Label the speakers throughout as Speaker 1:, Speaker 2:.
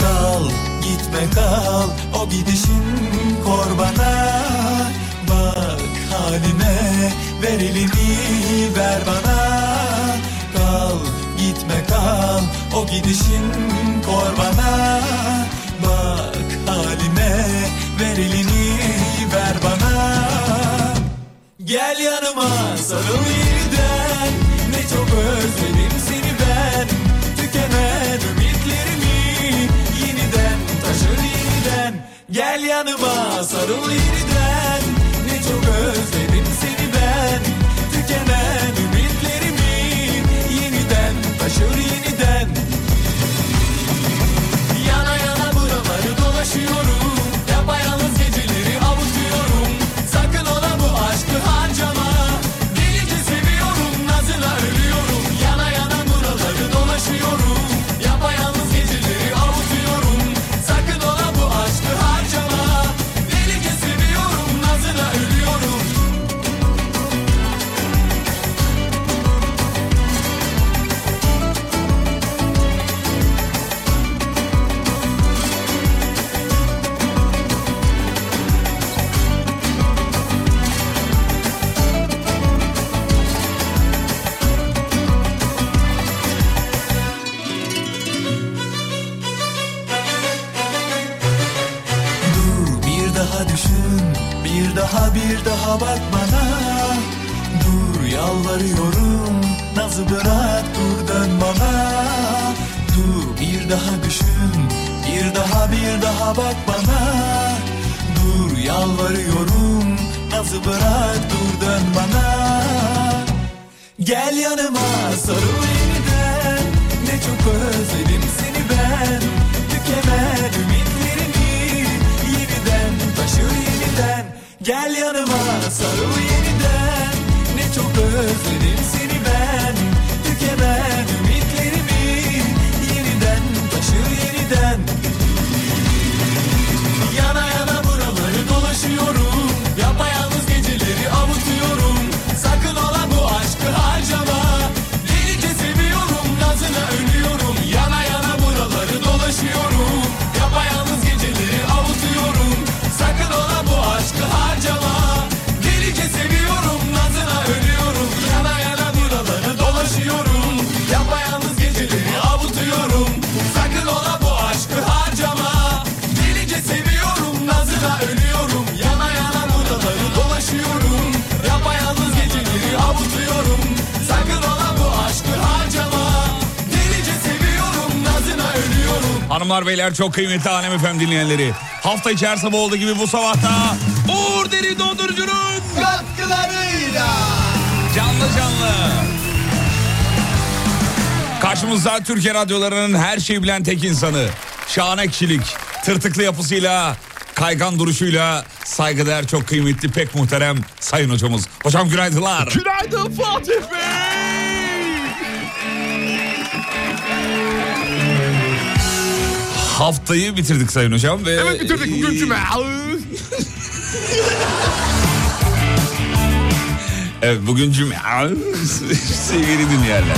Speaker 1: Kal, gitme kal, o gidişin korbana Bak halime, ver elini ver bana Kal, gitme kal, o gidişin korbana Bak halime, ver elini ver bana Gel yanıma sarıl yeniden Ne çok özledim seni ben Tükenen ümitlerimi Yeniden taşır yeniden Gel yanıma sarıl yeniden Ne çok özledim seni ben Tükenen ümitlerimi Yeniden taşır yeniden Yana yana buraları dolaşıyorum Yapayalnız geceleri avutuyorum Sakın ola bu aşkı harcama Delice seviyorum nazına ölüyorum Yana yana buraları dolaşıyorum Yapayalnız geceleri avutuyorum Sakın ola bu aşkı harcama Delice seviyorum nazına ölüyorum Dur bir daha düşün Bir daha bir daha bak bana Dur yalvarıyorum Nazı bırak dur dön bana Dur bir daha düşün Bir daha bir daha bak bana Dur yalvarıyorum Nazı bırak dur dön bana Gel yanıma sarıl yeniden Ne çok özledim seni ben Tükemen ümitlerimi Yeniden taşır yeniden Gel yanıma sarıl yeniden Ne çok özledim seni ben Tükemen ümitlerimi Yeniden taşır yeniden Yana yana buraları dolaşıyorum Yapayalnız geceleri avutuyorum Sakın ola bu aşkı harcama Delice seviyorum nazına ölüyorum Yana yana buraları dolaşıyorum Yapayalnız geceleri avutuyorum Sakın ola bu aşkı harcama Delice seviyorum nazına ölüyorum Yana yana buraları dolaşıyorum Yapayalnız geceleri avutuyorum Sakın ola bu aşkı harcama Delice seviyorum nazına ölüyorum Yana yana buraları dolaşıyorum Yapayalnız geceleri avutuyorum Sakın ola bu aşkı harcama Delice seviyorum nazına ölüyorum
Speaker 2: Hanımlar beyler çok kıymetli Alem Efem dinleyenleri. Hafta içi her sabah olduğu gibi bu sabahta Uğur Deri Dondurucu'nun
Speaker 1: Katkılarıyla
Speaker 2: canlı canlı. Karşımızda Türkiye radyolarının her şeyi bilen tek insanı. Şahane kişilik, tırtıklı yapısıyla, kaygan duruşuyla saygıdeğer çok kıymetli pek muhterem sayın hocamız. Hocam günaydınlar.
Speaker 3: Günaydın Fatih Bey.
Speaker 2: Haftayı bitirdik sayın hocam. Ve
Speaker 3: Evet bitirdik bugün cuma.
Speaker 2: Evet bugün cuma sevgili dinleyenler.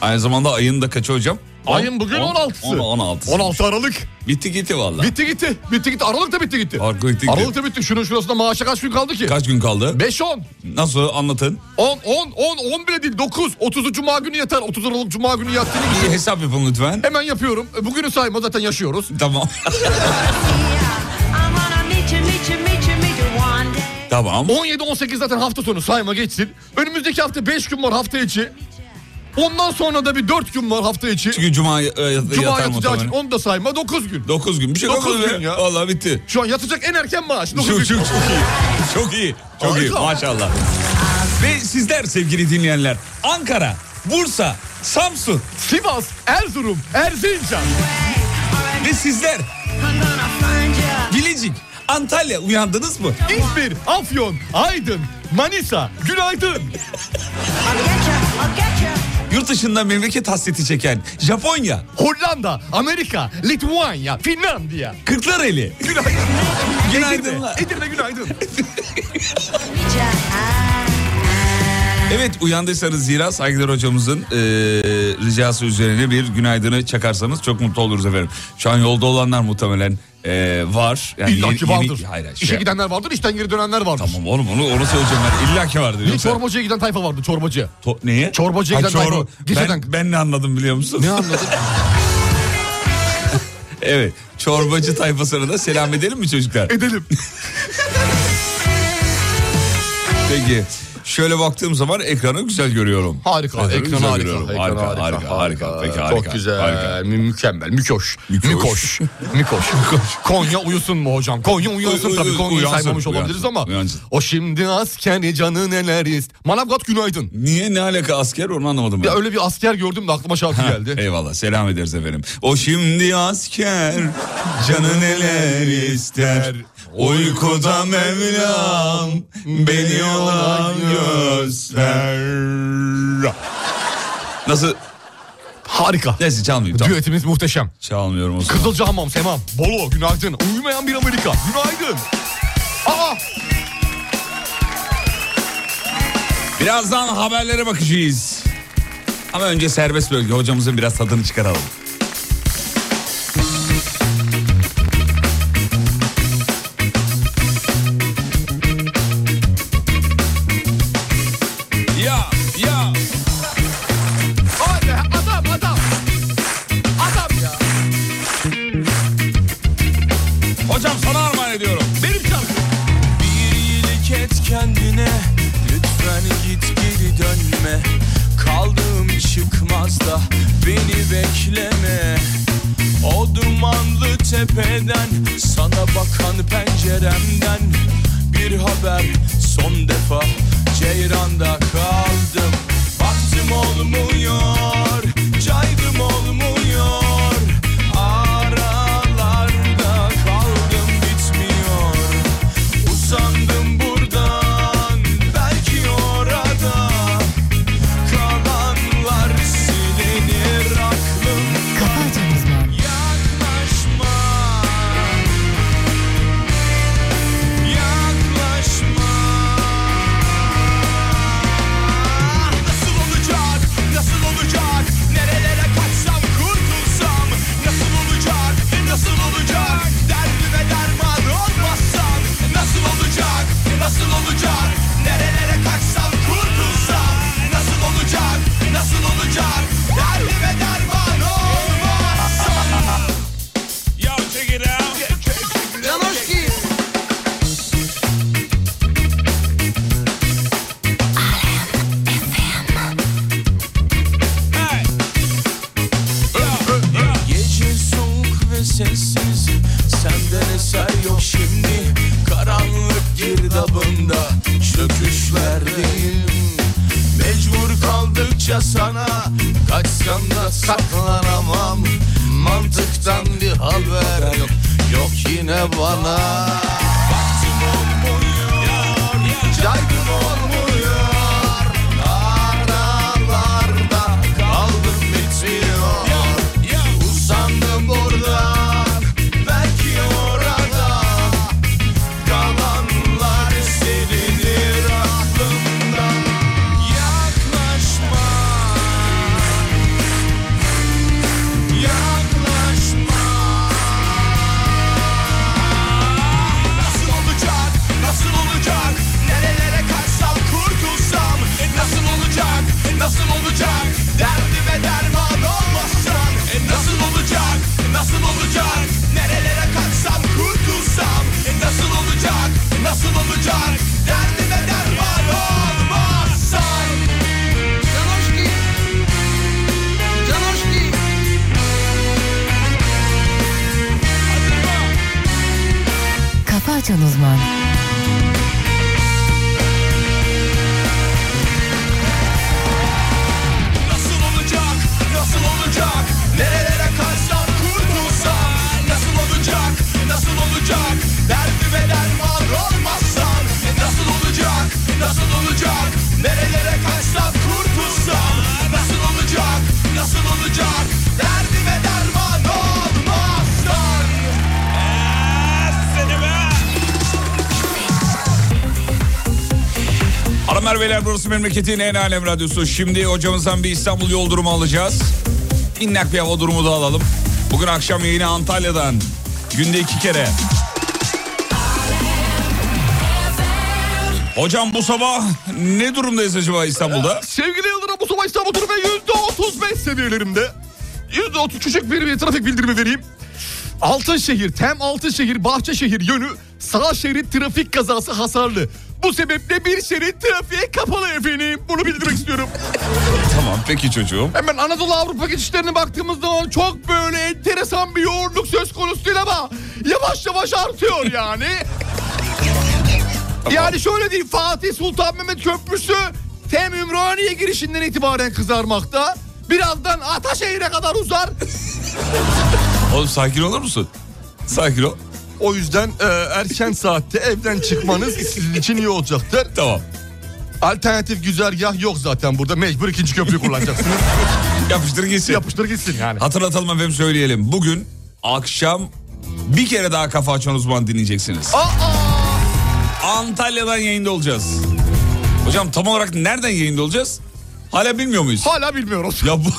Speaker 2: Aynı zamanda ayın da kaçı hocam? On-
Speaker 3: Ayın bugün
Speaker 2: on-
Speaker 3: 16'sı.
Speaker 2: on- 16'sı.
Speaker 3: 16 Aralık.
Speaker 2: Bitti gitti valla.
Speaker 3: Bitti gitti. Bitti gitti. Aralık'ta bitti gitti.
Speaker 2: Aralık'ta gitti.
Speaker 3: Aralık'ta bitti. Şunun şurasında maaşa kaç gün kaldı ki?
Speaker 2: Kaç gün kaldı?
Speaker 3: 5 10.
Speaker 2: Nasıl anlatın?
Speaker 3: 10 10 10 10 bile değil 9. 30 cuma günü yeter. 30 Aralık cuma günü yattığını
Speaker 2: Bir hesap yapın lütfen.
Speaker 3: Hemen yapıyorum. E, Bugünü sayma zaten yaşıyoruz.
Speaker 2: Tamam.
Speaker 4: I wanna meet you, meet you, meet you, meet
Speaker 2: Tamam.
Speaker 3: 17-18 zaten hafta sonu sayma geçsin. Önümüzdeki hafta 5 gün var hafta içi. Ondan sonra da bir 4 gün var hafta içi.
Speaker 2: Çünkü cuma e, yat-
Speaker 3: Cuma
Speaker 2: yatar
Speaker 3: yatacağı
Speaker 2: muhtemelen.
Speaker 3: açık. Onu da sayma 9 gün.
Speaker 2: 9 gün. Bir şey
Speaker 3: Dokuz
Speaker 2: 9
Speaker 3: gün ya.
Speaker 2: Valla bitti.
Speaker 3: Şu an yatacak en erken maaş.
Speaker 2: Çok, çok,
Speaker 3: 9
Speaker 2: çok
Speaker 3: gün.
Speaker 2: iyi. Çok iyi. Çok iyi.
Speaker 3: Harika.
Speaker 2: Maşallah. Ve sizler sevgili dinleyenler Ankara, Bursa, Samsun
Speaker 3: Sivas, Erzurum, Erzincan.
Speaker 2: ve sizler Bilecik, Antalya uyandınız mı?
Speaker 3: İzmir, Afyon, Aydın, Manisa, Günaydın.
Speaker 2: Yurt dışında memleket hasreti çeken Japonya,
Speaker 3: Hollanda, Amerika, Litvanya, Finlandiya.
Speaker 2: Kırklareli.
Speaker 3: Günaydın.
Speaker 2: Günaydınlar.
Speaker 3: Edirne günaydın.
Speaker 2: Evet uyandıysanız zira saygılar hocamızın eee, ricası üzerine bir günaydını çakarsanız çok mutlu oluruz efendim. Şu an yolda olanlar muhtemelen eee, var. Yani
Speaker 3: İlla
Speaker 2: yeni-
Speaker 3: ki
Speaker 2: yeni-
Speaker 3: vardır.
Speaker 2: hayır, hayır,
Speaker 3: İşe
Speaker 2: şey-
Speaker 3: gidenler vardır, işten geri dönenler vardır.
Speaker 2: Tamam oğlum onu, onu söyleyeceğim ben. İlla ki vardır.
Speaker 3: Bir
Speaker 2: Yoksa...
Speaker 3: çorbacıya giden tayfa vardı çorbacıya.
Speaker 2: To- neye?
Speaker 3: Çorbacıya
Speaker 2: Ha,
Speaker 3: giden
Speaker 2: çorba.
Speaker 3: tayfa. Geceden-
Speaker 2: Ben, ben ne anladım biliyor musun?
Speaker 3: Ne anladın?
Speaker 2: evet. Çorbacı tayfasına da selam edelim mi çocuklar?
Speaker 3: Edelim.
Speaker 2: Peki. Şöyle baktığım zaman ekranı güzel görüyorum.
Speaker 3: Harika.
Speaker 2: Ekranı
Speaker 3: ekran
Speaker 2: güzel
Speaker 3: harika.
Speaker 2: görüyorum.
Speaker 3: ekran
Speaker 2: Harika, harika, harika, Peki, harika.
Speaker 3: Çok güzel.
Speaker 2: harika.
Speaker 3: mü- Mükemmel. Mükoş.
Speaker 2: Mükoş.
Speaker 3: Mükoş. Mükoş. Konya uyusun mu hocam? Konya
Speaker 2: Uy-
Speaker 3: uyusun
Speaker 2: uy-
Speaker 3: tabii. Konya'yı
Speaker 2: uyansın,
Speaker 3: saymamış olabiliriz
Speaker 2: uyansın,
Speaker 3: ama.
Speaker 2: uyansın.
Speaker 3: O şimdi askeri canı neler ist. Manavgat günaydın.
Speaker 2: Niye ne alaka asker onu anlamadım ben.
Speaker 3: Ya öyle bir asker gördüm de aklıma şarkı
Speaker 2: Ha,
Speaker 3: geldi.
Speaker 2: Eyvallah selam ederiz efendim. O şimdi asker canı neler ister. Uykuda Mevlam beni olan göster. Nasıl?
Speaker 3: Harika.
Speaker 2: Neyse çalmayayım tamam.
Speaker 3: Düetimiz muhteşem.
Speaker 2: Çalmıyorum o zaman.
Speaker 3: Kızılcahamam, Semam, Bolu günaydın. Uyumayan bir Amerika günaydın. Aa
Speaker 2: Birazdan haberlere bakacağız. Ama önce serbest bölge hocamızın biraz tadını çıkaralım. Ya ya
Speaker 3: Hadi adam adam. Adam ya.
Speaker 2: hocam sana armağan ediyorum.
Speaker 3: Benim şarkım.
Speaker 1: Bir iyilik et kendine Lütfen git geri dönme Kaldım çıkmaz da Beni bekleme O dumanlı tepeden Sana bakan penceremden Bir haber son defa Ceyranda kaldım Baktım olmuyor Caydım olmuyor Aralarda kaldım bitmiyor Usandım buradan belki orada Kalanlar silinir aklım
Speaker 5: Kafa Açan Uzman.
Speaker 1: Yaklaşma Yaklaşma Nasıl olacak nasıl olacak Nerelere kaçsam kurtulsam Nasıl olacak nasıl olacak Derdime derman olmazsam Nasıl olacak nasıl olacak Nerelere kaçsam kurtulsam Nasıl olacak nasıl olacak Derdime derman olmazsam
Speaker 2: Ya check it out.
Speaker 1: Yanoşki Gece soğuk ve sessiz Senden eser yok şimdi Karanlık girdabında Çöküşlerdeyim Mecbur kaldıkça sana Kaçsam da saklanamam Mantıktan bir haber yok Yok yine bana Vaktim olmuyor Caydım olmuyor Aralarda kaldım bitiyor Usandım buradan Belki orada Kalanlar silinir aklımdan Yaklaşma Yaklaşma Nasıl olacak, nasıl olacak Nerelere e kaç e e e
Speaker 5: Kafa Açan Uzman.
Speaker 1: Nasıl olacak? Nasıl olacak? Nerelere kaçsam kurtulsa Nasıl olacak? Nasıl olacak? Derdime derman olmazsan E Nasıl olacak? Nasıl olacak? Nerelere kaçsam kurtulsam Nasıl olacak? Nasıl olacak? Derdime derman olmazsan Eh, seni be!
Speaker 2: Hanımlar beyler burası memleketin en alem radyosu. Şimdi hocamızdan bir İstanbul yol durumu alacağız. İnnak bir hava durumu da alalım. Bugün akşam yayını Antalya'dan. Günde iki kere. Hocam bu sabah ne durumdayız acaba İstanbul'da?
Speaker 3: Sevgili Yıldırım bu sabah İstanbul turu ve yüzde otuz beş seviyelerinde. Yüzde otuz küçük bir, bir trafik bildirimi vereyim. Altınşehir, Tem Altınşehir, Bahçeşehir yönü sağ şerit trafik kazası hasarlı. Bu sebeple bir şerit trafiğe kapalı efendim. Bunu bildirmek istiyorum.
Speaker 2: Tamam peki çocuğum.
Speaker 3: Hemen Anadolu Avrupa geçişlerine baktığımız zaman çok böyle enteresan bir yoğunluk söz konusu değil ama yavaş yavaş artıyor yani. Yani şöyle diyeyim Fatih Sultan Mehmet Köprüsü Tem Ümraniye girişinden itibaren kızarmakta. Birazdan Ataşehir'e kadar uzar.
Speaker 2: Oğlum sakin olur musun? Sakin ol.
Speaker 3: O yüzden e, erken saatte evden çıkmanız sizin için iyi olacaktır.
Speaker 2: Tamam.
Speaker 3: Alternatif güzergah yok zaten burada. Mecbur ikinci köprü kullanacaksınız.
Speaker 2: Yapıştır gitsin.
Speaker 3: Yapıştır gitsin yani.
Speaker 2: Hatırlatalım efendim söyleyelim. Bugün akşam bir kere daha Kafa Açan Uzman dinleyeceksiniz. Antalya'dan yayında olacağız. Hocam tam olarak nereden yayında olacağız? Hala bilmiyor muyuz?
Speaker 3: Hala bilmiyoruz.
Speaker 2: Ya bu...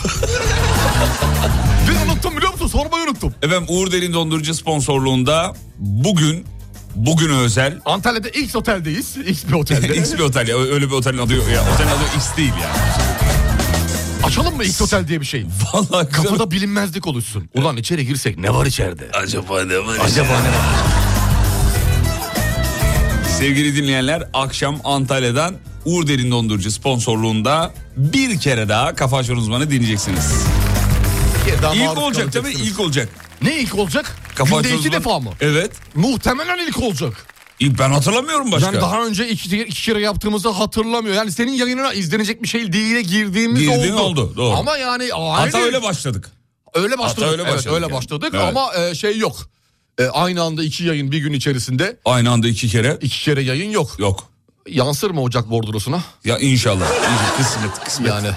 Speaker 3: Ben unuttum biliyor musun? Sormayı unuttum.
Speaker 2: Efendim Uğur Derin Dondurucu sponsorluğunda bugün, bugün özel...
Speaker 3: Antalya'da X oteldeyiz. X bir otelde.
Speaker 2: X bir otel ya öyle bir otelin adı yok. Ya, otelin adı X değil yani.
Speaker 3: Açalım mı X otel diye bir şey?
Speaker 2: Vallahi kafada...
Speaker 3: Kafada bilinmezlik oluşsun. Ulan içeri girsek ne var içeride?
Speaker 2: Acaba ne var?
Speaker 3: Acaba ne var?
Speaker 2: Sevgili dinleyenler akşam Antalya'dan Uğur Derin Dondurucu sponsorluğunda bir kere daha Kafa Açan Uzman'ı dinleyeceksiniz.
Speaker 3: Bir daha
Speaker 2: İlk
Speaker 3: maruz
Speaker 2: olacak tabii
Speaker 3: kalacaksınız.
Speaker 2: ilk olacak.
Speaker 3: Ne ilk olacak?
Speaker 2: Kafa
Speaker 3: Günde
Speaker 2: açan
Speaker 3: iki
Speaker 2: uzman-
Speaker 3: defa mı?
Speaker 2: Evet.
Speaker 3: Muhtemelen ilk olacak.
Speaker 2: İlk ben hatırlamıyorum başka.
Speaker 3: Yani daha önce iki, iki kere yaptığımızı hatırlamıyor. Yani senin yayınına izlenecek bir şey değil'e girdiğimiz
Speaker 2: Girdiğin
Speaker 3: oldu.
Speaker 2: oldu, doğru.
Speaker 3: Ama yani
Speaker 2: Hatta
Speaker 3: aynı-
Speaker 2: öyle başladık.
Speaker 3: öyle başladık.
Speaker 2: Hatta öyle
Speaker 3: Evet,
Speaker 2: başladık
Speaker 3: öyle
Speaker 2: yani.
Speaker 3: başladık
Speaker 2: Evet.
Speaker 3: ama e, şey yok. E, aynı anda iki yayın bir gün içerisinde
Speaker 2: Aynı anda iki kere.
Speaker 3: iki kere yayın yok.
Speaker 2: Yok.
Speaker 3: Yansır mı Ocak bordrosuna?
Speaker 2: Ya inşallah. İnşallah. Kısmet kısmet.
Speaker 3: Yani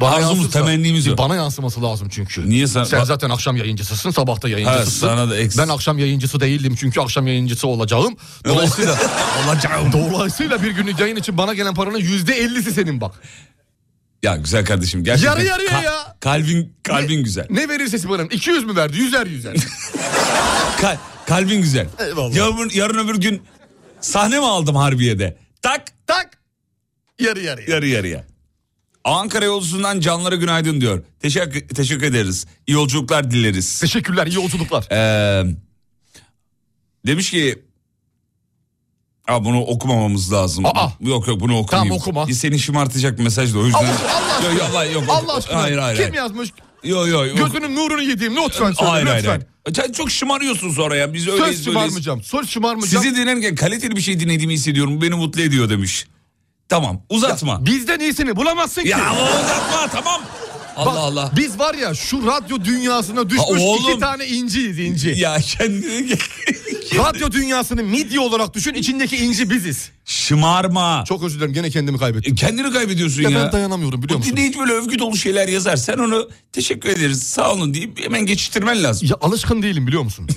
Speaker 2: Arzumuz,
Speaker 3: yansırsa-
Speaker 2: temennimiz o.
Speaker 3: Bana yansıması lazım çünkü.
Speaker 2: Niye sen-
Speaker 3: Sen
Speaker 2: ba-
Speaker 3: zaten akşam yayıncısısın, sabah da yayıncısısın.
Speaker 2: sana da eks- E,
Speaker 3: Ben akşam yayıncısı değildim çünkü akşam yayıncısı olacağım. Dolayısıyla
Speaker 2: Olacağım.
Speaker 3: dolayısıyla bir günlük yayın için bana gelen paranın yüzde ellisi senin bak.
Speaker 2: Ya güzel kardeşim. Gerçekten
Speaker 3: Yarı yarıya
Speaker 2: ka-
Speaker 3: ya.
Speaker 2: Kalbin kalbin güzel.
Speaker 3: Ne verirse siparişim. 200 mü verdi? Yüzer yüzer.
Speaker 2: Kal- kalbin güzel.
Speaker 3: Eyvallah.
Speaker 2: Yarın, yarın öbür gün sahne mi aldım Harbiye'de? Tak
Speaker 3: tak. Yarı yarıya.
Speaker 2: yarı yarıya. Ankara yolcusundan canlara günaydın diyor. Teşekkür, teşekkür ederiz. İyi yolculuklar dileriz.
Speaker 3: Teşekkürler, iyi yolculuklar.
Speaker 2: Ee, demiş ki Aa, bunu okumamamız lazım.
Speaker 3: Aa!
Speaker 2: Yok yok bunu okumayayım.
Speaker 3: okuma.
Speaker 2: Seni şımartacak bir mesaj da o yüzden.
Speaker 3: Allah aşkına.
Speaker 2: Yok yok hayır, yok.
Speaker 3: Allah aşkına.
Speaker 2: Hayır hayır.
Speaker 3: Kim
Speaker 2: hayır.
Speaker 3: yazmış?
Speaker 2: Yok yok. yok.
Speaker 3: Gözünün nurunu yediğim. Lütfen söyle,
Speaker 2: Hayır hayır.
Speaker 3: lütfen.
Speaker 2: hayır. Sen çok şımarıyorsun sonra ya. Biz öyleyiz
Speaker 3: Söz
Speaker 2: böyleyiz.
Speaker 3: şımarmayacağım. Söz şımarmayacağım.
Speaker 2: Sizi dinlerken kaliteli bir şey dinlediğimi hissediyorum. Bu beni mutlu ediyor demiş. Tamam uzatma.
Speaker 3: Bizden iyisini bulamazsın
Speaker 2: Ya,
Speaker 3: ki.
Speaker 2: ama uzatma tamam. Allah
Speaker 3: Bak,
Speaker 2: Allah.
Speaker 3: Biz var ya şu radyo dünyasına düşmüş
Speaker 2: oğlum.
Speaker 3: iki tane inciyiz inci.
Speaker 2: Ya kendini
Speaker 3: Radyo dünyasını midye olarak düşün içindeki inci biziz.
Speaker 2: şımarma.
Speaker 3: Çok özür dilerim gene kendimi kaybettim.
Speaker 2: E, Kendini kaybediyorsun ya.
Speaker 3: Ya ben dayanamıyorum biliyor
Speaker 2: Bu
Speaker 3: musun?
Speaker 2: dinleyici böyle övgü dolu şeyler yazar. Sen onu teşekkür ederiz sağ olun deyip hemen geçiştirmen lazım.
Speaker 3: Ya alışkın değilim biliyor musun?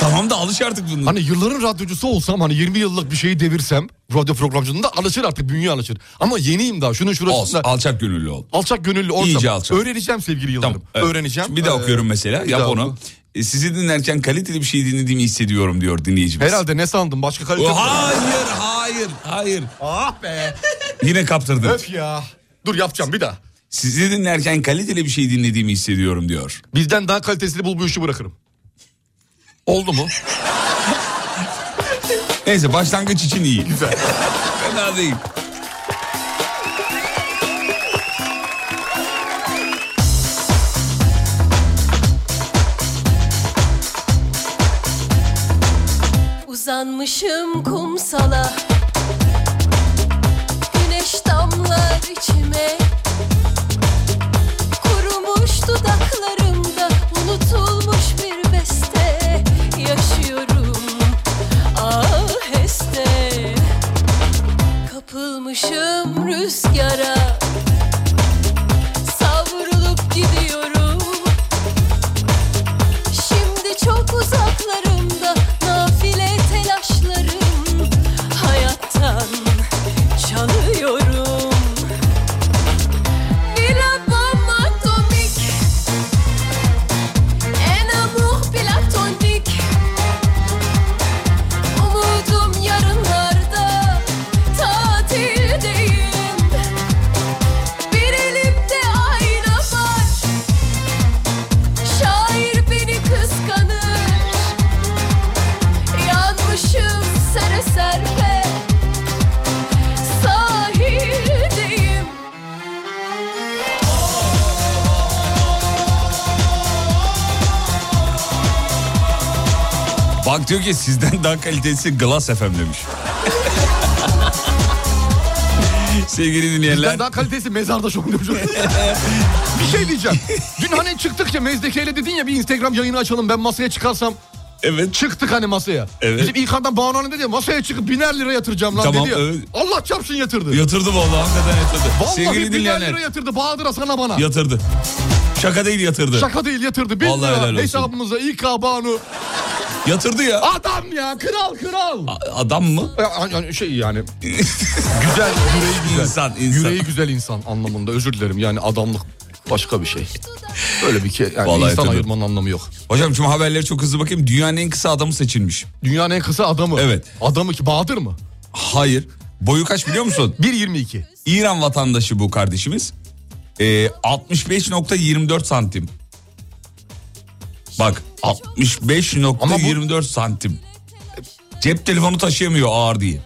Speaker 2: Tamam da alış artık bundan.
Speaker 3: hani yılların radyocusu olsam hani 20 yıllık bir şeyi devirsem radyo programcılığında alışır artık bünye alışır. Ama yeniyim daha şunun
Speaker 2: Olsun,
Speaker 3: şurasında.
Speaker 2: alçak gönüllü ol.
Speaker 3: Alçak gönüllü olsam.
Speaker 2: İyice alçak.
Speaker 3: Öğreneceğim sevgili Yıldırım.
Speaker 2: Tamam. evet.
Speaker 3: Öğreneceğim.
Speaker 2: Bir daha
Speaker 3: Ee,
Speaker 2: okuyorum mesela.
Speaker 3: bir
Speaker 2: Yap
Speaker 3: daha
Speaker 2: onu.
Speaker 3: oku.
Speaker 2: E, sizi dinlerken kaliteli bir şey dinlediğimi hissediyorum diyor dinleyicimiz.
Speaker 3: Herhalde ne sandın başka kalite.
Speaker 2: O, hayır, hayır, hayır.
Speaker 3: Ah be.
Speaker 2: Yine kaptırdın.
Speaker 3: Öf ya. Dur yapacağım bir daha.
Speaker 2: Sizi dinlerken kaliteli bir şey dinlediğimi hissediyorum diyor.
Speaker 3: Bizden daha kalitesini bul bu işi bırakırım. Oldu mu?
Speaker 2: Neyse başlangıç için iyi.
Speaker 3: Güzel.
Speaker 2: Fena değil.
Speaker 4: Uzanmışım kumsala Güneş damlar içime Kurumuş dudaklarımda Unutulmuş bir beste Yaşıyorum Ah, aheste Kapılmışım rüzgara Savrulup gidiyorum Şimdi çok uzaklarımda nafile telaşlarım hayattan çalıyorum. Vila bomba atomik, en amuh platonik. Umudum yarınlarda tatildeyim. Bir elimde ayna var. Şair beni kıskanır Yanmışım sere serpe Sahildeyim
Speaker 2: Bak diyor ki sizden daha kalitesi Glass FM demiş. Sevgili dinleyenler.
Speaker 3: Bizden daha kalitesi mezarda çok demiş. bir şey diyeceğim. Dün hani çıktıkça mezdekeyle dedin ya bir Instagram yayını açalım ben masaya çıkarsam.
Speaker 2: Evet.
Speaker 3: Çıktık hani masaya.
Speaker 2: Evet.
Speaker 3: Bizim İlkan'dan Banu Hanım dedi ya masaya çıkıp biner lira yatıracağım lan
Speaker 2: Tamam,
Speaker 3: dedi ya.
Speaker 2: evet.
Speaker 3: Allah çarpsın yatırdı.
Speaker 2: Yatırdı vallahi hakikaten yatırdı.
Speaker 3: Vallahi
Speaker 2: Sevgili
Speaker 3: biner
Speaker 2: dinleyenler.
Speaker 3: lira yatırdı Bahadır'a sana bana.
Speaker 2: Yatırdı. Şaka değil yatırdı.
Speaker 3: Şaka değil yatırdı. Bin
Speaker 2: Vallahi helal
Speaker 3: lira
Speaker 2: olsun.
Speaker 3: hesabımıza İK Banu.
Speaker 2: Yatırdı ya.
Speaker 3: Adam ya kral kral.
Speaker 2: A- Adam mı?
Speaker 3: Ya, Yani şey yani. güzel yüreği güzel.
Speaker 2: İnsan, insan.
Speaker 3: Yüreği güzel insan anlamında özür dilerim yani adamlık başka bir şey. Böyle bir ke yani
Speaker 2: Vallahi
Speaker 3: insan
Speaker 2: tabii.
Speaker 3: ayırmanın anlamı yok.
Speaker 2: Hocam şimdi haberlere çok hızlı bakayım. Dünyanın en kısa adamı seçilmiş.
Speaker 3: Dünyanın en kısa adamı.
Speaker 2: Evet.
Speaker 3: Adamı ki Bahadır mı?
Speaker 2: Hayır. Boyu kaç biliyor musun?
Speaker 3: 1.22.
Speaker 2: İran vatandaşı bu kardeşimiz. Ee, 65.24 santim. Bak 65.24 santim. Cep telefonu taşıyamıyor ağır diye.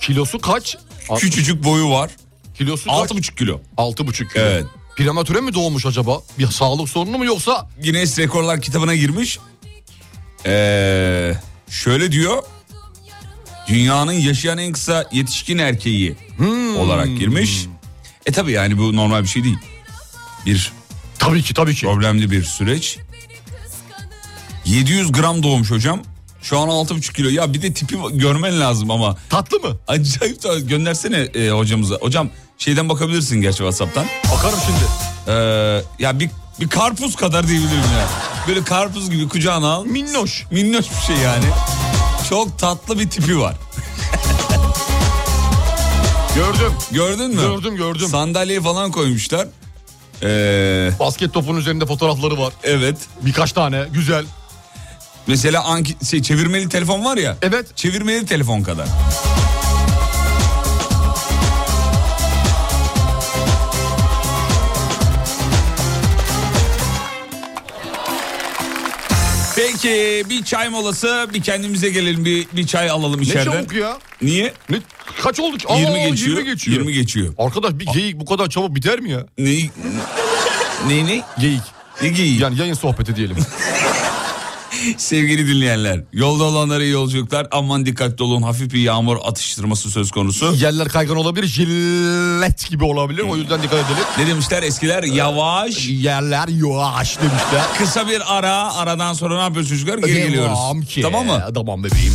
Speaker 3: Kilosu kaç? Alt-
Speaker 2: Küçücük boyu var.
Speaker 3: Kilosu kaç?
Speaker 2: 6,5 kilo.
Speaker 3: 6,5 kilo.
Speaker 2: Evet.
Speaker 3: Prematüre mi doğmuş acaba? Bir sağlık sorunu mu yoksa?
Speaker 2: Guinness Rekorlar kitabına girmiş. Ee, şöyle diyor. Dünyanın yaşayan en kısa yetişkin erkeği
Speaker 3: Hmm.
Speaker 2: olarak girmiş. E tabi yani bu normal bir şey değil. Bir
Speaker 3: Tabii ki tabii ki.
Speaker 2: problemli bir süreç. 700 gram doğmuş hocam. Şu an 6,5 kilo. Ya bir de tipi görmen lazım ama.
Speaker 3: Tatlı mı?
Speaker 2: Acayip da göndersene e, hocamıza. Hocam şeyden bakabilirsin gerçi Whatsapp'tan.
Speaker 3: Bakarım şimdi.
Speaker 2: Ee, ya bir, bir karpuz kadar diyebilirim ya. Böyle karpuz gibi kucağına al.
Speaker 3: Minnoş.
Speaker 2: Minnoş bir şey yani. Çok tatlı bir tipi var.
Speaker 3: Gördüm.
Speaker 2: Gördün mü?
Speaker 3: Gördüm, gördüm.
Speaker 2: Sandalyeyi falan koymuşlar. Ee,
Speaker 3: Basket topunun üzerinde fotoğrafları var.
Speaker 2: evet.
Speaker 3: Birkaç tane. Güzel.
Speaker 2: Mesela anki, şey, çevirmeli telefon var ya.
Speaker 3: Evet.
Speaker 2: Çevirmeli telefon kadar. Peki bir çay molası bir kendimize gelelim bir, bir çay alalım
Speaker 3: Ne
Speaker 2: içeriden.
Speaker 3: çabuk ya.
Speaker 2: Niye?
Speaker 3: Ne, kaç oldu ki?
Speaker 2: 20
Speaker 3: Aa,
Speaker 2: geçiyor.
Speaker 3: 20 geçiyor.
Speaker 2: 20 geçiyor.
Speaker 3: Arkadaş bir geyik bu kadar çabuk biter mi ya?
Speaker 2: Ne? Ne ne?
Speaker 3: Geyik.
Speaker 2: Ne giyiyor?
Speaker 3: Yani yayın sohbeti diyelim.
Speaker 2: Sevgili dinleyenler, yolda olanlara iyi yolculuklar. Aman dikkatli olun. Hafif bir yağmur atıştırması söz konusu.
Speaker 3: Yerler kaygan olabilir. Jilet gibi olabilir. O yüzden dikkat edelim.
Speaker 2: Ne demişler eskiler? Yavaş,
Speaker 3: Ee, Yerler yuvaş demişler.
Speaker 2: kısa bir ara. Aradan sonra ne yapıyoruz çocuklar? Geri geliyoruz.
Speaker 3: Devam ki.
Speaker 2: Tamam mı?
Speaker 3: Tamam bebeğim.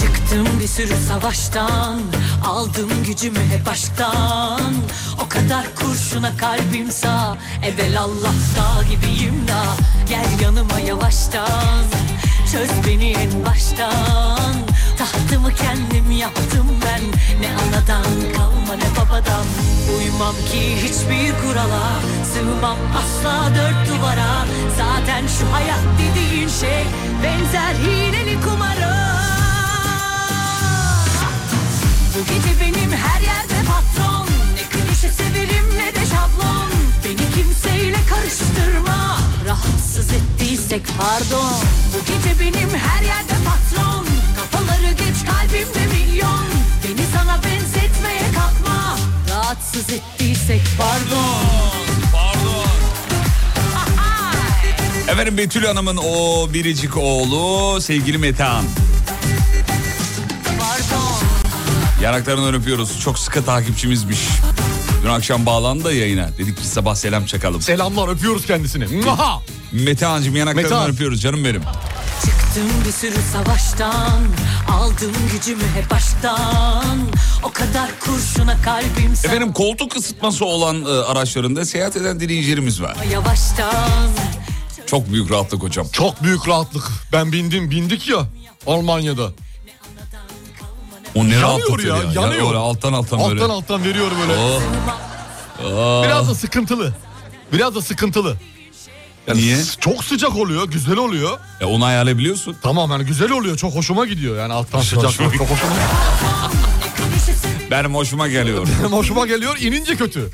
Speaker 4: Çıktım bir sürü savaştan Aldım gücümü hep aşktan O kadar kurşuna kalbim sağ Evvel Allah dağ gibiyim da Gel yanıma yavaştan Çöz beni en baştan Tahtımı kendim yaptım ben Ne anadan kalma ne babadan Uymam ki hiçbir kurala Sığmam asla dört duvara Zaten şu hayat dediğin şey benzer hileli kumara Bu gece benim her yerde patron Ne klişe severim ne de şablon Beni kimseyle karıştırma Rahatsız ettiysek pardon Bu gece benim her yerde patron Kafaları geç kalbimde milyon Beni sana benzetmeye kalkma Rahatsız ettiysek pardon
Speaker 2: Pardon. Efendim Betül Hanım'ın o biricik oğlu sevgili Metehan.
Speaker 4: Pardon
Speaker 2: Yanaklarından öpüyoruz. Çok sıkı takipçimizmiş. Dün akşam bağlandı da yayına. Dedik ki sabah selam çakalım.
Speaker 3: Selamlar öpüyoruz kendisini. Mwaha!
Speaker 2: Metehan'cığım yanaklarından
Speaker 3: Metehan.
Speaker 2: öpüyoruz canım benim.
Speaker 4: Çıktım bir sürü savaştan Aldım gücümü hep baştan O kadar kurşuna kalbim sana
Speaker 2: Efendim koltuk ısıtması olan e, araçlarında seyahat eden dinleyicilerimiz var.
Speaker 4: Yavaştan
Speaker 2: Çok büyük rahatlık hocam.
Speaker 3: Çok büyük rahatlık. Ben bindim bindik ya Almanya'da.
Speaker 2: O ne
Speaker 3: Yanıyor
Speaker 2: rahatlık
Speaker 3: ya, yanıyor.
Speaker 2: öyle alttan alttan,
Speaker 3: alttan
Speaker 2: böyle.
Speaker 3: alttan veriyor böyle.
Speaker 2: Oh.
Speaker 3: Biraz da sıkıntılı. Biraz da sıkıntılı. Yani
Speaker 2: Niye?
Speaker 3: s- Çok sıcak oluyor, güzel oluyor.
Speaker 2: E, onu ayarlayabiliyorsun.
Speaker 3: Tamam yani güzel oluyor, çok hoşuma gidiyor. Yani alttan sıcak, çok
Speaker 2: hoşuma gidiyor.
Speaker 3: hoşuma
Speaker 2: Benim hoşuma geliyor.
Speaker 3: Benim hoşuma geliyor, inince kötü.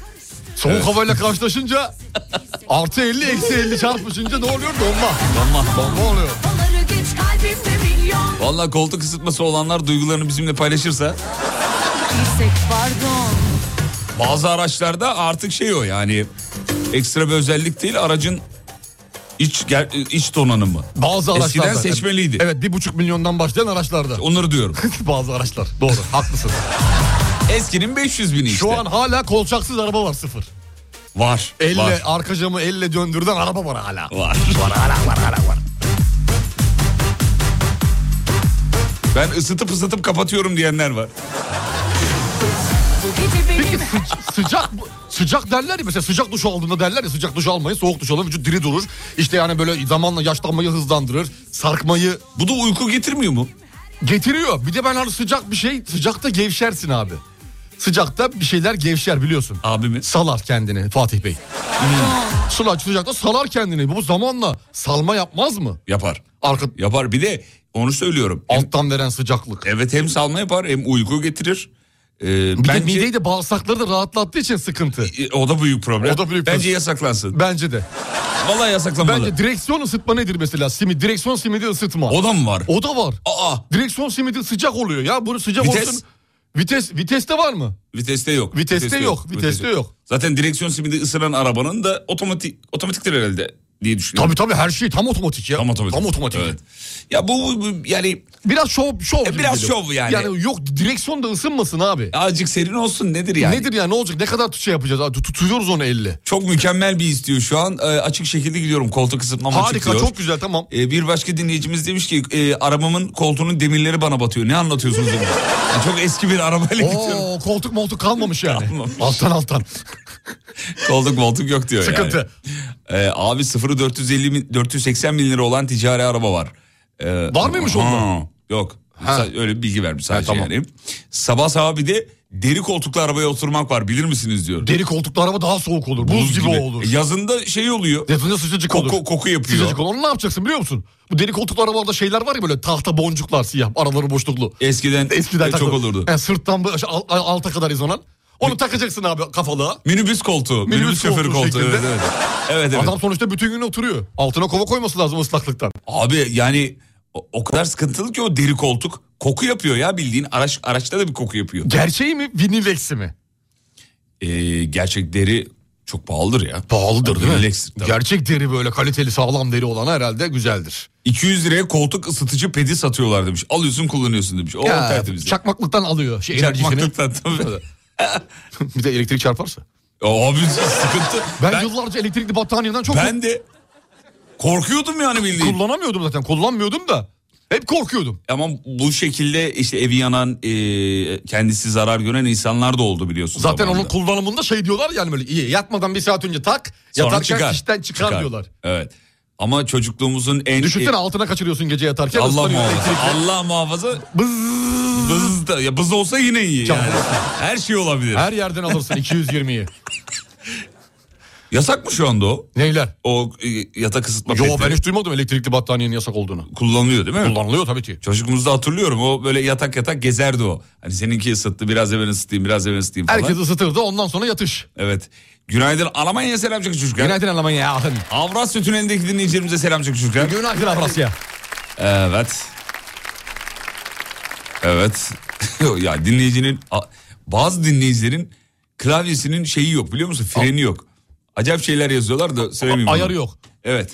Speaker 3: Soğuk havayla karşılaşınca artı 50, eksi 50 çarpışınca ne oluyor? Donma.
Speaker 2: Allah Allah.
Speaker 3: Donma oluyor.
Speaker 4: Onları geç kalbimde milyon
Speaker 2: Valla koltuk ısıtması olanlar duygularını bizimle paylaşırsa
Speaker 4: Bilsek pardon
Speaker 2: bazı araçlarda artık şey o yani ekstra bir özellik değil aracın iç ger- iç donanımı.
Speaker 3: Bazı araçlarda.
Speaker 2: Eskiden
Speaker 3: yani-
Speaker 2: seçmeliydi.
Speaker 3: Evet, bir buçuk milyondan başlayan araçlarda.
Speaker 2: Onları diyorum.
Speaker 3: Bazı araçlar. Doğru, haklısın.
Speaker 2: Eskinin 500 bini işte.
Speaker 3: Şu an hala kolçaksız araba var sıfır.
Speaker 2: var.
Speaker 3: Elle,
Speaker 2: Var.
Speaker 3: arka camı elle döndürden araba var hala.
Speaker 2: Var. Var hala var hala var. Ben ısıtıp ısıtıp kapatıyorum diyenler var.
Speaker 4: Bu gece
Speaker 3: Peki
Speaker 4: benim
Speaker 3: sı- sıcak sıcak derler ya mesela sıcak duş aldığında derler ya sıcak duş almayın soğuk duş alın vücut diri durur. İşte yani böyle zamanla yaşlanmayı hızlandırır sarkmayı
Speaker 2: Bu da uyku getirmiyor mu?
Speaker 3: getiriyor. Bir de ben hani sıcak bir şey sıcakta gevşersin abi. Sıcakta bir şeyler gevşer biliyorsun.
Speaker 2: Abimiz.
Speaker 3: Salar kendini Fatih Bey. Sıla sıcakta salar kendini. Bu zamanla salma yapmaz mı?
Speaker 2: Yapar.
Speaker 3: Arka
Speaker 2: Yapar. Bir de onu söylüyorum. Hem-
Speaker 3: alttan veren sıcaklık.
Speaker 2: evet hem salma yapar hem uyku getirir. Ee,
Speaker 3: Bir
Speaker 2: bence-
Speaker 3: de mideyi de bağırsakları da rahatlattığı için sıkıntı.
Speaker 2: E, O da büyük problem.
Speaker 3: O da büyük
Speaker 2: Bence
Speaker 3: problem.
Speaker 2: yasaklansın.
Speaker 3: Bence de.
Speaker 2: Vallahi yasaklanmalı.
Speaker 3: Bence direksiyon ısıtma nedir mesela? Simi, direksiyon simidi ısıtma.
Speaker 2: O da mı var?
Speaker 3: O da var.
Speaker 2: Aa
Speaker 3: Direksiyon simidi sıcak oluyor ya. Bunu sıcak
Speaker 2: Vites?
Speaker 3: olsun. Vites viteste var mı?
Speaker 2: viteste yok.
Speaker 3: Viteste yok, viteste yok.
Speaker 2: Zaten direksiyon simidi ısıran arabanın da otomatik otomatiktir herhalde diye düşünüyorum.
Speaker 3: Tabii tabii her şey tam otomatik ya.
Speaker 2: Tam otomatik. Evet. Ya bu, bu- bu yani
Speaker 3: Biraz şov şov.
Speaker 2: E,
Speaker 3: gibi
Speaker 2: biraz
Speaker 3: geliyor.
Speaker 2: şov yani.
Speaker 3: Yani yok direksiyon da ısınmasın abi.
Speaker 2: azıcık serin olsun nedir yani?
Speaker 3: Nedir ya ne olacak? Ne kadar şey yapacağız? abi? Tutuyoruz onu elle.
Speaker 2: Çok mükemmel bir istiyor şu an. E, açık şekilde gidiyorum koltuk ısıtmam açık
Speaker 3: Harika
Speaker 2: diyor.
Speaker 3: çok güzel tamam.
Speaker 2: E, bir başka dinleyicimiz demiş ki e, arabamın koltuğunun demirleri bana batıyor. Ne anlatıyorsunuz? bunu? Yani çok eski bir arabayla gidiyorum.
Speaker 3: Oo koltuk moltuk kalmamış yani.
Speaker 2: Kalmamış.
Speaker 3: Alttan alttan.
Speaker 2: Koltuk moltuk yok diyor yani.
Speaker 3: Sıkıntı.
Speaker 2: Ee, abi sıfırı 450 bin- 480 bin lira olan ticari araba var. Ee,
Speaker 3: Var mıymış
Speaker 2: ha,
Speaker 3: onda?
Speaker 2: Yok.
Speaker 3: Ha.
Speaker 2: Sa- Öyle bir bilgi vermiş sadece
Speaker 3: Ha, tamam.
Speaker 2: yani. Sabah sabah bir de deri koltuklu arabaya oturmak var bilir misiniz diyor.
Speaker 3: Deri koltuklu araba daha soğuk olur. Buz, gibi. olur.
Speaker 2: E, Yazında şey oluyor.
Speaker 3: Yazınca sıcacık olur.
Speaker 2: Koku, koku yapıyor.
Speaker 3: Sıcacık olur. Onu ne yapacaksın biliyor musun? Bu deri koltuklu arabalarda şeyler var ya böyle tahta boncuklar siyah. Araları boşluklu.
Speaker 2: Eskiden,
Speaker 3: Eskiden
Speaker 2: e, çok
Speaker 3: takılır.
Speaker 2: olurdu.
Speaker 3: Yani sırttan böyle al- al- alta kadar izonan. Onu takacaksın abi kafalığa.
Speaker 2: Minibüs koltuğu. Minibüs,
Speaker 3: Minibüs
Speaker 2: şoför
Speaker 3: koltuğu
Speaker 2: koltuğu.
Speaker 3: şeklinde.
Speaker 2: Evet, evet. evet, evet.
Speaker 3: Adam sonuçta bütün gün oturuyor. Altına kova koyması lazım ıslaklıktan.
Speaker 2: Abi yani o, o kadar sıkıntılı ki o deri koltuk. Koku yapıyor ya bildiğin. Araç, araçta da bir koku yapıyor.
Speaker 3: Gerçeği mi vinilex'i mi?
Speaker 2: Ee, gerçek deri çok pahalıdır ya.
Speaker 3: Pahalıdır değil mi?
Speaker 2: Vinilex'tir tabii.
Speaker 3: Gerçek deri böyle kaliteli sağlam deri olan herhalde güzeldir.
Speaker 2: 200 liraya koltuk ısıtıcı pedi satıyorlar demiş. Alıyorsun kullanıyorsun demiş. O
Speaker 3: Ya,
Speaker 2: tertemiz.
Speaker 3: çakmaklıktan alıyor şey enerjisini.
Speaker 2: Çakmaklıktan tabii.
Speaker 3: bir de elektrik çarparsa.
Speaker 2: Ya Abi sıkıntı. Ben,
Speaker 3: Ben,
Speaker 2: ben,
Speaker 3: yıllarca elektrikli battaniyeden çok
Speaker 2: de korkuyordum yani bildiğin.
Speaker 3: kullanamıyordum zaten. Kullanmıyordum da. Hep korkuyordum.
Speaker 2: Ama bu şekilde işte evi yanan e, kendisi zarar gören insanlar da oldu biliyorsun.
Speaker 3: Zaten
Speaker 2: zamanında.
Speaker 3: onun kullanımında şey diyorlar yani böyle iyi yatmadan bir saat önce tak
Speaker 2: Sonra
Speaker 3: yatarken işten çıkar, diyorlar.
Speaker 2: Evet. Ama çocukluğumuzun en...
Speaker 3: Düşünsene
Speaker 2: e,
Speaker 3: altına kaçırıyorsun gece yatarken.
Speaker 2: Allah
Speaker 3: ıslanıyor
Speaker 2: muhafaza.
Speaker 3: elektrik.
Speaker 2: Allah muhafaza.
Speaker 3: Bızz.
Speaker 2: Bız da, ya bız olsa yine iyi yani.
Speaker 3: Çabuk.
Speaker 2: Her şey olabilir.
Speaker 3: Her yerden alırsın 220'yi.
Speaker 2: Yasak mı şu anda o?
Speaker 3: Neyler?
Speaker 2: O e, yatak ısıtma
Speaker 3: Yo
Speaker 2: petleri
Speaker 3: ben hiç duymadım elektrikli battaniyenin yasak olduğunu.
Speaker 2: kullanılıyor değil mi?
Speaker 3: Kullanılıyor tabii ki.
Speaker 2: Çocukluğumuzda hatırlıyorum o böyle yatak yatak gezerdi o. Hani seninki ısıttı biraz da ben ısıtayım biraz da ben ısıtayım falan.
Speaker 3: Herkes ısıtırdı ondan sonra yatış.
Speaker 2: Evet. Günaydın Almanya'ya selam çakı çocuklar.
Speaker 3: Günaydın Almanya. Ahın.
Speaker 2: Avrasya Tüneli'ndeki dinleyicilerimize selam çakı çocuklar.
Speaker 3: Günaydın Avrasya.
Speaker 2: Evet. Evet. ya dinleyicinin a- bazı dinleyicilerin klavyesinin şeyi yok biliyor musun? Freni yok. Acayip şeyler yazıyorlar da söylemeyeyim.
Speaker 3: Ayarı
Speaker 2: bunu.
Speaker 3: yok.
Speaker 2: Evet.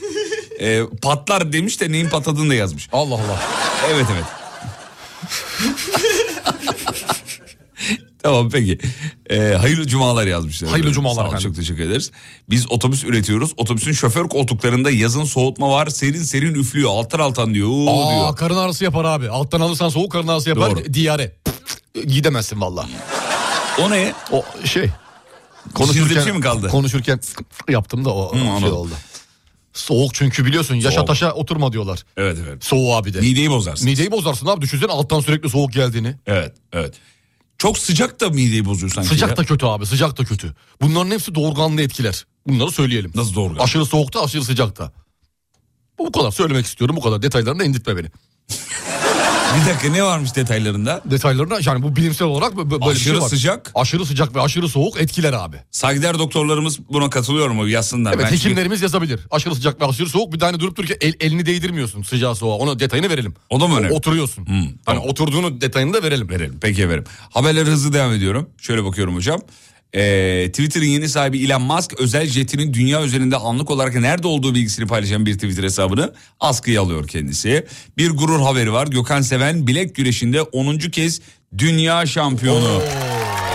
Speaker 2: Ee, patlar demiş de neyin patladığını da yazmış.
Speaker 3: Allah Allah.
Speaker 2: Evet evet. tamam peki. Ee, hayırlı cumalar yazmışlar.
Speaker 3: Hayırlı cumalar
Speaker 2: Sağ olun,
Speaker 3: efendim.
Speaker 2: Çok teşekkür ederiz. Biz otobüs üretiyoruz. Otobüsün şoför koltuklarında yazın soğutma var. Serin serin üflüyor. Altan altan diyor. "Oo"
Speaker 3: Aa
Speaker 2: diyor.
Speaker 3: karın ağrısı yapar abi. Alttan alırsan soğuk karın ağrısı yapar.
Speaker 2: Doğru.
Speaker 3: Diyare. Gidemezsin valla.
Speaker 2: O ne?
Speaker 3: O şey.
Speaker 2: Sizde bir şey mi kaldı?
Speaker 3: Konuşurken yaptım da o şey
Speaker 2: anladım.
Speaker 3: oldu. Soğuk çünkü biliyorsun yaşa
Speaker 2: Soğuk.
Speaker 3: taşa oturma diyorlar.
Speaker 2: Evet evet.
Speaker 3: Soğuğu abi de.
Speaker 2: Mideyi bozarsın.
Speaker 3: Mideyi bozarsın abi düşünsene alttan sürekli soğuk geldiğini.
Speaker 2: Evet evet. Çok sıcak da mideyi bozuyor sanki. ya.
Speaker 3: Sıcak da kötü abi sıcak da kötü. Bunların hepsi doğurganlı etkiler. Bunları söyleyelim.
Speaker 2: Nasıl doğru?
Speaker 3: Aşırı soğukta aşırı sıcakta. Bu bu kadar söylemek istiyorum bu kadar detaylarına indirtme beni.
Speaker 2: Bir dakika ne varmış detaylarında?
Speaker 3: Detaylarına yani bu bilimsel olarak bö- bö- böyle bir şey
Speaker 2: Aşırı
Speaker 3: var.
Speaker 2: sıcak.
Speaker 3: Aşırı sıcak ve aşırı soğuk etkiler abi.
Speaker 2: Saygıdeğer doktorlarımız buna katılıyor mu? Yazsınlar.
Speaker 3: Evet
Speaker 2: Ben çünkü
Speaker 3: hekimlerimiz yazabilir. Aşırı sıcak ve aşırı soğuk bir tane durup dururken el, elini değdirmiyorsun sıcağı soğuğa. Ona detayını verelim.
Speaker 2: O da mı önemli?
Speaker 3: Oturuyorsun. hani
Speaker 2: tamam.
Speaker 3: oturduğunu detayını da verelim.
Speaker 2: Verelim. Peki efendim. Haberler hızlı devam ediyorum. Şöyle bakıyorum hocam. Ee, Twitter'ın yeni sahibi Elon Musk özel jetinin dünya üzerinde anlık olarak nerede olduğu bilgisini paylaşan bir Twitter hesabını askıya alıyor kendisi. Bir gurur haberi var. Gökhan Seven bilek güreşinde 10. kez dünya şampiyonu.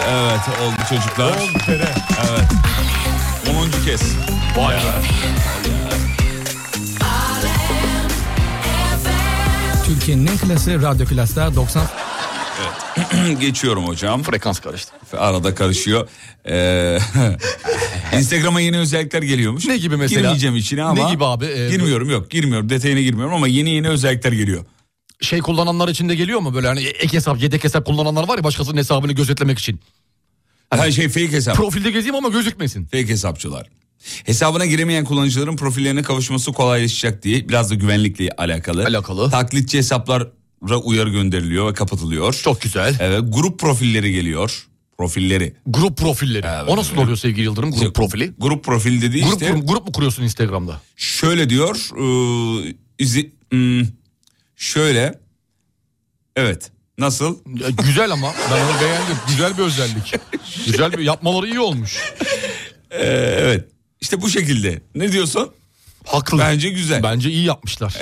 Speaker 2: Evet oldu çocuklar. Evet. 10. kez. Vay be.
Speaker 6: Türkiye'nin en klası radyo klasta 90
Speaker 2: Geçiyorum hocam.
Speaker 3: Frekans karıştı.
Speaker 2: Arada karışıyor. Ee, Instagram'a yeni özellikler geliyormuş.
Speaker 3: Ne gibi mesela?
Speaker 2: Girmeyeceğim içine ama.
Speaker 3: Ne gibi abi? Ee,
Speaker 2: girmiyorum yok girmiyorum detayına girmiyorum ama yeni yeni özellikler geliyor.
Speaker 3: Şey kullananlar için de geliyor mu böyle hani ek hesap yedek hesap kullananlar var ya başkasının hesabını gözetlemek için.
Speaker 2: Her şey fake hesap.
Speaker 3: Profilde gezeyim ama gözükmesin.
Speaker 2: fake hesapçılar. Hesabına giremeyen kullanıcıların profillerine kavuşması kolaylaşacak diye biraz da güvenlikle alakalı.
Speaker 3: Alakalı.
Speaker 2: Taklitçi hesaplara uyarı gönderiliyor ve kapatılıyor.
Speaker 3: Çok güzel.
Speaker 2: Evet, grup profilleri geliyor. Profilleri.
Speaker 3: Grup profilleri.
Speaker 2: Evet,
Speaker 3: o nasıl
Speaker 2: evet.
Speaker 3: oluyor sevgili Yıldırım grup profili?
Speaker 2: Grup profil dediği
Speaker 3: Grup,
Speaker 2: işte.
Speaker 3: grup mu kuruyorsun Instagram'da?
Speaker 2: Şöyle diyor. ıı, izi- ım, şöyle. Evet. Nasıl?
Speaker 3: Ya, güzel ama ben onu beğendim. Güzel bir özellik. güzel bir yapmaları iyi olmuş.
Speaker 2: Ee, evet. İşte bu şekilde. Ne diyorsun?
Speaker 3: Haklı.
Speaker 2: Bence güzel.
Speaker 3: Bence iyi yapmışlar.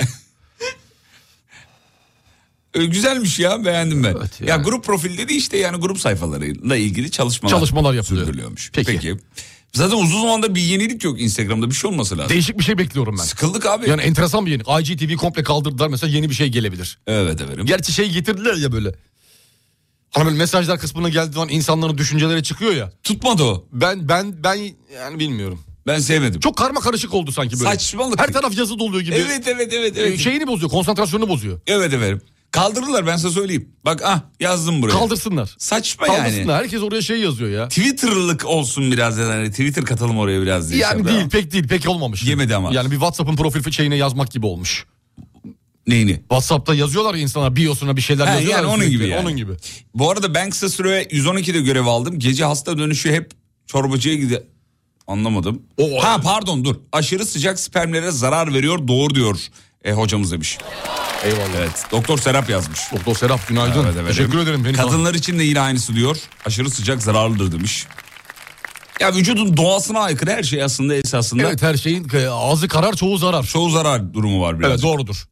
Speaker 2: Ee, güzelmiş ya beğendim ben.
Speaker 3: Evet
Speaker 2: ya.
Speaker 3: ya.
Speaker 2: grup profil dedi işte yani grup sayfalarıyla ilgili çalışmalar,
Speaker 3: Çalışmalar yapılıyor.
Speaker 2: sürdürülüyormuş. Peki.
Speaker 3: Peki.
Speaker 2: Zaten uzun zamanda bir yenilik yok Instagram'da bir şey olması lazım.
Speaker 3: Değişik bir şey bekliyorum ben.
Speaker 2: Sıkıldık abi.
Speaker 3: Yani enteresan bir yeni. IGTV komple kaldırdılar mesela yeni bir şey gelebilir.
Speaker 2: evet efendim.
Speaker 3: Gerçi şey getirdiler ya böyle. Hani böyle mesajlar kısmına geldiği zaman insanların düşünceleri çıkıyor ya.
Speaker 2: Tutmadı o.
Speaker 3: Ben ben ben yani bilmiyorum.
Speaker 2: Ben sevmedim.
Speaker 3: Çok karma karışık oldu sanki böyle.
Speaker 2: Saçmalık.
Speaker 3: Her taraf yazı doluyor gibi.
Speaker 2: Evet evet evet
Speaker 3: Ee,
Speaker 2: evet.
Speaker 3: Şeyini bozuyor, konsantrasyonu bozuyor.
Speaker 2: Evet efendim. Kaldırdılar ben size söyleyeyim. Bak ah yazdım buraya.
Speaker 3: Kaldırsınlar.
Speaker 2: Saçma
Speaker 3: Kaldırsınlar.
Speaker 2: yani.
Speaker 3: Herkes oraya şey yazıyor ya.
Speaker 2: Twitter'lık olsun biraz yani. Twitter katalım oraya biraz diye.
Speaker 3: Yani
Speaker 2: şey
Speaker 3: değil,
Speaker 2: yaptı
Speaker 3: pek değil, pek olmamış.
Speaker 2: Yemedi ama.
Speaker 3: Yani bir WhatsApp'ın profil şeyine yazmak gibi olmuş.
Speaker 2: ama. Neyini?
Speaker 3: WhatsApp'ta yazıyorlar ya insana biosuna bir şeyler
Speaker 2: Ha,
Speaker 3: yazıyorlar.
Speaker 2: yani
Speaker 3: ya
Speaker 2: onun
Speaker 3: sürekli.
Speaker 2: gibi yani.
Speaker 3: Onun gibi.
Speaker 2: Bu arada ben kısa süre 112'de görev aldım. Gece hasta dönüşü hep çorbacıya gide... Anlamadım.
Speaker 3: O-
Speaker 2: ha pardon dur. Aşırı sıcak spermlere zarar veriyor doğru diyor e, hocamız demiş.
Speaker 3: Eyvallah.
Speaker 2: Evet doktor Serap yazmış.
Speaker 3: Doktor Serap günaydın.
Speaker 2: Evet, evet.
Speaker 3: Teşekkür ederim. Beni tanı-
Speaker 2: Kadınlar için de yine aynısı diyor. Aşırı sıcak zararlıdır demiş. Ya vücudun doğasına aykırı her şey aslında esasında.
Speaker 3: Evet her şeyin e, ağzı karar çoğu zarar.
Speaker 2: Çoğu zarar durumu var biraz.
Speaker 3: Evet doğrudur.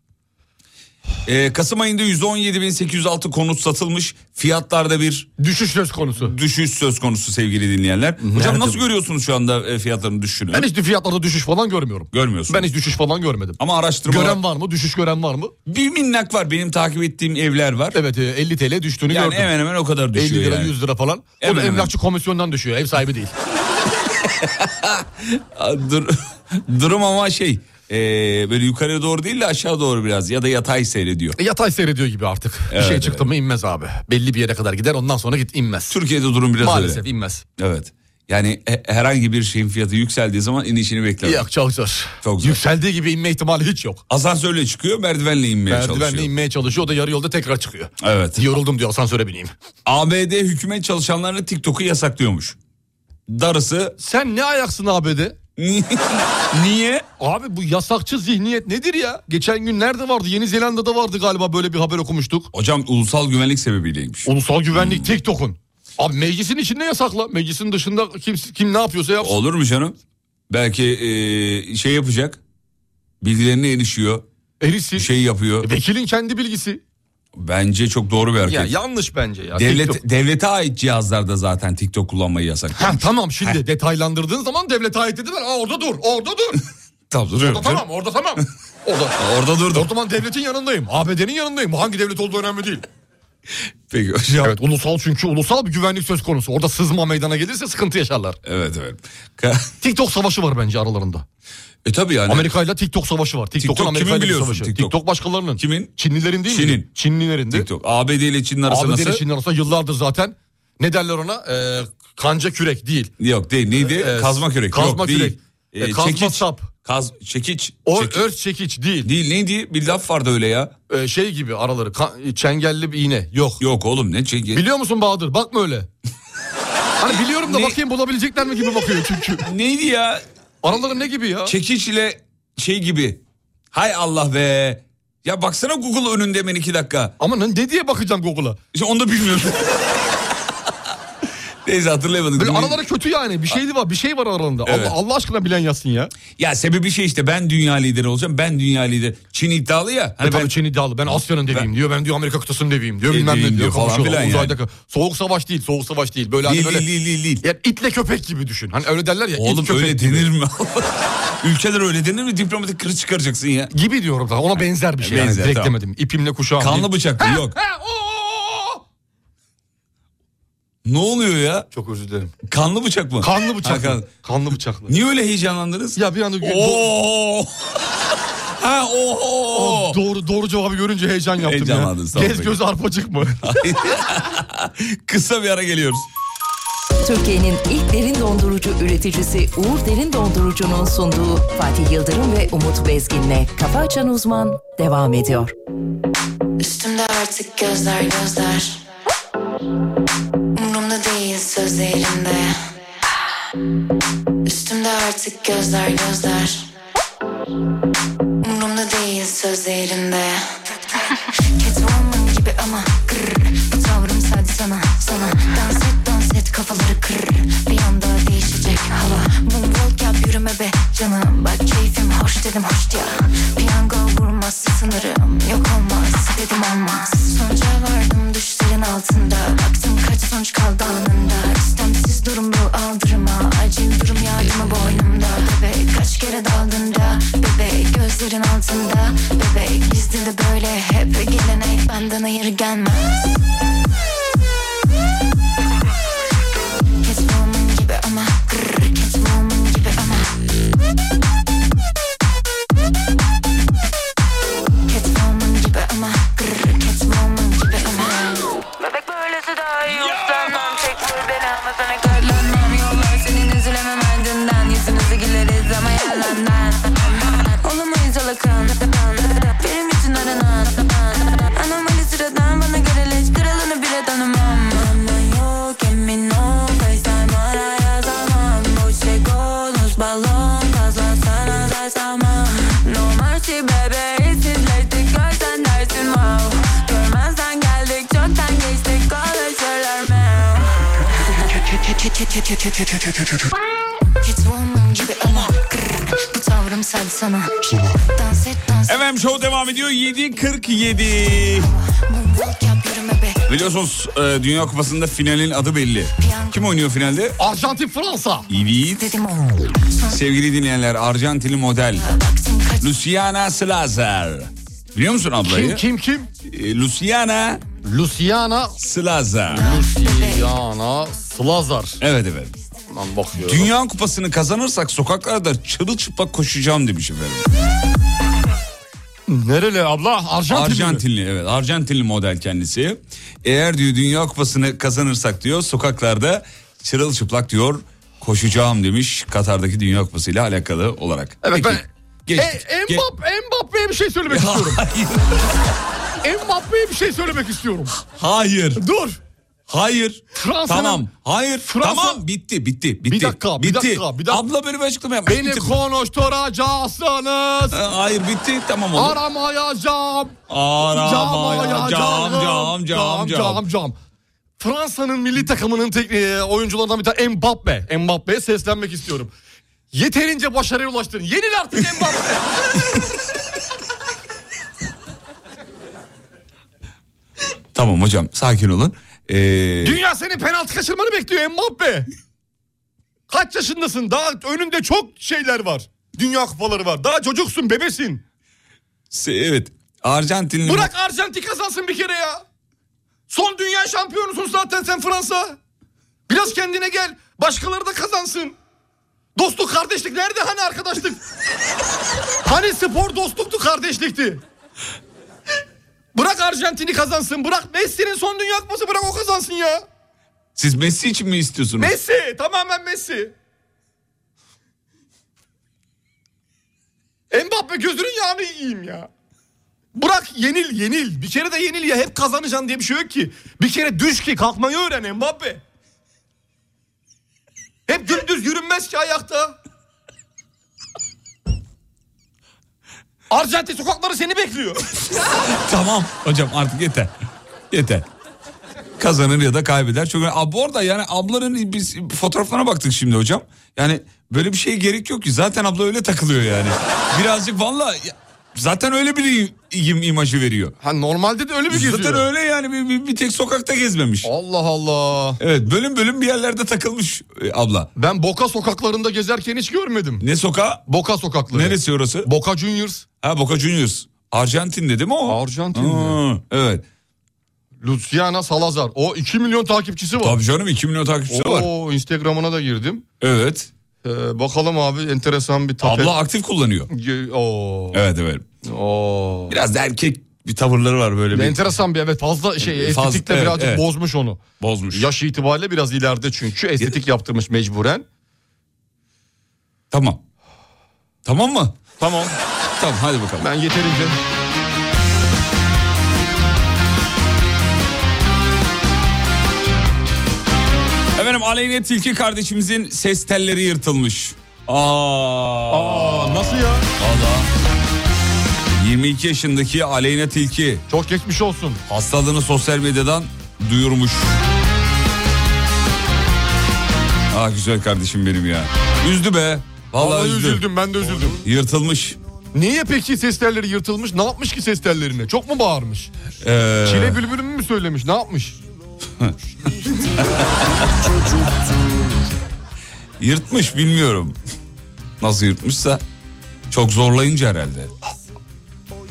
Speaker 2: Ee, Kasım ayında 117.806 konut satılmış. Fiyatlarda bir
Speaker 3: Düşüş söz konusu.
Speaker 2: düşüş söz konusu sevgili dinleyenler. Hocam
Speaker 3: Nerede
Speaker 2: nasıl
Speaker 3: bu?
Speaker 2: görüyorsunuz şu anda e, fiyatların düşüşünü?
Speaker 3: Ben hiç fiyatlarda düşüş falan görmüyorum.
Speaker 2: Görmüyorsunuz.
Speaker 3: Ben hiç düşüş falan görmedim.
Speaker 2: Ama araştırma
Speaker 3: Gören var mı? Düşüş gören var mı?
Speaker 2: bir minnak var benim takip ettiğim evler var.
Speaker 3: Evet e, 50 TL düştüğünü
Speaker 2: yani
Speaker 3: gördüm.
Speaker 2: hemen hemen o kadar
Speaker 3: 50
Speaker 2: düşüyor
Speaker 3: lira
Speaker 2: yani.
Speaker 3: 100 lira falan. o
Speaker 2: Hemen
Speaker 3: da
Speaker 2: hemen.
Speaker 3: emlakçı komisyondan düşüyor. Ev sahibi değil.
Speaker 2: Aa, dur- durum ama şey e, böyle yukarıya doğru değil de aşağı doğru biraz ya da yatay seyrediyor.
Speaker 3: E, Yatay seyrediyor gibi artık. bir
Speaker 2: Evet,
Speaker 3: şey çıktı mı inmez abi. Belli bir yere kadar gider ondan sonra git inmez.
Speaker 2: Türkiye'de durum biraz
Speaker 3: Maalesef
Speaker 2: öyle.
Speaker 3: inmez.
Speaker 2: Evet. Yani he- herhangi bir şeyin fiyatı yükseldiği zaman inişini bekler.
Speaker 3: Yok çok zor.
Speaker 2: Çok zor.
Speaker 3: Yükseldiği gibi inme ihtimali hiç yok.
Speaker 2: Asansörle çıkıyor merdivenle inmeye
Speaker 3: Merdivenle
Speaker 2: çalışıyor.
Speaker 3: inmeye çalışıyor o da yarı yolda tekrar çıkıyor.
Speaker 2: Evet.
Speaker 3: Yoruldum diyor asansöre bineyim.
Speaker 2: ABD hükümet çalışanlarına TikTok'u yasaklıyormuş. Darısı
Speaker 3: Sen ne ayaksın ABD?
Speaker 2: niye?
Speaker 3: Abi bu yasakçı zihniyet nedir ya? Geçen gün nerede vardı? Yeni Zelanda'da vardı galiba böyle bir haber okumuştuk.
Speaker 2: Hocam ulusal güvenlik sebebiyleymiş. Hmm.
Speaker 3: Ulusal güvenlik TikTok'un. Abi meclisin içinde yasakla. Meclisin dışında kim, kim ne yapıyorsa yapsın.
Speaker 2: Olur mu canım? Belki eee, şey yapacak. Bilgilerine erişiyor.
Speaker 3: Erisin.
Speaker 2: Şey yapıyor.
Speaker 3: E, Vekilin kendi bilgisi.
Speaker 2: Bence çok doğru bir hareket.
Speaker 3: Ya yanlış bence ya.
Speaker 2: Devlet,
Speaker 3: TikTok.
Speaker 2: devlete ait cihazlarda zaten TikTok kullanmayı yasak.
Speaker 3: Ha, tamam şimdi detaylandırdığın zaman devlete ait dediler. Aa orada dur, orada dur.
Speaker 2: Tamam duruyorum.
Speaker 3: orada tamam, orada tamam. Orada.
Speaker 2: Orada durdum.
Speaker 3: O zaman devletin yanındayım. ABD'nin yanındayım. Hangi devlet olduğu önemli değil.
Speaker 2: Peki hocam.
Speaker 3: Evet ulusal çünkü ulusal bir güvenlik söz konusu. Orada sızma meydana gelirse sıkıntı yaşarlar.
Speaker 2: Evet evet. Ka-
Speaker 3: TikTok savaşı var bence aralarında.
Speaker 2: E tabii yani.
Speaker 3: Amerika ile TikTok savaşı var. TikTok'un
Speaker 2: TikTok
Speaker 3: Amerika
Speaker 2: kimin
Speaker 3: ile
Speaker 2: biliyorsun
Speaker 3: savaşı.
Speaker 2: TikTok?
Speaker 3: TikTok. başkalarının.
Speaker 2: Kimin?
Speaker 3: Çinlilerin değil mi?
Speaker 2: Çin'in.
Speaker 3: Çinlilerin de.
Speaker 2: TikTok. ABD ile Çin'in arası
Speaker 3: ABD ile
Speaker 2: nasıl?
Speaker 3: Çin'in arasında yıllardır zaten ne derler ona? Ee, kanca kürek değil.
Speaker 2: Yok değil. Neydi?
Speaker 3: Ee,
Speaker 2: kazma kürek.
Speaker 3: kazma
Speaker 2: Yok,
Speaker 3: kürek.
Speaker 2: Değil. Ee,
Speaker 3: E, kazma sap.
Speaker 2: Kaz, çekiç.
Speaker 3: O
Speaker 2: Çekiç.
Speaker 3: ört çekiç değil.
Speaker 2: Değil neydi? Bir laf vardı öyle ya.
Speaker 3: Ee, şey gibi araları ka- çengelli bir iğne. Yok.
Speaker 2: Yok oğlum ne çekiç?
Speaker 3: Biliyor musun Bahadır? Bakma öyle. hani biliyorum da
Speaker 2: Ne?
Speaker 3: bakayım bulabilecekler mi gibi bakıyor çünkü.
Speaker 2: neydi ya?
Speaker 3: Araları ne gibi ya?
Speaker 2: Çekiç ile şey gibi. Hay Allah be. Ya baksana Google önünde hemen iki dakika.
Speaker 3: Ama ne ne diye bakacağım Google'a?
Speaker 2: İşte onu da bilmiyorum. Neyse hatırlayamadım.
Speaker 3: Böyle
Speaker 2: Dinleyin-
Speaker 3: araları kötü yani. Bir şey var, bir şey var aralarında.
Speaker 2: Evet.
Speaker 3: Allah, Allah aşkına bilen yazsın ya.
Speaker 2: Ya sebebi şey işte ben dünya lideri olacağım. Ben dünya lideri. Çin iddialı ya. Hani
Speaker 3: E tabii
Speaker 2: ben-
Speaker 3: Çin iddialı. Ben Asya'nın deviyim diyor. Ben diyor Amerika kıtasının deviyim diyor. Bilmem
Speaker 2: Deviyim
Speaker 3: ne diyor.
Speaker 2: diyor falan
Speaker 3: Falan
Speaker 2: filan
Speaker 3: uzayda. ka- Soğuk savaş değil. Soğuk savaş değil. Böyle hani
Speaker 2: Lil,
Speaker 3: böyle.
Speaker 2: lil, lil, lil, lil.
Speaker 3: Yani itle köpek gibi düşün. Hani öyle derler ya.
Speaker 2: Oğlum
Speaker 3: it köpek
Speaker 2: öyle
Speaker 3: gibi.
Speaker 2: denir mi? Ülkeler öyle denir mi? Diplomatik kriz çıkaracaksın ya.
Speaker 3: Gibi diyorum da ona benzer bir şey. yani.
Speaker 2: Benzer,
Speaker 3: Direkt
Speaker 2: tamam.
Speaker 3: demedim. İpimle kuşağım.
Speaker 2: Kanlı
Speaker 3: değil.
Speaker 2: bıçaklı yok.
Speaker 3: Ha, o, o, o.
Speaker 2: Ne oluyor ya?
Speaker 3: Çok özür dilerim.
Speaker 2: Kanlı bıçak mı?
Speaker 3: Kanlı
Speaker 2: Ha,
Speaker 3: bıçaklı.
Speaker 2: kan-
Speaker 3: Kanlı bıçaklı.
Speaker 2: Niye öyle heyecanlandınız?
Speaker 3: Ya bir anda
Speaker 2: Oo. ha oho.
Speaker 3: doğru doğru cevabı görünce heyecan yaptım
Speaker 2: Heyecanlandın, sağ ol,
Speaker 3: ya. Gez
Speaker 2: peki.
Speaker 3: göz arpacık mı?
Speaker 2: Kısa bir ara geliyoruz.
Speaker 5: Türkiye'nin ilk derin dondurucu üreticisi Uğur Derin Dondurucu'nun sunduğu Fatih Yıldırım ve Umut Bezgin'le Kafa Açan Uzman devam ediyor.
Speaker 7: Üstümde artık gözler gözler Umrumda değil sözlerinde Üstümde artık gözler gözler Umrumda değil sözlerinde Catwoman gibi ama kır Bu tavrım sadece sana sana Dans et dans et kafaları kır Bir anda değişecek hava Moonwalk yap yürüme be canım Bak keyfim hoş dedim hoş ya Piyango vurmaz sınırım Yok olmaz dedim olmaz Sonuca vardım düşlerin altında Baktım kaç sonuç kaldı anında İstemsiz durum bu aldırma Acil durum yardıma boynumda Bebek kaç kere daldın da Bebek gözlerin altında Bebek bizde de böyle hep gelenek Benden hayır gelmez Catwoman gibi ama grrr, Catwoman gibi ama Catwoman gibi ama grrr, Catwoman gibi ama
Speaker 8: Bebek böylesi daha iyi uslanmam Çek vur beni ama sana katlanmam Yollar senin üzülemem ardından Yüzümüzü güleriz ama yalandan Olamayız alakam Benim için aranan Anomali sıradan bana göre leş Kralını bile tanımam Aman yok emin ol FaceTime ara yazamam Boş şey konuş balon Kazan sana da salmam No mercy bebe İçsizleştik görsen dersin wow Görmezden geldik çoktan geçtik Konuşurlar mı?
Speaker 7: Catwoman gibi ama grrr, Bu tavrım sadece sana Dans et dans et
Speaker 2: Efendim show devam ediyor 7.47.
Speaker 7: Moonwalk yap yürüme be
Speaker 2: Biliyorsunuz e, Dünya Kupası'nda finalin adı belli. Kim oynuyor finalde?
Speaker 3: Arjantin Fransa.
Speaker 2: Evet.
Speaker 7: Dedim ol Sonuca
Speaker 2: Sevgili dinleyenler Arjantinli model
Speaker 7: baktım kaç
Speaker 2: Luciana Slazer. Biliyor musun ablayı?
Speaker 3: Kim kim kim?
Speaker 2: E, Luciana
Speaker 3: Luciana
Speaker 2: Slazer.
Speaker 3: Luciana Slazar.
Speaker 2: Evet evet.
Speaker 3: Lan bakıyorum.
Speaker 2: Dünya Kupası'nı kazanırsak sokaklarda çırılçıplak koşacağım demiş efendim.
Speaker 3: Nereli abla? Arjantin. mi?
Speaker 2: Arjantinli evet Arjantinli model kendisi. Eğer diyor Dünya Kupası'nı kazanırsak diyor sokaklarda çırılçıplak diyor koşacağım demiş Katar'daki Dünya Kupası ile alakalı olarak.
Speaker 3: Evet
Speaker 2: Peki,
Speaker 3: ben...
Speaker 2: geçtik.
Speaker 3: E,
Speaker 2: Ge-
Speaker 3: Mbappe- Mbappe'ye bir şey söylemek istiyorum.
Speaker 2: Hayır,
Speaker 3: Mbappe'ye bir şey söylemek istiyorum.
Speaker 2: hayır,
Speaker 3: Dur.
Speaker 2: hayır.
Speaker 3: Fransa'nın-
Speaker 2: Tamam, hayır,
Speaker 3: Fransa-
Speaker 2: tamam, bitti, bitti, bitti.
Speaker 3: Bir dakika, bir
Speaker 2: bitti.
Speaker 3: dakika, bir dakika.
Speaker 2: Abla benim açıklama yapma.
Speaker 3: Beni
Speaker 2: bitti.
Speaker 3: konuşturacaksanız
Speaker 2: Ha, Hayır, bitti, tamam oldu.
Speaker 3: aramayacağım.
Speaker 2: Aramaya cam, cam, cam, cam.
Speaker 3: cam. Fransa'nın milli takımının tek, e, oyuncularından bir tane Mbappe. Mbappe'ye seslenmek istiyorum. Yeterince başarıya ulaştın. Yenil artık Mbappe.
Speaker 2: Tamam hocam, sakin olun. Ee,
Speaker 3: Dünya senin penaltı kaçırmanı bekliyor Mbappe. Kaç yaşındasın? Daha önünde çok şeyler var. Dünya kupaları var. Daha çocuksun, bebesin.
Speaker 2: se- evet, Arjantinli...
Speaker 3: Bırak Arjantin kazansın bir kere ya. Son dünya şampiyonusun zaten sen Fransa. Biraz kendine gel. Başkaları da kazansın. Dostluk kardeşlik nerede hani arkadaşlık? hani spor dostluktu kardeşlikti. Bırak Arjantin'i kazansın. Bırak Messi'nin son dünya kupası bırak o kazansın ya.
Speaker 2: Siz Messi için mi istiyorsunuz?
Speaker 3: Messi tamamen Messi. Mbappe gözünün yağını yiyeyim ya. Bırak yenil yenil. Bir kere de yenil ya hep kazanacaksın diye bir şey yok ki. Bir kere düş ki kalkmayı öğren Mbappe. Hep dümdüz yürünmez ki ayakta. Arjantin sokakları seni bekliyor.
Speaker 2: Tamam hocam artık yeter. Yeter. Kazanır ya da kaybeder. Çok Aa, bu arada yani ablanın biz fotoğraflarına baktık şimdi hocam. Yani böyle bir şeye gerek yok ki. Zaten abla öyle takılıyor yani. Birazcık valla ya- zaten öyle bir im- imajı veriyor.
Speaker 3: Ha normalde de öyle mi
Speaker 2: Zaten öyle yani bir, bir- bir tek sokakta gezmemiş.
Speaker 3: Allah Allah.
Speaker 2: Evet bölüm bölüm bir yerlerde takılmış e, abla.
Speaker 3: Ben Boka sokaklarında gezerken hiç görmedim.
Speaker 2: Ne sokağı?
Speaker 3: Boka sokakları.
Speaker 2: Neresi orası?
Speaker 3: Boca Juniors.
Speaker 2: Ha Boca Juniors. Arjantin'de değil mi o?
Speaker 3: Arjantin'de.
Speaker 2: Ha, evet.
Speaker 3: Luciana Salazar. O 2 milyon takipçisi var.
Speaker 2: Tabii canım 2 milyon takipçisi var.
Speaker 3: Oo, Instagram'ına da girdim.
Speaker 2: Evet.
Speaker 3: Ee, bakalım abi enteresan bir tapet.
Speaker 2: Abla aktif kullanıyor.
Speaker 3: Ge- Oo.
Speaker 2: Evet evet.
Speaker 3: Oo.
Speaker 2: Biraz da erkek bir tavırları var böyle bir.
Speaker 3: Enteresan bir evet fazla şey
Speaker 2: Fazla-
Speaker 3: estetikle
Speaker 2: evet,
Speaker 3: birazcık
Speaker 2: evet.
Speaker 3: bozmuş onu.
Speaker 2: Bozmuş.
Speaker 3: Yaş itibariyle biraz ileride çünkü estetik yaptırmış mecburen.
Speaker 2: Tamam. Tamam mı? Tamam. tamam hadi bakalım.
Speaker 3: Ben yeterince
Speaker 2: Efendim Aleyne Tilki kardeşimizin ses telleri yırtılmış. Aa.
Speaker 3: Aa, nasıl ya?
Speaker 2: 22 yaşındaki Aleyne Tilki
Speaker 3: Çok geçmiş olsun.
Speaker 2: hastalığını sosyal medyadan duyurmuş. Ah güzel kardeşim benim ya. Üzdü be. Vallahi,
Speaker 3: Vallahi
Speaker 2: üzdü.
Speaker 3: üzüldüm ben de üzüldüm.
Speaker 2: Yırtılmış.
Speaker 3: Niye peki ses telleri yırtılmış? Ne yapmış ki ses tellerine? Çok mu bağırmış?
Speaker 2: Ee,
Speaker 3: Çile bülbülümü mü söylemiş? Ne yapmış?
Speaker 2: Yırtmış bilmiyorum. Nasıl yırtmışsa. Çok zorlayınca herhalde.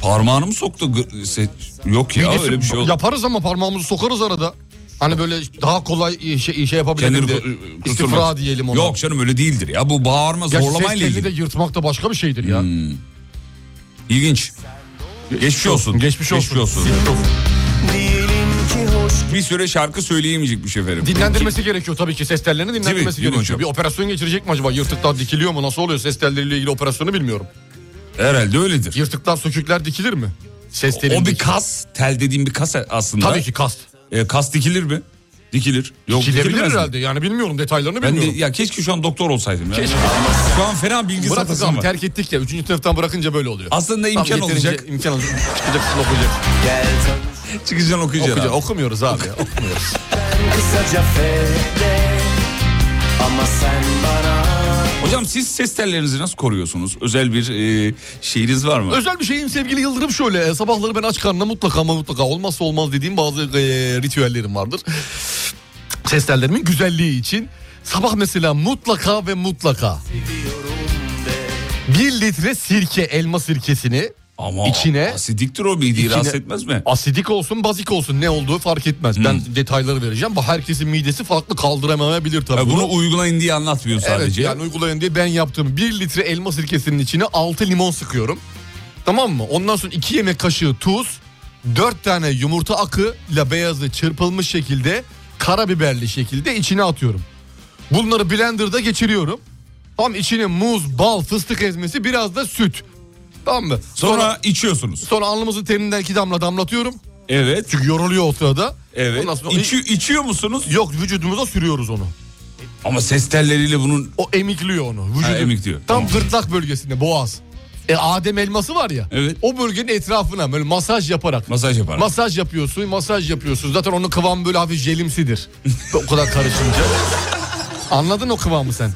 Speaker 2: Parmağını mı soktu? Gı- se- Yok ya öyle bir şey yok.
Speaker 3: Yaparız ama parmağımızı sokarız arada. Hani böyle daha kolay şey, şey yapabilirim
Speaker 2: Kendini
Speaker 3: de.
Speaker 2: ku- kusurmaz.
Speaker 3: İstifra diyelim ona.
Speaker 2: Yok canım öyle değildir ya. Bu bağırma
Speaker 3: Gerçi
Speaker 2: zorlamayla
Speaker 3: ses telini
Speaker 2: ilgili. Hmm.
Speaker 3: de yırtmak da başka bir şeydir ya.
Speaker 2: İlginç. Geçmiş olsun.
Speaker 3: Geçmiş olsun.
Speaker 2: Bir süre şarkı söyleyemeyecekmiş efendim.
Speaker 3: Dinlendirmesi gerekiyor tabii ki ses tellerini dinlendirmesi
Speaker 2: Değil mi
Speaker 3: gerekiyor.
Speaker 2: hocam?
Speaker 3: Bir operasyon geçirecek mi acaba? Yırtıklar dikiliyor mu? Nasıl oluyor ses telleriyle ilgili operasyonu bilmiyorum.
Speaker 2: Herhalde öyledir.
Speaker 3: Yırtıklar sökükler dikilir mi? Ses telini
Speaker 2: O bir
Speaker 3: dik-
Speaker 2: kas. Tel dediğim bir kas aslında.
Speaker 3: Tabii ki kast.
Speaker 2: E, kas dikilir mi? Dikilir. Yok,
Speaker 3: Dikilebilir
Speaker 2: dikilmez mi?
Speaker 3: herhalde yani bilmiyorum detaylarını
Speaker 2: Ben de,
Speaker 3: bilmiyorum.
Speaker 2: ya keşke şu an doktor olsaydım. Ya. Şu an fena bilgi
Speaker 3: Bıraktık
Speaker 2: satasım
Speaker 3: abi
Speaker 2: var.
Speaker 3: terk ettik ya. Üçüncü sınıftan bırakınca böyle oluyor.
Speaker 2: Aslında
Speaker 3: Tam
Speaker 2: imkan
Speaker 3: yeterince
Speaker 2: olacak.
Speaker 3: İmkan olacak. Çıkacaksın okuyacaksın.
Speaker 2: Çıkacaksın okuyacaksın.
Speaker 3: Okuyacaksın.
Speaker 2: abi.
Speaker 3: Okumuyoruz abi. ya, Okumuyoruz.
Speaker 2: Hocam siz ses tellerinizi nasıl koruyorsunuz? Özel bir e, şeyiniz var mı?
Speaker 3: Özel bir şeyim sevgili Yıldırım şöyle. e, Sabahları ben aç karnına mutlaka ama mutlaka olmazsa olmaz dediğim bazı e, ritüellerim vardır. Ses tellerimin güzelliği için sabah mesela mutlaka ve mutlaka bir litre sirke elma sirkesini
Speaker 2: Ama
Speaker 3: İçine-
Speaker 2: asidiktir o bildiği
Speaker 3: İçine-
Speaker 2: rahatsız etmez mi? Hmm.
Speaker 3: asidik olsun bazik olsun ne olduğu fark etmez. Ben detayları vereceğim. Bu herkesin midesi farklı kaldıramayabilir tabii.
Speaker 2: Ya bunu uygulayın diye anlatmıyor sadece.
Speaker 3: Evet yani uygulayın diye ben yaptım. 1 litre elma sirkesinin içine 6 limon sıkıyorum. Tamam mı? Ondan sonra 2 yemek kaşığı tuz, 4 tane yumurta akı ile beyazı çırpılmış şekilde karabiberli şekilde içine atıyorum. Bunları blenderda geçiriyorum. Tam içine muz, bal, fıstık ezmesi biraz da süt. Tamam mı?
Speaker 2: Sonra, içiyorsunuz.
Speaker 3: Sonra alnımızın terinden iki damla damlatıyorum.
Speaker 2: Evet.
Speaker 3: Çünkü yoruluyor o sırada.
Speaker 2: Evet.
Speaker 3: Ondan sonra-
Speaker 2: İçi, içiyor musunuz?
Speaker 3: Yok vücudumuza sürüyoruz onu.
Speaker 2: Ama ses telleriyle bunun
Speaker 3: O emikliyor onu. Vücudu.
Speaker 2: Ha, emikliyor.
Speaker 3: Tam
Speaker 2: Tamam.
Speaker 3: gırtlak bölgesinde boğaz. E Adem elması var ya.
Speaker 2: Evet.
Speaker 3: O bölgenin etrafına böyle masaj yaparak.
Speaker 2: masaj yapar.
Speaker 3: Masaj yapıyorsun, masaj yapıyorsun. Zaten onun kıvamı böyle hafif jelimsidir. o kadar karışınca. Anladın o kıvamı sen.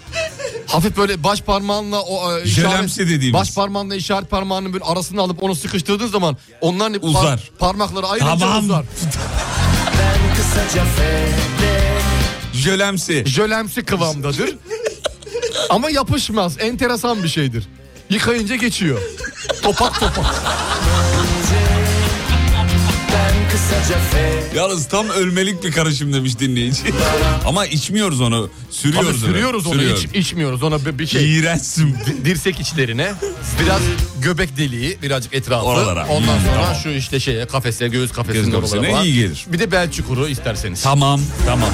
Speaker 3: Hafif böyle baş parmağınla o e,
Speaker 2: Jelemsi dediğimiz.
Speaker 3: baş parmağınla işaret parmağının böyle arasını alıp onu sıkıştırdığın zaman onların par-
Speaker 2: Uzar.
Speaker 3: parmakları ayrıca
Speaker 2: tamam.
Speaker 3: uzar.
Speaker 2: Jölemsi.
Speaker 3: Jölemsi kıvamdadır. Ama yapışmaz. Enteresan bir şeydir. Yıkayınca geçiyor. Topak topak.
Speaker 2: Yalnız tam ölmelik bir karışım demiş dinleyici. Ama içmiyoruz onu.
Speaker 3: Abi
Speaker 2: Sürüyoruz. öyle.
Speaker 3: sürüyoruz onu
Speaker 2: Sürüyoruz.
Speaker 3: iç- içmiyoruz ona bir, bir şey.
Speaker 2: İğrençsin.
Speaker 3: dirsek içlerine biraz göbek deliği birazcık etrafı.
Speaker 2: Oralara.
Speaker 3: Ondan
Speaker 2: Hmm,
Speaker 3: sonra
Speaker 2: tamam.
Speaker 3: şu işte şeye kafese göğüs kafesinin
Speaker 2: Göğüs kafesine
Speaker 3: oralara falan.
Speaker 2: iyi gelir.
Speaker 3: Bir de bel çukuru isterseniz.
Speaker 2: Tamam tamam.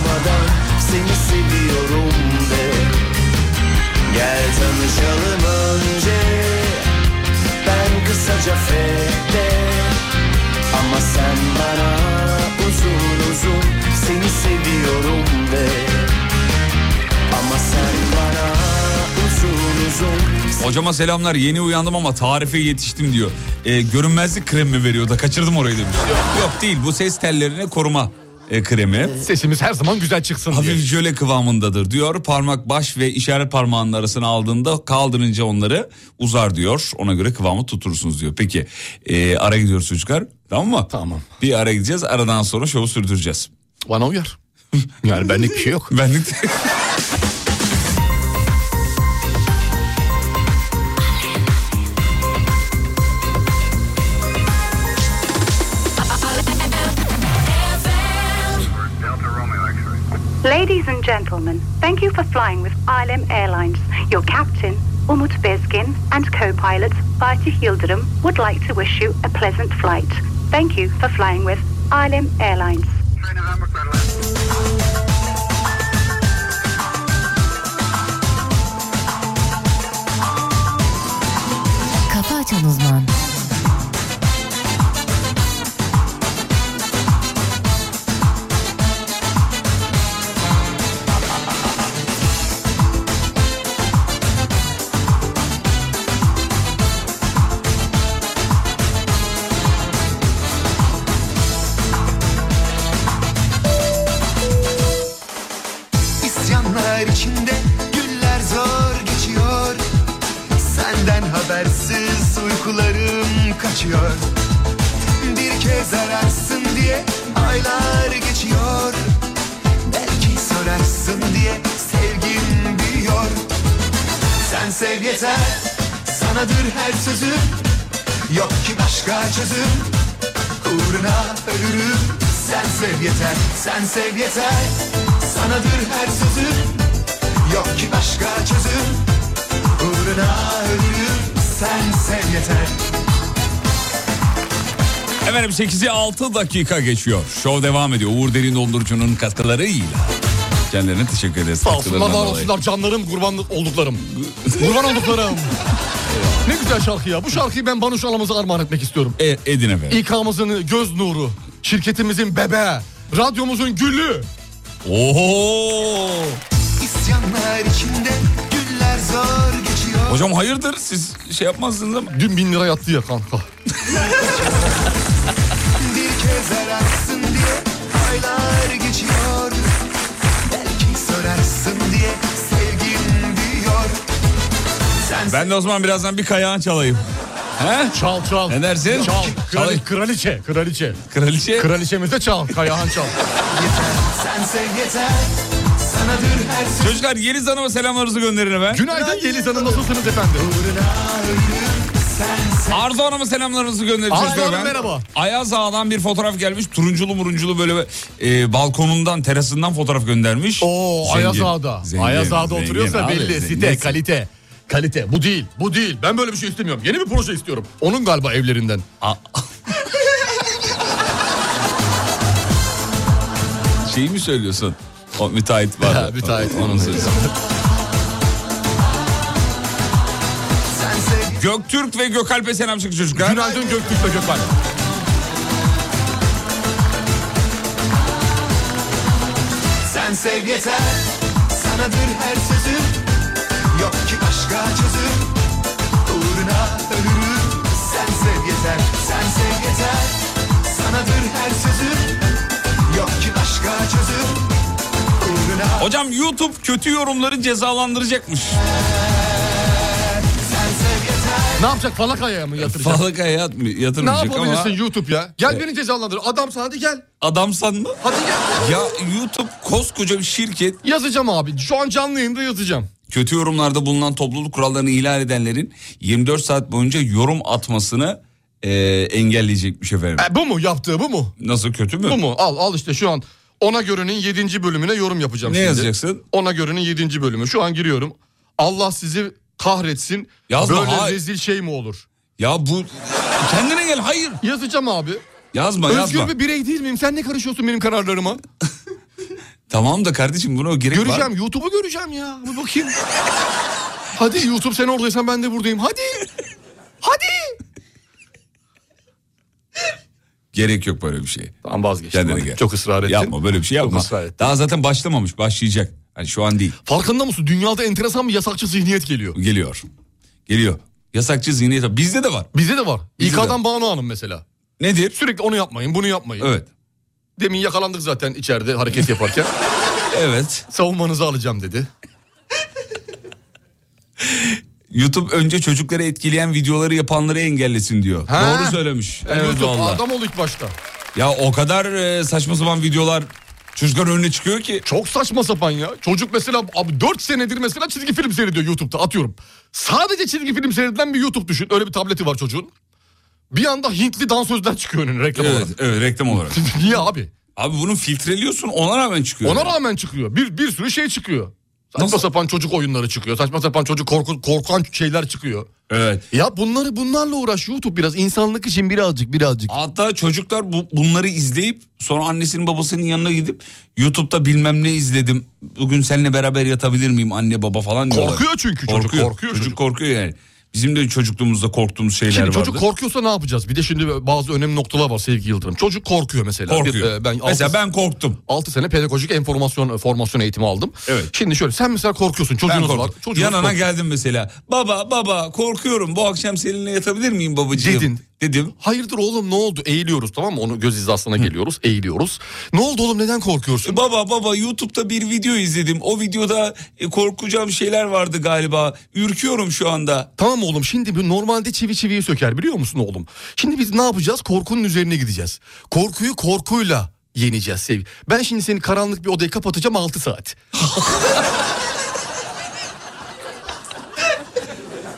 Speaker 1: Seni seviyorum de Gel tanışalım önce Ben kısaca fede Ama sen bana uzun uzun Seni seviyorum de Ama sen bana uzun uzun
Speaker 2: Hocama selamlar yeni uyandım ama tarife yetiştim diyor. Ee, görünmezlik kremi mi veriyor da kaçırdım orayı demiş. Yok değil bu ses tellerine koruma e, kremi.
Speaker 3: Sesimiz her zaman güzel çıksın diye.
Speaker 2: Hafif jöle kıvamındadır diyor. Parmak baş ve işaret parmağının arasına aldığında kaldırınca onları uzar diyor. Ona göre kıvamı tutursunuz diyor. Peki e, ara gidiyoruz çocuklar tamam mı?
Speaker 3: Tamam.
Speaker 2: Bir ara gideceğiz aradan sonra şovu sürdüreceğiz.
Speaker 3: Bana uyar. Yani benlik bir şey yok.
Speaker 2: Benlik
Speaker 9: Ladies and gentlemen, thank you for flying with ILM Airlines. Your captain, Umut Bezgin, and co-pilot Fatih Yildirim would like to wish you a pleasant flight. Thank you for flying with ILM Airlines.
Speaker 5: Kafa Açan Uzman.
Speaker 1: İsyanlar içinde güller zor geçiyor Senden habersiz uykularım kaçıyor Bir kez ararsın diye aylar geçiyor Belki sorarsın diye sevgim büyüyor Sen sev yeter, sanadır her sözüm Yok ki başka çözüm Uğruna ölürüm Sen sev yeter, sen sev yeter Sanadır her sözüm Yok ki başka çözüm Uğruna ölürüm Sen sev yeter
Speaker 2: Efendim 8'i 6 dakika geçiyor. Şov devam ediyor. Uğur Derin Dondurucu'nun katkılarıyla. Kendilerine teşekkür ederiz.
Speaker 3: Sağ olsunlar,
Speaker 2: katkılarından
Speaker 3: var
Speaker 2: dolayı.
Speaker 3: olsunlar canlarım, kurban olduklarım. kurban olduklarım. ne güzel şarkı ya. Bu şarkıyı ben Banuş Alamız'a armağan etmek istiyorum.
Speaker 2: E, edin efendim.
Speaker 3: İK'mızın göz nuru, şirketimizin bebe, radyomuzun gülü.
Speaker 2: Oho!
Speaker 1: İsyanlar içinde güller zor geçiyor
Speaker 2: Hocam hayırdır siz şey yapmazsınız ama.
Speaker 3: Dün bin lira yattı ya kanka.
Speaker 1: Bir kez ararsın diye aylar geçiyor Belki sorarsın diye sevgim diyor Sen
Speaker 2: Ben de o zaman birazdan bir kayağın çalayım. He?
Speaker 3: Çal çal.
Speaker 2: Ne dersin?
Speaker 3: Çal.
Speaker 2: Çalayım.
Speaker 3: Krali- kraliçe, kraliçe.
Speaker 2: Kraliçe.
Speaker 3: Kraliçemize çal, Kayahan çal.
Speaker 1: yeter, sen sev yeter Sanadır her söz
Speaker 2: Çocuklar Yeliz Hanım'a selamlarınızı gönderin efendim.
Speaker 3: Günaydın Yeliz Hanım nasılsınız efendim?
Speaker 2: Arzu Hanım'a selamlarınızı gönderin
Speaker 3: Arzu
Speaker 2: çocuklar
Speaker 3: Hanım,
Speaker 2: efendim.
Speaker 3: merhaba.
Speaker 2: Ayaz Ağa'dan bir fotoğraf gelmiş. Turunculu murunculu böyle e, balkonundan, terasından fotoğraf göndermiş.
Speaker 3: Oo
Speaker 2: Zengin,
Speaker 3: Ayaz Ağa'da.
Speaker 2: zengin,
Speaker 3: Ayaz Ağa'da
Speaker 2: zengin
Speaker 3: oturuyorsa
Speaker 2: abi,
Speaker 3: belli.
Speaker 2: zengin.
Speaker 3: Site, kalite. Kalite. Bu değil, bu değil. Ben böyle bir şey istemiyorum. Yeni bir proje istiyorum. Onun galiba evlerinden.
Speaker 2: A- Şeyi mi söylüyorsun? O müteahhit var.
Speaker 3: Ha, müteahhit.
Speaker 2: Onun sözü. Göktürk ve Gökalp'e selam çıkın çocuklar.
Speaker 3: Günaydın Göktürk ve Gökhan.
Speaker 1: Sen sev yeter Sanadır her sözüm Yok ki başka çözüm Uğruna ölürüm Sen sev yeter Sen sev yeter Sanadır her sözüm Yok ki başka çözüm Uğruna
Speaker 2: Hocam YouTube kötü yorumları cezalandıracakmış.
Speaker 3: Ne yapacak falakaya mı yatıracak?
Speaker 2: Falakaya yatmı-
Speaker 3: ne
Speaker 2: yatırmayacak ama
Speaker 3: yapabilirsin YouTube ya? Gel beni cezalandır. Adamsın hadi gel.
Speaker 2: adamsan mı?
Speaker 3: Hadi gel.
Speaker 2: Ya YouTube koskoca bir şirket
Speaker 3: Yazacağım abi. Şu an canlı yayında yazacağım.
Speaker 2: kötü yorumlarda bulunan topluluk kurallarını ihlal edenlerin 24 saat boyunca yorum atmasını e, engelleyecekmiş efendim.
Speaker 3: E, bu mu yaptığı bu mu?
Speaker 2: Nasıl kötü mü?
Speaker 3: Bu mu? Al al işte şu an ona görenin 7. bölümüne yorum yapacağım
Speaker 2: Ne
Speaker 3: şimdi.
Speaker 2: yazacaksın?
Speaker 3: Ona görenin 7. bölümü. Şu an giriyorum. Allah sizi kahretsin.
Speaker 2: Yazma,
Speaker 3: Böyle
Speaker 2: hayır.
Speaker 3: rezil şey mi olur?
Speaker 2: Ya bu kendine gel hayır.
Speaker 3: Yazacağım abi.
Speaker 2: Yazma
Speaker 3: Özgür
Speaker 2: yazma.
Speaker 3: bir birey değil miyim? Sen ne karışıyorsun benim kararlarıma?
Speaker 2: Tamam da kardeşim buna o gerek var.
Speaker 3: Göreceğim. YouTube'u göreceğim ya. Bir bakayım. Hadi YouTube sen oradaysan ben de buradayım. Hadi. Hadi.
Speaker 2: Gerek yok böyle bir şeye.
Speaker 3: Tamam vazgeçtim.
Speaker 2: Kendine
Speaker 3: Hadi.
Speaker 2: gel.
Speaker 3: Çok ısrar ettin.
Speaker 2: Yapma böyle bir şey yapma.
Speaker 3: Çok ısrar ettin.
Speaker 2: Daha zaten başlamamış başlayacak. Hani şu an değil.
Speaker 3: Farkında mısın? Dünyada enteresan bir yasakçı zihniyet geliyor.
Speaker 2: Geliyor. Geliyor. Yasakçı zihniyet. var. Bizde de var.
Speaker 3: Bizde de var.
Speaker 2: Bizde de.
Speaker 3: İK'dan Banu Hanım mesela.
Speaker 2: Nedir?
Speaker 3: Sürekli onu yapmayın, bunu yapmayın.
Speaker 2: Evet.
Speaker 3: Demin yakalandık zaten içeride hareket yaparken.
Speaker 2: Evet.
Speaker 3: Savunmanızı alacağım dedi.
Speaker 2: YouTube önce çocukları etkileyen videoları yapanları engellesin diyor.
Speaker 3: Ha.
Speaker 2: Doğru söylemiş. Evet
Speaker 3: YouTube
Speaker 2: valla.
Speaker 3: adam ol ilk başta.
Speaker 2: Ya o kadar e, saçma sapan videolar çocukların önüne çıkıyor ki.
Speaker 3: Çok saçma sapan ya. Çocuk mesela abi 4 senedir mesela çizgi film seyrediyor YouTube'da atıyorum. Sadece çizgi film seyredilen bir YouTube düşün. Öyle bir tableti var çocuğun. Bir anda Hintli dansözler çıkıyor önüne reklam
Speaker 2: Evet,
Speaker 3: olarak.
Speaker 2: evet reklam olarak.
Speaker 3: Niye abi?
Speaker 2: Abi bunu filtreliyorsun ona rağmen çıkıyor.
Speaker 3: Ona rağmen çıkıyor. Bir bir sürü şey çıkıyor. Saçma
Speaker 2: Nasıl?
Speaker 3: sapan çocuk oyunları çıkıyor. Saçma sapan çocuk korku, korkan şeyler çıkıyor.
Speaker 2: Evet.
Speaker 3: Ya bunları bunlarla uğraş YouTube biraz insanlık için birazcık birazcık.
Speaker 2: Hatta çocuklar bu, bunları izleyip sonra annesinin babasının yanına gidip YouTube'da bilmem ne izledim. Bugün seninle beraber yatabilir miyim anne baba falan diyorlar.
Speaker 3: Korkuyor çünkü çocuk, korkuyor
Speaker 2: çocuk.
Speaker 3: çocuk.
Speaker 2: korkuyor yani. Bizim de çocukluğumuzda korktuğumuz şeyler
Speaker 3: Şimdi
Speaker 2: vardı.
Speaker 3: çocuk korkuyorsa ne yapacağız? Bir de şimdi bazı önemli noktalar var sevgili Yıldırım. Çocuk korkuyor mesela.
Speaker 2: korkuyor.
Speaker 3: Bir, e, ben
Speaker 2: Mesela
Speaker 3: altı-
Speaker 2: ben korktum.
Speaker 3: 6 sene pedagojik enformasyon formasyon eğitimi aldım.
Speaker 2: Evet.
Speaker 3: Şimdi şöyle sen mesela korkuyorsun
Speaker 2: Ben
Speaker 3: çocuğunuz var.
Speaker 2: korktum.
Speaker 3: Çocuğunuz
Speaker 2: Yanına
Speaker 3: korkuyor.
Speaker 2: geldim mesela. Baba baba korkuyorum bu akşam seninle yatabilir miyim babacığım?
Speaker 3: Dedin.
Speaker 2: Dedim.
Speaker 3: Hayırdır oğlum ne oldu? Eğiliyoruz tamam mı? Onu göz hizasına geliyoruz. Eğiliyoruz. Ne oldu oğlum neden korkuyorsun?
Speaker 2: Baba baba YouTube'da bir video izledim. O videoda e, korkacağım şeyler vardı galiba. Ürküyorum şu anda.
Speaker 3: Tamam oğlum şimdi bu normalde çivi çiviyi söker biliyor musun oğlum? Şimdi biz ne yapacağız? Korkunun üzerine gideceğiz. Korkuyu korkuyla yeneceğiz sev. Ben şimdi seni karanlık bir odaya kapatacağım 6 saat.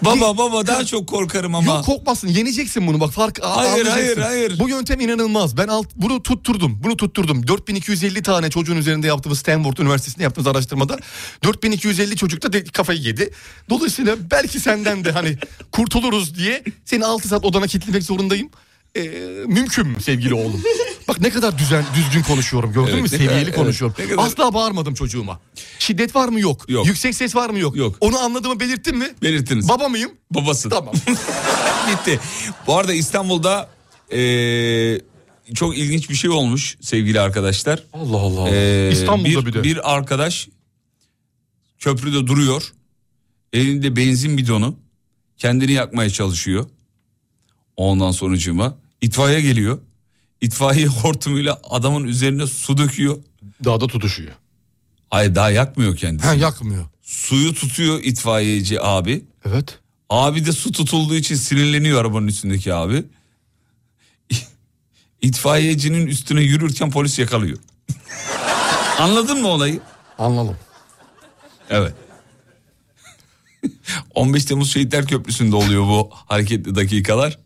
Speaker 2: Baba baba daha çok korkarım ama.
Speaker 3: Yok korkmazsın yeneceksin bunu bak fark a-
Speaker 2: Hayır,
Speaker 3: anlayacaksın.
Speaker 2: hayır, hayır.
Speaker 3: Bu yöntem inanılmaz. Ben alt, bunu tutturdum. Bunu tutturdum. 4250 tane çocuğun üzerinde yaptığımız Stanford Üniversitesi'nde yaptığımız araştırmada 4250 çocukta de, kafayı yedi. Dolayısıyla belki senden de hani kurtuluruz diye seni 6 saat odana kilitlemek zorundayım. Ee, mümkün mü sevgili oğlum? Bak ne kadar düzen düzgün konuşuyorum gördün
Speaker 2: Evet,
Speaker 3: mü?
Speaker 2: ne kadar-
Speaker 3: Seviyeli
Speaker 2: evet,
Speaker 3: konuşuyorum.
Speaker 2: ne kadar-
Speaker 3: Asla bağırmadım çocuğuma. Şiddet var mı? Yok.
Speaker 2: Yok.
Speaker 3: Yüksek ses var mı? Yok.
Speaker 2: Yok.
Speaker 3: Onu anladığımı belirttin mi?
Speaker 2: Belirttiniz.
Speaker 3: Baba mıyım?
Speaker 2: Babası.
Speaker 3: Tamam.
Speaker 2: Bitti. Bu arada İstanbul'da eee, çok ilginç bir şey olmuş sevgili arkadaşlar.
Speaker 3: Allah Allah.
Speaker 2: Eee,
Speaker 3: İstanbul'da
Speaker 2: bir,
Speaker 3: bir de.
Speaker 2: Bir arkadaş köprüde duruyor. Elinde benzin bidonu. Kendini yakmaya çalışıyor. Ondan sonucuma itfaiye geliyor. İtfaiye hortumuyla adamın üzerine su döküyor.
Speaker 3: Dağda tutuşuyor.
Speaker 2: Hayır daha yakmıyor kendisi.
Speaker 3: Ha yakmıyor.
Speaker 2: Suyu tutuyor itfaiyeci abi.
Speaker 3: Evet.
Speaker 2: Abi de su tutulduğu için sinirleniyor arabanın üstündeki abi. İtfaiyecinin üstüne yürürken polis yakalıyor. Anladın mı olayı?
Speaker 3: Anladım.
Speaker 2: Evet. 15 Temmuz Şehitler Köprüsü'nde oluyor bu hareketli dakikalar.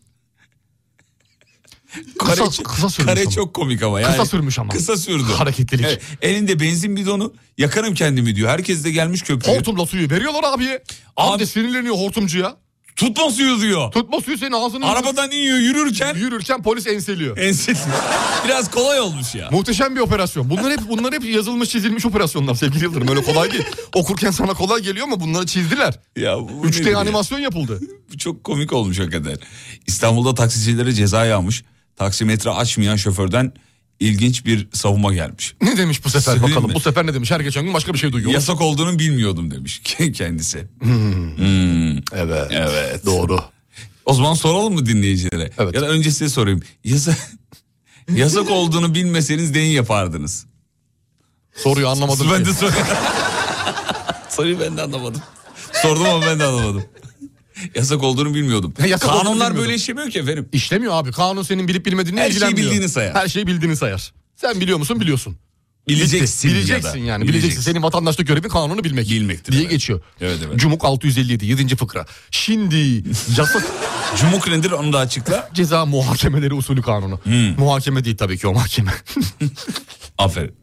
Speaker 3: Kısa- kısa sürmüş
Speaker 2: kare
Speaker 3: ama.
Speaker 2: çok komik ama. Yani.
Speaker 3: Kısa sürmüş ama.
Speaker 2: Kısa sürdü.
Speaker 3: Hareketlilik.
Speaker 2: Evet, elinde benzin bidonu yakarım kendimi diyor. Herkes de gelmiş köprüye.
Speaker 3: Hortumla suyu veriyorlar abiye. Abi,
Speaker 2: Abi-
Speaker 3: de sinirleniyor hortumcuya.
Speaker 2: Tutma suyu diyor.
Speaker 3: Tutma suyu senin ağzını...
Speaker 2: Arabadan iniyor yürürken
Speaker 3: Yürürken polis enseliyor.
Speaker 2: ensin. Biraz kolay olmuş ya.
Speaker 3: Muhteşem bir operasyon. Bunlar hep bunlar hep yazılmış çizilmiş operasyonlar sevgili Yıldırım. Öyle kolay değil. Okurken sana kolay geliyor ama bunları çizdiler.
Speaker 2: Ya bu nedir
Speaker 3: 3D
Speaker 2: ya?
Speaker 3: animasyon yapıldı.
Speaker 2: Bu çok komik olmuş hakikaten. İstanbul'da taksicilere ceza yağmış. Taksimetre açmayan şoförden ilginç bir savunma gelmiş.
Speaker 3: Ne demiş bu sefer
Speaker 2: Söyleyeyim
Speaker 3: bakalım?
Speaker 2: mi?
Speaker 3: Bu sefer ne demiş? Her geçen gün başka bir şey duyuyoruz.
Speaker 2: Yasak olduğunu bilmiyordum demiş kendisi. Hmm.
Speaker 3: Evet.
Speaker 2: Evet.
Speaker 3: Doğru.
Speaker 2: O zaman soralım mı dinleyicilere?
Speaker 3: Evet.
Speaker 2: Ya da önce size sorayım. Yasa... Yasak olduğunu bilmeseniz neyi yapardınız?
Speaker 3: Soruyu anlamadım.
Speaker 2: ben
Speaker 3: ki.
Speaker 2: de sor- Soruyu ben de anlamadım. Sordum ama ben de anlamadım. Yasak olduğunu bilmiyordum.
Speaker 3: Ha, yasak olduğunu
Speaker 2: Kanunlar böyle
Speaker 3: bilmiyordum.
Speaker 2: işlemiyor ki efendim.
Speaker 3: İşlemiyor abi. Kanun senin bilip bilmediğini
Speaker 2: Her şeyi
Speaker 3: ilgilenmiyor.
Speaker 2: bildiğini sayar.
Speaker 3: Her şeyi bildiğini sayar. Sen biliyor musun? Biliyorsun.
Speaker 2: Bileceksin
Speaker 3: Bitti.
Speaker 2: ya da.
Speaker 3: Bileceksin yani. Bileceksin.
Speaker 2: Bileceksin.
Speaker 3: Senin vatandaşlık görevin kanunu bilmek.
Speaker 2: Bilmektir,
Speaker 3: Diye
Speaker 2: evet.
Speaker 3: geçiyor.
Speaker 2: Evet, evet.
Speaker 3: Cumuk 657 7. fıkra. Şimdi yasak
Speaker 2: Cumhur nedir onu da açıkla. Hmm.
Speaker 3: ceza muhakemeleri usulü kanunu. Muhakeme değil tabii ki o mahkeme.
Speaker 2: Aferin.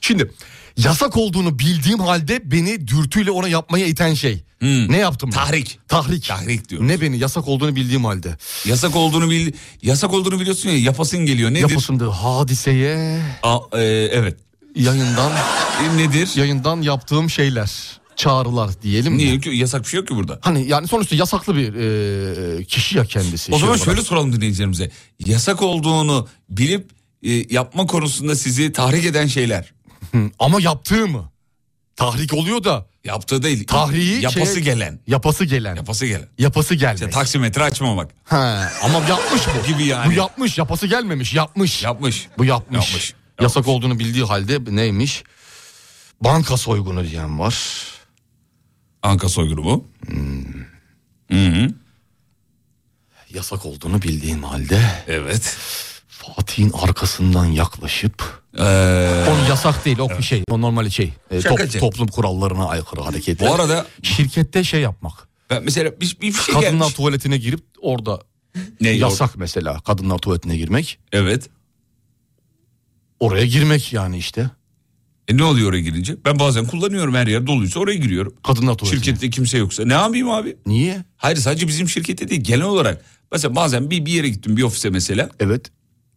Speaker 3: Şimdi yasak olduğunu bildiğim halde beni dürtüyle ona yapmaya iten şey. Ne yaptım? ben?
Speaker 2: Hmm. Tahrik.
Speaker 3: Tahrik.
Speaker 2: Tahrik diyoruz.
Speaker 3: Ne beni yasak olduğunu bildiğim halde.
Speaker 2: Yasak olduğunu bil, yasak olduğunu biliyorsun ya yapasın geliyor. E, Nedir?
Speaker 3: Yapısındı hadiseye
Speaker 2: A- e, evet.
Speaker 3: yayından
Speaker 2: E, nedir?
Speaker 3: yayından yaptığım şeyler çağrılar diyelim. mi?
Speaker 2: Niye ki yasak bir şey yok ki burada.
Speaker 3: Hani yani sonuçta yasaklı bir e, kişi ya kendisi.
Speaker 2: O zaman
Speaker 3: Şey olarak.
Speaker 2: şöyle soralım dinleyicilerimize. Yasak olduğunu bilip e, yapma konusunda sizi tahrik eden şeyler.
Speaker 3: Ama yaptığı mı? Tahrik oluyor da
Speaker 2: Yaptığı değil.
Speaker 3: tahriği
Speaker 2: yapası
Speaker 3: şeye-
Speaker 2: gelen.
Speaker 3: şey- Yapası gelen.
Speaker 2: Yapası gelen.
Speaker 3: yapası gelmiş.
Speaker 2: İşte taksimetre açmamak.
Speaker 3: ha, ama yapmış bu.
Speaker 2: Gibi yani.
Speaker 3: Bu yapmış yapası gelmemiş yapmış.
Speaker 2: Yapmış.
Speaker 3: Bu yapmış.
Speaker 2: Yapmış.
Speaker 3: Yasak olduğunu bildiği halde neymiş? Banka soygunu diyen var. Hmm.
Speaker 2: Anka soygunu
Speaker 3: Yasak olduğunu bildiğim halde
Speaker 2: Evet.
Speaker 3: Fatih'in arkasından yaklaşıp
Speaker 2: Ee,
Speaker 3: onun yasak değil o bir şey o normal şey e, top-
Speaker 2: Şakacı.
Speaker 3: toplum kurallarına aykırı hareketler.
Speaker 2: Bu arada-
Speaker 3: şirkette şey yapmak.
Speaker 2: ben mesela bir, bir şey
Speaker 3: Kadınlar
Speaker 2: gelmiş.
Speaker 3: tuvaletine girip orada
Speaker 2: Ne,
Speaker 3: yasak mesela kadınlar tuvaletine girmek.
Speaker 2: Evet.
Speaker 3: Oraya girmek yani işte.
Speaker 2: E ne oluyor oraya girince? Ben bazen kullanıyorum her yer doluysa oraya giriyorum.
Speaker 3: Kadınlar tuvaletine.
Speaker 2: Şirkette kimse yoksa. Ne yapayım abi?
Speaker 3: Niye?
Speaker 2: Hayır sadece bizim şirkette değil genel olarak. Mesela bazen bir, bir yere gittim bir ofise mesela.
Speaker 3: Evet.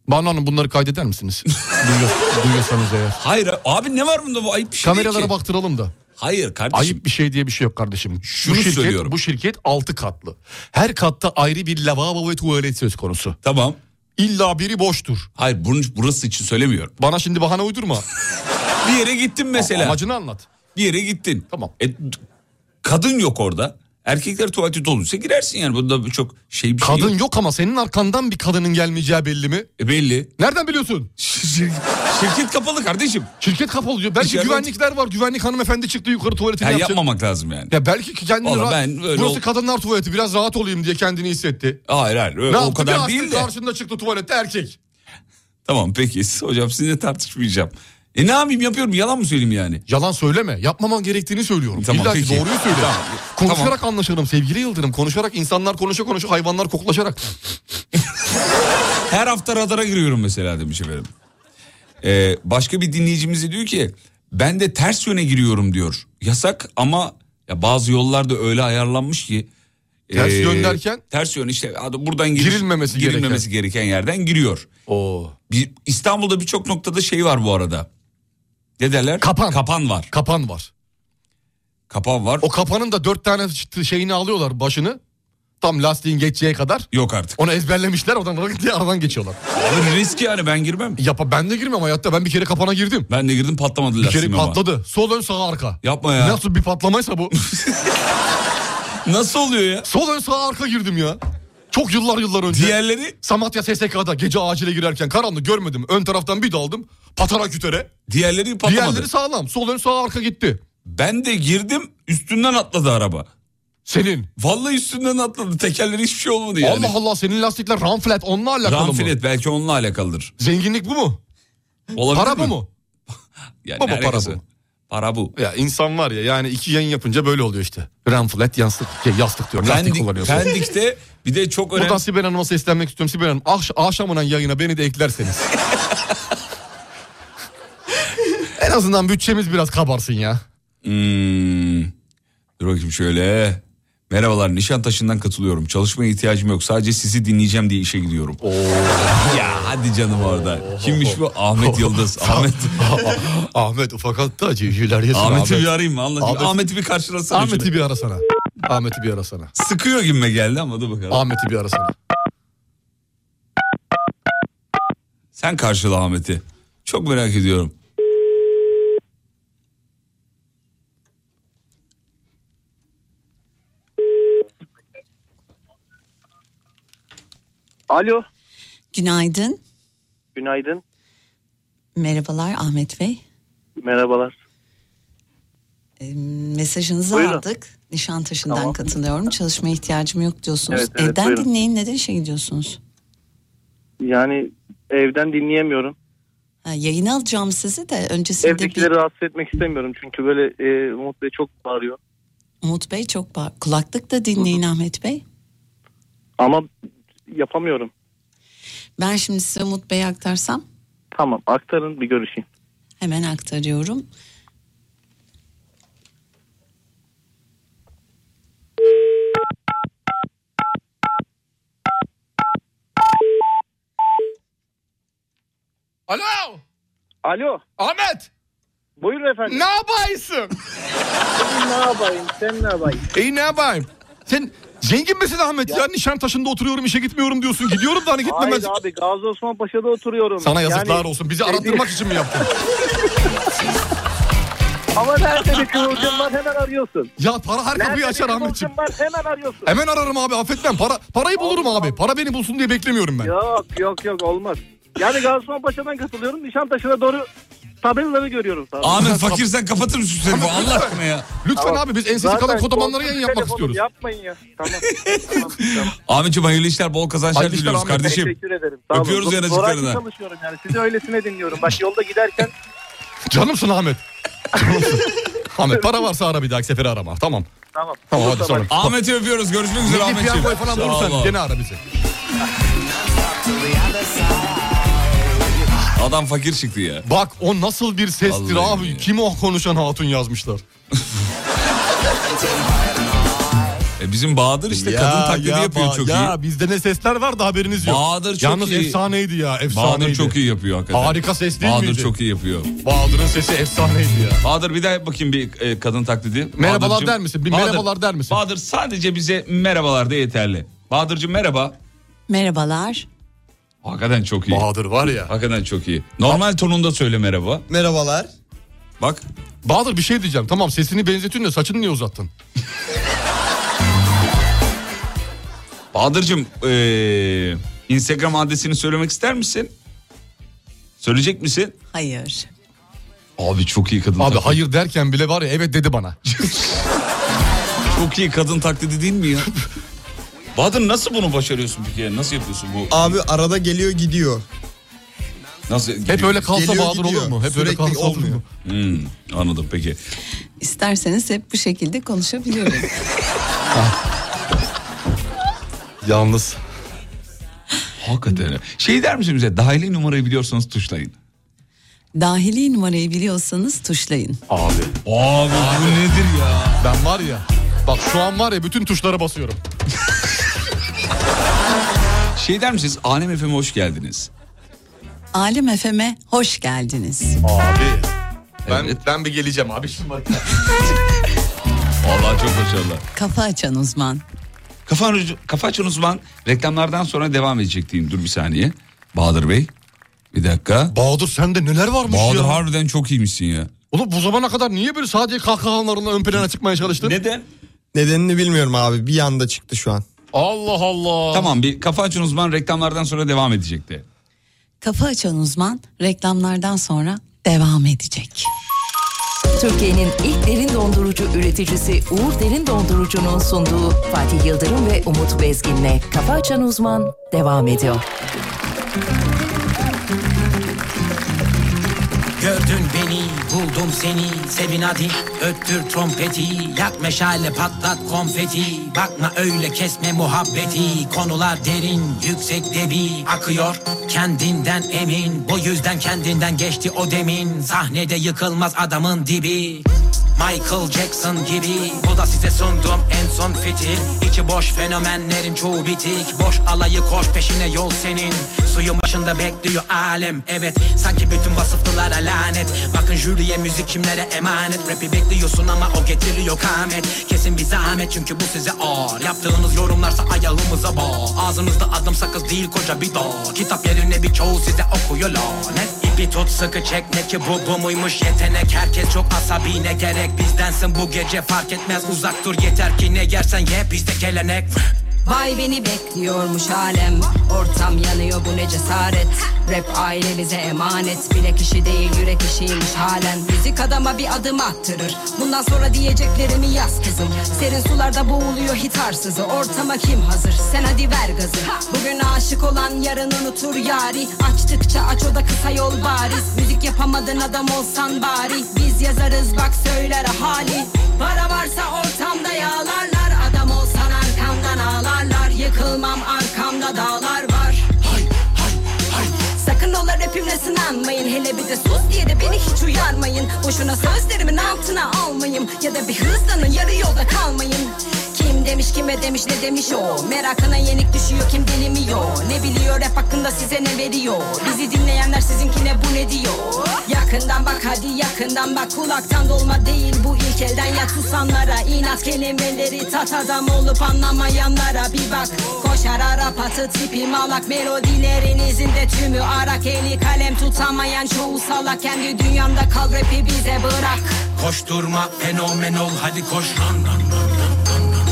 Speaker 3: Banu Hanım bunları kaydeder misiniz? Duyuyor- duyuyorsanız eğer.
Speaker 2: Hayır abi ne var bunda bu ayıp bir şey değil
Speaker 3: Kameralara
Speaker 2: ki.
Speaker 3: baktıralım da.
Speaker 2: Hayır kardeşim.
Speaker 3: Ayıp bir şey diye bir şey yok kardeşim. Şu
Speaker 2: Şunu
Speaker 3: şirket,
Speaker 2: söylüyorum.
Speaker 3: Bu şirket 6 katlı. Her katta ayrı bir lavabo ve tuvalet söz konusu.
Speaker 2: Tamam.
Speaker 3: İlla biri boştur.
Speaker 2: Hayır bunun, burası için söylemiyorum.
Speaker 3: Bana şimdi bahane uydurma.
Speaker 2: Bir yere gittin mesela.
Speaker 3: Amacını anlat.
Speaker 2: Bir yere gittin.
Speaker 3: Tamam.
Speaker 2: E, d- kadın yok orada. Erkekler tuvaleti doluysa girersin yani. Bunda bir çok şey bir şey
Speaker 3: Kadın
Speaker 2: yok.
Speaker 3: yok ama senin arkandan bir kadının gelmeyeceği belli mi?
Speaker 2: E, belli.
Speaker 3: Nereden biliyorsun?
Speaker 2: Şir- Şirket kapalı kardeşim.
Speaker 3: Şirket kapalı diyor. Belki
Speaker 2: İçeriden-
Speaker 3: güvenlikler var. Güvenlik hanımefendi çıktı yukarı tuvaletini
Speaker 2: Ha,
Speaker 3: yapacak.
Speaker 2: yapmamak lazım yani.
Speaker 3: Ya belki ki kendini
Speaker 2: Valla
Speaker 3: rahat...
Speaker 2: ben öyle
Speaker 3: Burası
Speaker 2: ol-
Speaker 3: kadınlar tuvaleti biraz rahat olayım diye kendini hissetti.
Speaker 2: Hayır hayır öyle,
Speaker 3: Ne
Speaker 2: o
Speaker 3: yaptı? Bir
Speaker 2: kadar
Speaker 3: açtı,
Speaker 2: değil de.
Speaker 3: Karşında çıktı tuvalette erkek.
Speaker 2: Tamam peki hocam sizinle tartışmayacağım. E ne yapayım yapıyorum yalan mı söyleyeyim yani?
Speaker 3: Yalan söyleme. Yapmaman gerektiğini söylüyorum.
Speaker 2: Tamam,
Speaker 3: İlla ki
Speaker 2: peki.
Speaker 3: doğruyu söyle.
Speaker 2: Tamam.
Speaker 3: Konuşarak anlaşırım sevgili Yıldırım. Konuşarak insanlar konuşa konuşa hayvanlar koklaşarak.
Speaker 2: Her hafta radara giriyorum mesela demiş efendim. Ee, başka bir dinleyicimiz de diyor ki ben de ters yöne giriyorum diyor. Yasak ama ya bazı yollarda öyle ayarlanmış ki. ee,
Speaker 3: Ters yön derken?
Speaker 2: Ters yön işte hadi buradan giriş-
Speaker 3: Girilmemesi
Speaker 2: girilmemesi gereken yerden giriyor.
Speaker 3: Oo.
Speaker 2: Bir, İstanbul'da birçok noktada şey var bu arada. Ne derler?
Speaker 3: Kapan.
Speaker 2: Kapan var.
Speaker 3: Kapan var.
Speaker 2: Kapan var.
Speaker 3: O kapanın da dört tane ş- şeyini alıyorlar başını. Tam lastiğin geçeceği kadar.
Speaker 2: Yok artık.
Speaker 3: Onu ezberlemişler oradan rak diye aradan geçiyorlar.
Speaker 2: Abi risk yani ben girmem.
Speaker 3: Yapa ben de girmem hayatta. Ben bir kere kapana girdim.
Speaker 2: Ben de girdim patlamadı
Speaker 3: Bir kere
Speaker 2: lastiğim ama.
Speaker 3: patladı. Sol ön sağ arka.
Speaker 2: Yapma ya.
Speaker 3: Nasıl bir patlamaysa bu.
Speaker 2: Nasıl oluyor ya?
Speaker 3: Sol ön sağ arka girdim ya. Çok yıllar yıllar önce.
Speaker 2: Diğerleri
Speaker 3: Samatya SSK'da gece acile girerken karanlık görmedim. Ön taraftan bir daldım. Patara kütere.
Speaker 2: diğerleri patlamadı.
Speaker 3: Diğerleri sağlam. Sol ön sağ arka gitti.
Speaker 2: Ben de girdim üstünden atladı araba.
Speaker 3: Senin.
Speaker 2: Vallahi üstünden atladı. Tekerleri hiçbir şey olmadı yani.
Speaker 3: Allah Allah senin lastikler ramflet onunla alakalı mı?
Speaker 2: Ramfilet belki onunla alakalıdır.
Speaker 3: Zenginlik bu mu?
Speaker 2: Olabilir
Speaker 3: Para
Speaker 2: mi?
Speaker 3: bu mu?
Speaker 2: Yani
Speaker 3: Baba,
Speaker 2: ne
Speaker 3: para
Speaker 2: alakası?
Speaker 3: bu.
Speaker 2: Para bu.
Speaker 3: Ya insan var ya yani iki yayın yapınca böyle oluyor işte. Ramflet yastık, şey, yastık diyorum. Lastik
Speaker 2: Pendik,
Speaker 3: kullanıyorsun.
Speaker 2: Pendik'te bir de çok önemli.
Speaker 3: Buradan Sibel Hanım'a seslenmek istiyorum. Sibel Hanım akş akşamından yayına beni de eklerseniz. en azından bütçemiz biraz kabarsın ya.
Speaker 2: Hmm. Dur bakayım şöyle. Merhabalar Nişantaşı'ndan katılıyorum. Çalışmaya ihtiyacım yok. Sadece sizi dinleyeceğim diye işe gidiyorum. Ya hadi canım orada. Kimmiş bu? Ahmet Yıldız. Ahmet.
Speaker 3: Ahmet ufak hatta civcivler yesin.
Speaker 2: Ahmet'i bir arayayım mı? Anlatayım.
Speaker 3: Ahmet-
Speaker 2: Ahmet'i bir karşılasana.
Speaker 3: Ahmet'i
Speaker 2: şöyle.
Speaker 3: bir arasana. Ahmet'i bir arasana.
Speaker 2: Sıkıyor gibime geldi ama dur bakalım.
Speaker 3: Ahmet'i bir arasana.
Speaker 2: Sen karşıla Ahmet'i. Çok merak ediyorum.
Speaker 10: Alo.
Speaker 11: Günaydın.
Speaker 10: Günaydın.
Speaker 11: Merhabalar Ahmet Bey.
Speaker 10: Merhabalar.
Speaker 11: Ee, Mesajınızı
Speaker 10: Buyurun.
Speaker 11: aldık. Nişantaşı'ndan katılıyorum. Çalışmaya ihtiyacım yok diyorsunuz.
Speaker 10: Evet, evet,
Speaker 11: Evden
Speaker 10: buyurun.
Speaker 11: dinleyin. Neden işe gidiyorsunuz?
Speaker 10: Yani evden dinleyemiyorum.
Speaker 11: Ha, yayına alacağım sizi de öncesinde
Speaker 10: Evdekileri rahatsız etmek istemiyorum çünkü böyle e, Umut Bey çok bağırıyor.
Speaker 11: bir Umut Bey çok bağ- kulaklıkla dinleyin Ahmet Bey.
Speaker 10: Ama yapamıyorum.
Speaker 11: Ben şimdi size Umut Bey'i aktarsam
Speaker 10: Tamam aktarın bir görüşeyim.
Speaker 11: hemen aktarıyorum.
Speaker 3: Alo
Speaker 10: Alo.
Speaker 3: Ahmet.
Speaker 10: Buyurun efendim.
Speaker 3: Ne yapaysın?
Speaker 10: ne yapayım sen ne yapayım?
Speaker 3: İyi ne yapayım? Sen zengin misin Ahmet ya? Nişantaşı'nda oturuyorum işe gitmiyorum diyorsun. Gidiyorum da hani gitmem.
Speaker 10: Hayır
Speaker 3: ben-
Speaker 10: abi Gazi Osman Paşa'da oturuyorum.
Speaker 3: Sana yazıklar
Speaker 10: Yani- e,
Speaker 3: olsun. Bizi arattırmak için mi yaptın?
Speaker 10: Ama nerede bir kıvılcım var hemen arıyorsun.
Speaker 3: Ya para her kapıyı
Speaker 10: Nerede
Speaker 3: açar
Speaker 10: bir kıvılcım
Speaker 3: Ahmetciğim.
Speaker 10: var hemen arıyorsun.
Speaker 3: Hemen ararım abi affetmem. Para, parayı bulurum abi. Para beni bulsun diye beklemiyorum ben.
Speaker 10: Yok yok yok olmaz. Yani Gazi Osman Paşa'dan katılıyorum. Nişantaşı'na doğru tabelaları görüyorum. sadece.
Speaker 2: Ahmet fakir sen kapatır mısın şu telefonu Allah aşkına ya.
Speaker 3: Lütfen abi biz ensesi
Speaker 10: Zaten
Speaker 3: kalan kodamanları
Speaker 10: korkunç
Speaker 3: yayın yapmak
Speaker 10: telefonum,
Speaker 3: istiyoruz.
Speaker 10: Yapmayın ya. Tamam. tamam, tamam.
Speaker 2: Ahmetciğim hayırlı işler bol kazançlar
Speaker 3: Hayırlı işler
Speaker 2: diliyoruz
Speaker 3: Ahmet.
Speaker 2: kardeşim.
Speaker 10: Teşekkür ederim.
Speaker 2: Öpüyoruz
Speaker 10: Zor-
Speaker 2: yanacıklarına.
Speaker 10: zoraki çalışıyorum yani. Sizi öylesine dinliyorum. Bak yolda giderken
Speaker 3: Canımsın Ahmet. Canımsın. Ahmet para varsa ara bir dahaki sefere arama. Tamam.
Speaker 10: tamam.
Speaker 3: Tamam
Speaker 10: Olursa
Speaker 3: hadi sonra.
Speaker 10: bak.
Speaker 2: Ahmet'i öpüyoruz görüşmek üzere
Speaker 3: Milli
Speaker 2: Ahmetciğim.
Speaker 3: piyangoyu falan
Speaker 2: Sağ
Speaker 3: bulursan
Speaker 2: ol.
Speaker 3: gene ara bizi.
Speaker 2: Adam fakir çıktı ya.
Speaker 3: Bak o nasıl bir sestir
Speaker 2: Vallahi
Speaker 3: abi.
Speaker 2: ya.
Speaker 3: Kim o konuşan hatun yazmışlar.
Speaker 2: E bizim Bahadır işte
Speaker 3: Ya,
Speaker 2: kadın taklidi
Speaker 3: ya,
Speaker 2: yapıyor
Speaker 3: ba-
Speaker 2: çok
Speaker 3: ya,
Speaker 2: iyi.
Speaker 3: bizde ne sesler var da haberiniz yok.
Speaker 2: Bahadır çok
Speaker 3: Yalnız
Speaker 2: iyi.
Speaker 3: efsaneydi ya efsaneydi.
Speaker 2: Bahadır çok iyi yapıyor hakikaten.
Speaker 3: Harika ses değil
Speaker 2: Bahadır
Speaker 3: miydi?
Speaker 2: çok iyi yapıyor.
Speaker 3: Bahadır'ın sesi efsaneydi ya.
Speaker 2: Bahadır bir daha yap bakayım bir e, kadın taklidi.
Speaker 3: Merhabalar
Speaker 2: Bahadır'cığım-
Speaker 3: der misin? Bir merhabalar der misin?
Speaker 2: Bahadır sadece bize merhabalar da yeterli. Bahadır'cığım merhaba.
Speaker 11: Merhabalar.
Speaker 2: Hakikaten çok iyi.
Speaker 3: Bahadır var ya.
Speaker 2: Hakikaten çok iyi. Normal tonunda söyle merhaba.
Speaker 12: Merhabalar.
Speaker 2: Bak
Speaker 3: Bahadır bir şey diyeceğim. Tamam sesini benzetiyorsun da saçını niye uzattın?
Speaker 2: Bahadır'cığım e, Instagram adresini söylemek ister misin? Söyleyecek misin?
Speaker 11: Hayır.
Speaker 2: Abi çok iyi kadın
Speaker 3: Abi
Speaker 2: taklidi.
Speaker 3: hayır derken bile var ya evet dedi bana.
Speaker 2: Çok iyi kadın taklidi değil mi ya? Bahadır nasıl bunu başarıyorsun peki? ya? Nasıl yapıyorsun bu?
Speaker 12: Abi arada geliyor gidiyor.
Speaker 2: Nasıl?
Speaker 3: Hep öyle kalsa
Speaker 12: Geliyor,
Speaker 3: Bahadır
Speaker 12: gidiyor.
Speaker 3: olur mu? Hep öyle
Speaker 12: Sürekli
Speaker 3: kalsa olur
Speaker 12: olmuyor.
Speaker 3: mu?
Speaker 2: Hmm, anladım peki.
Speaker 11: İsterseniz hep bu şekilde konuşabiliriz.
Speaker 3: Yalnız.
Speaker 2: Hakikaten. öyle. Şey der misin bize? Dahili numarayı biliyorsanız tuşlayın.
Speaker 11: Dahili numarayı biliyorsanız tuşlayın.
Speaker 3: Abi.
Speaker 2: Abi bu nedir ya?
Speaker 3: Ben var ya. Bak şu an var ya bütün tuşlara basıyorum.
Speaker 2: Şey der misiniz? Alem FM'e hoş geldiniz.
Speaker 11: Alem FM'e hoş geldiniz.
Speaker 3: Abi. Ben,
Speaker 2: Evet.
Speaker 3: ben bir geleceğim abi şimdi bak.
Speaker 2: Vallahi çok başarılı.
Speaker 11: Kafa açan uzman.
Speaker 2: Kafa, kafa açın uzman reklamlardan sonra devam edecek diyeyim. Dur bir saniye. Bahadır Bey. Bir dakika.
Speaker 3: Bahadır sende neler varmış
Speaker 2: Bahadır
Speaker 3: ya?
Speaker 2: harbiden çok iyiymişsin ya.
Speaker 3: Oğlum bu zamana kadar niye böyle sadece kahkahalarla ön plana çıkmaya çalıştın?
Speaker 2: Neden?
Speaker 12: Nedenini bilmiyorum abi. Bir anda çıktı şu an.
Speaker 3: Allah Allah.
Speaker 2: Tamam bir kafa açın uzman reklamlardan sonra devam edecekti.
Speaker 11: Kafa açan uzman reklamlardan sonra devam edecek.
Speaker 5: Türkiye'nin ilk derin dondurucu üreticisi Uğur Derin Dondurucu'nun sunduğu Fatih Yıldırım ve Umut Bezgin'le Kafa Açan Uzman devam ediyor.
Speaker 1: Gördün beni, buldum seni, sevin hadi Öttür trompeti, yak meşale patlat konfeti Bakma öyle kesme muhabbeti Konular derin, yüksek debi akıyor Kendinden emin, bu yüzden kendinden geçti o demin Sahnede yıkılmaz adamın dibi
Speaker 13: Michael Jackson gibi Bu da size sunduğum en son fitil İçi boş fenomenlerin çoğu bitik Boş alayı koş peşine yol senin Suyun başında bekliyor alem Evet sanki bütün vasıflılara lanet Bakın jüriye müzik kimlere emanet Rap'i bekliyorsun ama o getiriyor kamet Kesin bir zahmet çünkü bu size ağır Yaptığınız yorumlarsa ayağımıza bağ Ağzınızda adım sakız değil koca bir dağ Kitap yerine birçoğu size okuyor lanet İpi tut sıkı çek ne ki bu bu muymuş yetenek Herkes çok asabi ne gerek bizdensin bu gece Fark etmez uzak dur yeter ki ne yersen ye bizde gelenek
Speaker 14: Vay beni bekliyormuş alem Ortam yanıyor bu ne cesaret Rap ailemize emanet Bile kişi değil yürek işiymiş halen Müzik adama bir adım attırır Bundan sonra diyeceklerimi yaz kızım Serin sularda boğuluyor hitarsızı Ortama kim hazır sen hadi ver gazı Bugün aşık olan yarın unutur yari Açtıkça aç o da kısa yol bariz Müzik yapamadın adam olsan bari Biz yazarız bak söyler ahali Para varsa ortamda yağlarlar Adam olsan arkamdan ağlarlar Yıkılmam arkamda dağlar var Sakın ola rapimle sınanmayın Hele bir de sus diye de beni hiç uyarmayın Boşuna sözlerimin altına almayayım Ya da bir hızlanın yarı yolda kalmayın kim demiş kime demiş ne demiş o Merakına yenik düşüyor kim delimiyor Ne biliyor rap hakkında size ne veriyor Bizi dinleyenler sizinkine bu ne diyor Yakından bak hadi yakından bak Kulaktan dolma değil bu ilk elden yak susanlara inat kelimeleri tat adam olup anlamayanlara bir bak Koşar Arap atı tipi malak Melodilerinizin de tümü arak Eli kalem tutamayan çoğu salak Kendi dünyanda kal rapi bize bırak
Speaker 13: Koşturma fenomen ol hadi koş Lan, lan, lan, lan, lan, lan, lan.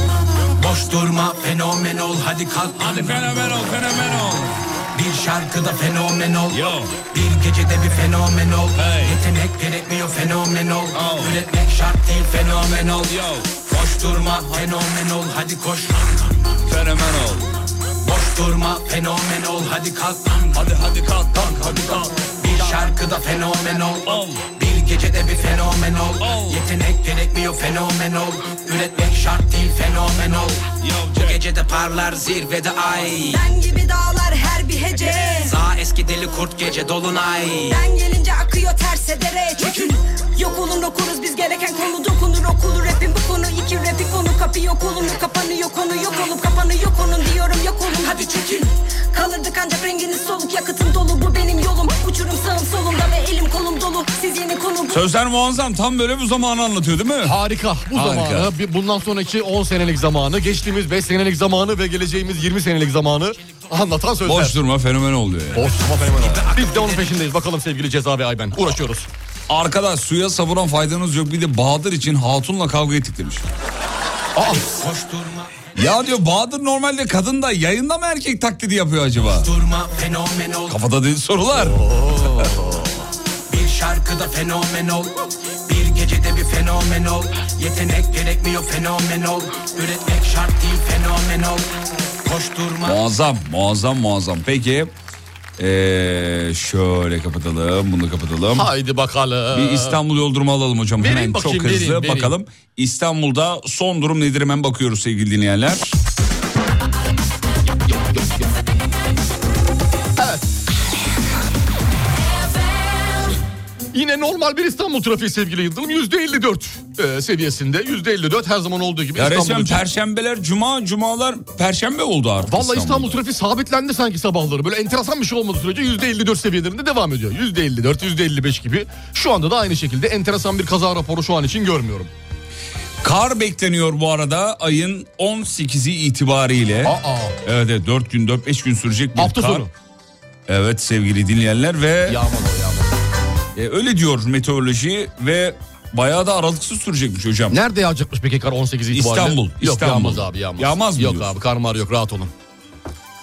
Speaker 13: Boş durma fenomen ol hadi kalk Hadi fenomen ol fenomen ol Bir şarkıda fenomen ol Bir gecede bir fenomen ol Yetenek gerekmiyor fenomen ol Üretmek şart değil fenomen ol Boş durma fenomen ol hadi koş Lan, lan, lan, lan. Fenomen ol Boş durma fenomen ol hadi kalk lan. Hadi hadi kalk kalk hadi kalk Bir şarkıda fenomen ol Bir gecede bir fenomen ol Yetenek gerekmiyor fenomen ol Üretmek şart değil fenomen ol Bu gecede parlar zirvede ay
Speaker 14: Ben gibi dağlar her bir hece
Speaker 13: Sağ eski deli kurt gece dolunay
Speaker 14: Ben gelince akıyor terse dere Çekil Yok olun okuruz biz gereken konu dokunur okulu Rapin bu konu iki rapi konu kapıyor kolunu Kapanıyor konu yok olup kapanıyor konun diyorum yok olun Hadi çekil Kalırdık ancak renginiz soluk yakıtım dolu Bu benim yolum uçurum sağım solumda ve elim kolum dolu Siz yeni konu
Speaker 2: Sözler muazzam tam böyle bu zamanı anlatıyor değil mi?
Speaker 3: Harika. Bu
Speaker 2: Harika.
Speaker 3: zamanı, bir- bundan sonraki 10 senelik zamanı, geçtiğimiz 5 senelik zamanı ve geleceğimiz 20 senelik zamanı anlatan sözler.
Speaker 2: Boş durma fenomen ol diyor yani.
Speaker 3: Boş durma fenomen ol. Biz de onun peşindeyiz. Bakalım sevgili Ceza ve Ayben. Uğraşıyoruz.
Speaker 2: Arkadaş suya savuran faydanız yok bir de Bahadır için hatunla kavga ettik demiş. Aa.
Speaker 3: Ah!
Speaker 2: Ya diyor Bahadır normalde kadın da yayında mı erkek taklidi yapıyor acaba?
Speaker 13: Durma fenomen ol
Speaker 2: Kafada değil sorular.
Speaker 13: Bir şarkıda fenomen ol Bir gecede bir fenomen ol Yetenek gerekmiyor fenomen ol Üretmek şart değil fenomen ol Koşturma
Speaker 2: Muazzam, muazzam, muazzam. Peki ee, şöyle kapatalım, bunu da kapatalım.
Speaker 3: Haydi bakalım.
Speaker 2: Bir İstanbul yol durumu alalım hocam.
Speaker 3: Vereyim
Speaker 2: hemen
Speaker 3: bakayım,
Speaker 2: çok hızlı
Speaker 3: vereyim, vereyim.
Speaker 2: bakalım. İstanbul'da son durum nedir hemen bakıyoruz sevgili dinleyenler.
Speaker 3: Yine normal bir İstanbul trafiği sevgili Yıldırım. %54 e, seviyesinde. %54 her zaman olduğu gibi
Speaker 2: Ya
Speaker 3: İstanbul
Speaker 2: resmen
Speaker 3: için.
Speaker 2: perşembeler, cuma, cumalar perşembe oldu artık.
Speaker 3: Vallahi İstanbul trafiği sabitlendi sanki sabahları. Böyle enteresan bir şey olmadığı sürece %54 seviyelerinde devam ediyor. %54, %55 gibi. Şu anda da aynı şekilde enteresan bir kaza raporu şu an için görmüyorum.
Speaker 2: Kar bekleniyor bu arada ayın 18'i itibariyle.
Speaker 3: Aa.
Speaker 2: Evet, evet 4 gün 4-5 gün sürecek bir
Speaker 3: Hafta
Speaker 2: kar.
Speaker 3: sonu.
Speaker 2: Evet sevgili dinleyenler ve... Yağmur yağmur. öyle diyor meteoroloji ve bayağı da aralıksız sürecekmiş hocam.
Speaker 3: Nerede yağacakmış peki kar 18 itibariyle?
Speaker 2: İstanbul.
Speaker 3: Yok
Speaker 2: İstanbul.
Speaker 3: yağmaz abi yağmaz.
Speaker 2: Yağmaz mı
Speaker 3: Yok
Speaker 2: diyorsun?
Speaker 3: abi kar mar yok rahat olun.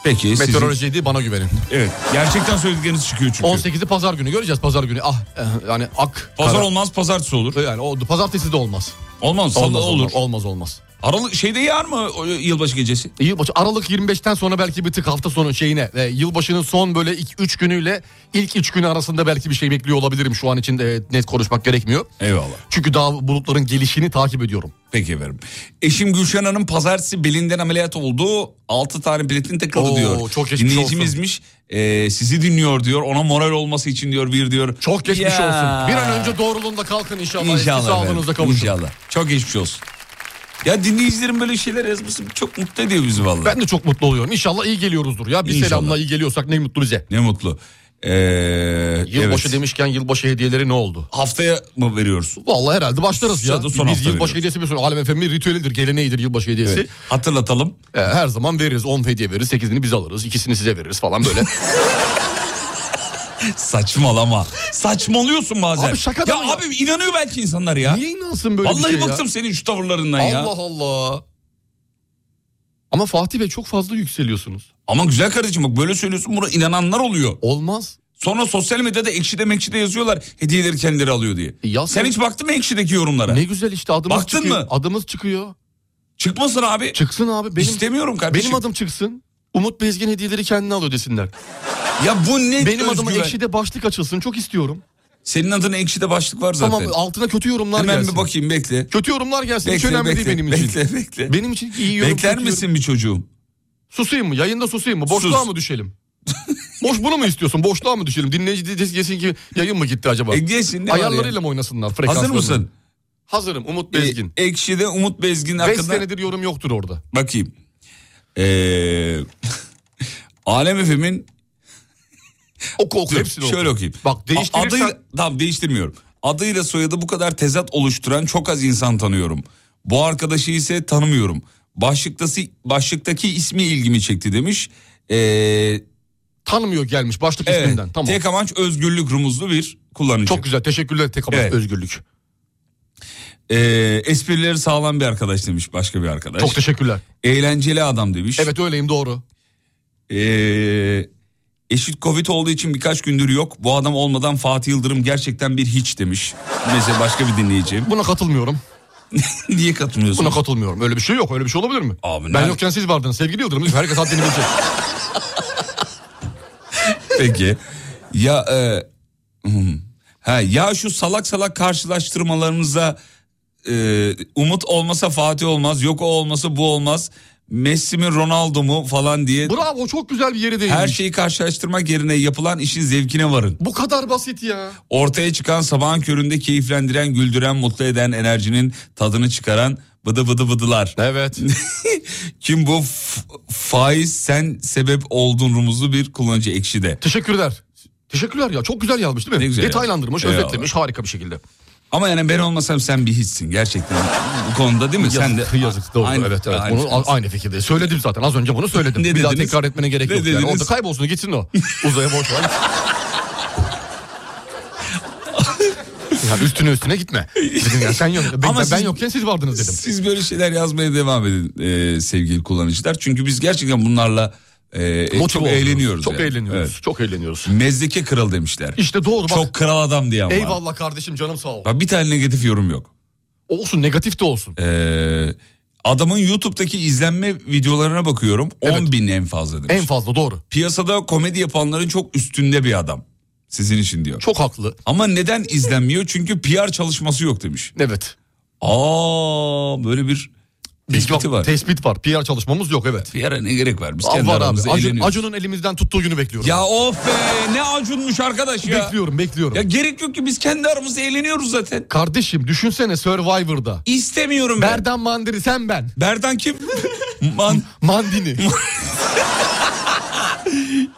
Speaker 2: Peki sizin-
Speaker 3: Meteorolojiydi bana güvenin.
Speaker 2: Evet gerçekten söyledikleriniz çıkıyor çünkü.
Speaker 3: 18'i pazar günü göreceğiz pazar günü. Ah eh, yani ak.
Speaker 2: Pazar
Speaker 3: kara.
Speaker 2: olmaz pazartesi olur.
Speaker 3: Yani o pazartesi de olmaz.
Speaker 2: Olmaz, salı olur.
Speaker 3: Olmaz olmaz.
Speaker 2: Aralık şeyde yağar mı o yılbaşı gecesi?
Speaker 3: Yılbaşı Aralık 25'ten sonra belki bir tık hafta sonu şeyine e, yılbaşının son böyle 3 günüyle ilk 3 günü arasında belki bir şey bekliyor olabilirim şu an için e, net konuşmak gerekmiyor.
Speaker 2: Eyvallah.
Speaker 3: Çünkü daha bulutların gelişini takip ediyorum.
Speaker 2: Peki efendim. Eşim Gülşen Hanım pazartesi belinden ameliyat oldu. 6 tane platin takıldı
Speaker 3: Oo,
Speaker 2: diyor.
Speaker 3: çok geçmiş
Speaker 2: Dinleyicimizmiş. Ee, sizi dinliyor diyor. Ona moral olması için diyor bir diyor.
Speaker 3: Çok geçmiş
Speaker 2: Ya.
Speaker 3: olsun. Bir an önce doğruluğunda kalkın inşallah. eski
Speaker 2: İnşallah
Speaker 3: sağlığınıza
Speaker 2: efendim,
Speaker 3: kavuşun.
Speaker 2: İnşallah. Çok geçmiş olsun. Ya dinleyicilerin böyle şeyler yazması çok mutlu ediyor bizi vallahi.
Speaker 3: Ben de çok mutlu oluyorum. İnşallah iyi geliyoruzdur ya. Bir
Speaker 2: İnşallah.
Speaker 3: selamla iyi geliyorsak ne mutlu bize.
Speaker 2: Ne mutlu. Ee,
Speaker 3: Yılbaşı
Speaker 2: evet.
Speaker 3: demişken yılbaşı hediyeleri ne oldu?
Speaker 2: Haftaya mı veriyoruz?
Speaker 3: Vallahi herhalde başlarız ya.
Speaker 2: Son hafta
Speaker 3: Biz
Speaker 2: veriyoruz.
Speaker 3: yılbaşı hediyesi bir sonra Alem Efendi'nin ritüelidir, geleneğidir yılbaşı hediyesi.
Speaker 2: Evet. Hatırlatalım.
Speaker 3: her zaman veririz. 10 hediye veririz, 8'ini biz alırız, ikisini size veririz falan böyle.
Speaker 2: Saçmalama. Saçmalıyorsun bazen.
Speaker 3: Abi şaka da
Speaker 2: ya
Speaker 3: mı ya?
Speaker 2: abi inanıyor belki insanlar ya.
Speaker 3: Niye inansın böyle
Speaker 2: Vallahi
Speaker 3: bir şey ya?
Speaker 2: bıktım senin şu tavırlarından
Speaker 3: Allah
Speaker 2: ya.
Speaker 3: Allah. Ama Fatih Bey çok fazla yükseliyorsunuz.
Speaker 2: Ama güzel kardeşim bak böyle söylüyorsun buna inananlar oluyor.
Speaker 3: Olmaz.
Speaker 2: Sonra sosyal medyada ekşide mekşide yazıyorlar hediyeleri kendileri alıyor diye. Sen hiç baktın mı ekşideki yorumlara?
Speaker 3: E Ne güzel işte adımız
Speaker 2: Baktın
Speaker 3: çıkıyor.
Speaker 2: mı?
Speaker 3: Adımız çıkıyor.
Speaker 2: Çıkmasın abi.
Speaker 3: Çıksın abi. Benim,
Speaker 2: İstemiyorum kardeşim.
Speaker 3: Benim adım çıksın. Umut Bezgin hediyeleri kendine alıyor desinler.
Speaker 2: Ya bu ne
Speaker 3: Benim adıma
Speaker 2: özgüven?
Speaker 3: ekşide başlık açılsın çok istiyorum.
Speaker 2: Senin adına ekşide başlık var zaten.
Speaker 3: Tamam altına kötü yorumlar
Speaker 2: Hemen
Speaker 3: gelsin.
Speaker 2: bir bakayım bekle.
Speaker 3: Kötü yorumlar gelsin. Hiç
Speaker 2: Bekle,
Speaker 3: önemli
Speaker 2: bekle,
Speaker 3: değil benim için.
Speaker 2: bekle, bekle.
Speaker 3: Benim için iyi yorum.
Speaker 2: Bekler
Speaker 3: kötü
Speaker 2: misin bir çocuğum?
Speaker 3: Susayım mı? Yayında susayım mı? Boşluğa
Speaker 2: Sus.
Speaker 3: mı düşelim? Boş bunu mu istiyorsun? Boşluğa mı düşelim? Dinleyici diyecek- desin ki yayın mı gitti acaba?
Speaker 2: E, gelsin, ne var
Speaker 3: Ayarlarıyla
Speaker 2: ya?
Speaker 3: mı oynasınlar
Speaker 2: Hazır
Speaker 3: frekanslarını?
Speaker 2: mısın?
Speaker 3: Hazırım Umut Bezgin.
Speaker 2: E, ekşide Umut Bezgin
Speaker 3: Beş
Speaker 2: hakkında
Speaker 3: senedir yorum yoktur orada.
Speaker 2: bakayım. Ee, Alem Efem'in
Speaker 3: Oku oku
Speaker 2: Dur,
Speaker 3: hepsini oku.
Speaker 2: Şöyle okuyayım.
Speaker 3: Bak değiştirirsen...
Speaker 2: Adıyla, tamam değiştirmiyorum. Adıyla soyadı bu kadar tezat oluşturan çok az insan tanıyorum. Bu arkadaşı ise tanımıyorum. Başlıktası, başlıktaki ismi ilgimi çekti demiş. Ee,
Speaker 3: Tanımıyor gelmiş başlık
Speaker 2: evet,
Speaker 3: isminden. Tamam.
Speaker 2: Tek amaç özgürlük rumuzlu bir kullanıcı.
Speaker 3: Çok güzel teşekkürler tek amaç
Speaker 2: Evet.
Speaker 3: özgürlük.
Speaker 2: Ee, esprileri sağlam bir arkadaş demiş başka bir arkadaş.
Speaker 3: Çok teşekkürler.
Speaker 2: Eğlenceli adam demiş.
Speaker 3: Evet öyleyim doğru.
Speaker 2: Ee, eşit Covid olduğu için birkaç gündür yok. Bu adam olmadan Fatih Yıldırım gerçekten bir hiç demiş. Mesela başka bir dinleyici.
Speaker 3: Buna katılmıyorum.
Speaker 2: Niye katılmıyorsun?
Speaker 3: Buna katılmıyorum. Öyle bir şey yok. Öyle bir şey olabilir mi?
Speaker 2: Abi
Speaker 3: ben
Speaker 2: nerede-
Speaker 3: yokken siz vardınız. Sevgili Yıldırım lütfen herkes haddini bilecek.
Speaker 2: Peki. Ya e, hmm. ha, ya şu salak salak karşılaştırmalarınıza e, Umut olmasa Fatih olmaz, yok o olmasa bu olmaz. Messi mi Ronaldo mu falan diye
Speaker 3: Bravo çok güzel bir yere değinmiş.
Speaker 2: her şey- şeyi karşılaştırmak yerine yapılan işin zevkine varın.
Speaker 3: Bu kadar basit ya.
Speaker 2: Ortaya çıkan sabahın köründe keyiflendiren, güldüren, mutlu eden enerjinin tadını çıkaran bıdı bıdı bıdılar.
Speaker 3: Evet.
Speaker 2: Kim bu? F- faiz sen sebep oldun rumuzlu bir kullanıcı ekşide.
Speaker 3: Teşekkürler. Teşekkürler ya. Çok güzel yazmış değil mi?
Speaker 2: Ne güzel
Speaker 3: Detaylandırmış,
Speaker 2: yazmış.
Speaker 3: özetlemiş harika bir şekilde.
Speaker 2: Ama yani ben olmasam sen bir hissin gerçekten bu konuda değil mi? sen de şey.
Speaker 3: Yazık, yazık doğru. evet evet. Bunu a- aynı fikirde. Söyledim zaten. Az önce bunu söyledim.
Speaker 2: Ne
Speaker 3: bir daha
Speaker 2: dediniz?
Speaker 3: tekrar etmene gerek
Speaker 2: Ne
Speaker 3: yok. Yani.
Speaker 2: dediniz?
Speaker 3: Orada kaybolsun gitsin o. Uzaya boş ver. yani üstüne üstüne gitme. Dedim ya sen yok. Ben,
Speaker 2: Ama
Speaker 3: ben
Speaker 2: siz-
Speaker 3: yokken siz vardınız dedim.
Speaker 2: Siz böyle şeyler yazmaya devam edin e, sevgili kullanıcılar. Çünkü biz gerçekten bunlarla e, e,
Speaker 3: Motive
Speaker 2: çok
Speaker 3: oluyoruz,
Speaker 2: eğleniyoruz.
Speaker 3: Çok
Speaker 2: yani.
Speaker 3: eğleniyoruz.
Speaker 2: Evet.
Speaker 3: Çok eğleniyoruz.
Speaker 2: Mezdeke kral demişler.
Speaker 3: İşte doğru bak.
Speaker 2: Çok kral adam diye ama.
Speaker 3: Eyvallah kardeşim canım sağ ol.
Speaker 2: Bak bir tane negatif yorum yok.
Speaker 3: Olsun negatif de olsun.
Speaker 2: E, adamın YouTube'daki izlenme videolarına bakıyorum. 10 bin en fazla demiş.
Speaker 3: En fazla doğru.
Speaker 2: Piyasada komedi yapanların çok üstünde bir adam. Sizin için diyor.
Speaker 3: Çok haklı.
Speaker 2: Ama neden izlenmiyor? Çünkü PR çalışması yok demiş.
Speaker 3: Evet.
Speaker 2: Aa böyle bir
Speaker 3: Biz
Speaker 2: tespiti
Speaker 3: yok,
Speaker 2: var.
Speaker 3: Tespit var. PR çalışmamız yok evet.
Speaker 2: PR'a ne gerek var? Biz
Speaker 3: Aa,
Speaker 2: kendi
Speaker 3: var
Speaker 2: aramızda
Speaker 3: abi. Acun,
Speaker 2: eğleniyoruz.
Speaker 3: Acun'un elimizden tuttuğu günü bekliyorum.
Speaker 2: Ya of be ne acunmuş arkadaş ya.
Speaker 3: Bekliyorum bekliyorum.
Speaker 2: Ya gerek yok ki biz kendi aramızda eğleniyoruz zaten.
Speaker 3: Kardeşim düşünsene Survivor'da.
Speaker 2: İstemiyorum ben.
Speaker 3: Berdan Mandiri sen ben.
Speaker 2: Berdan kim? Man.
Speaker 3: Mandini.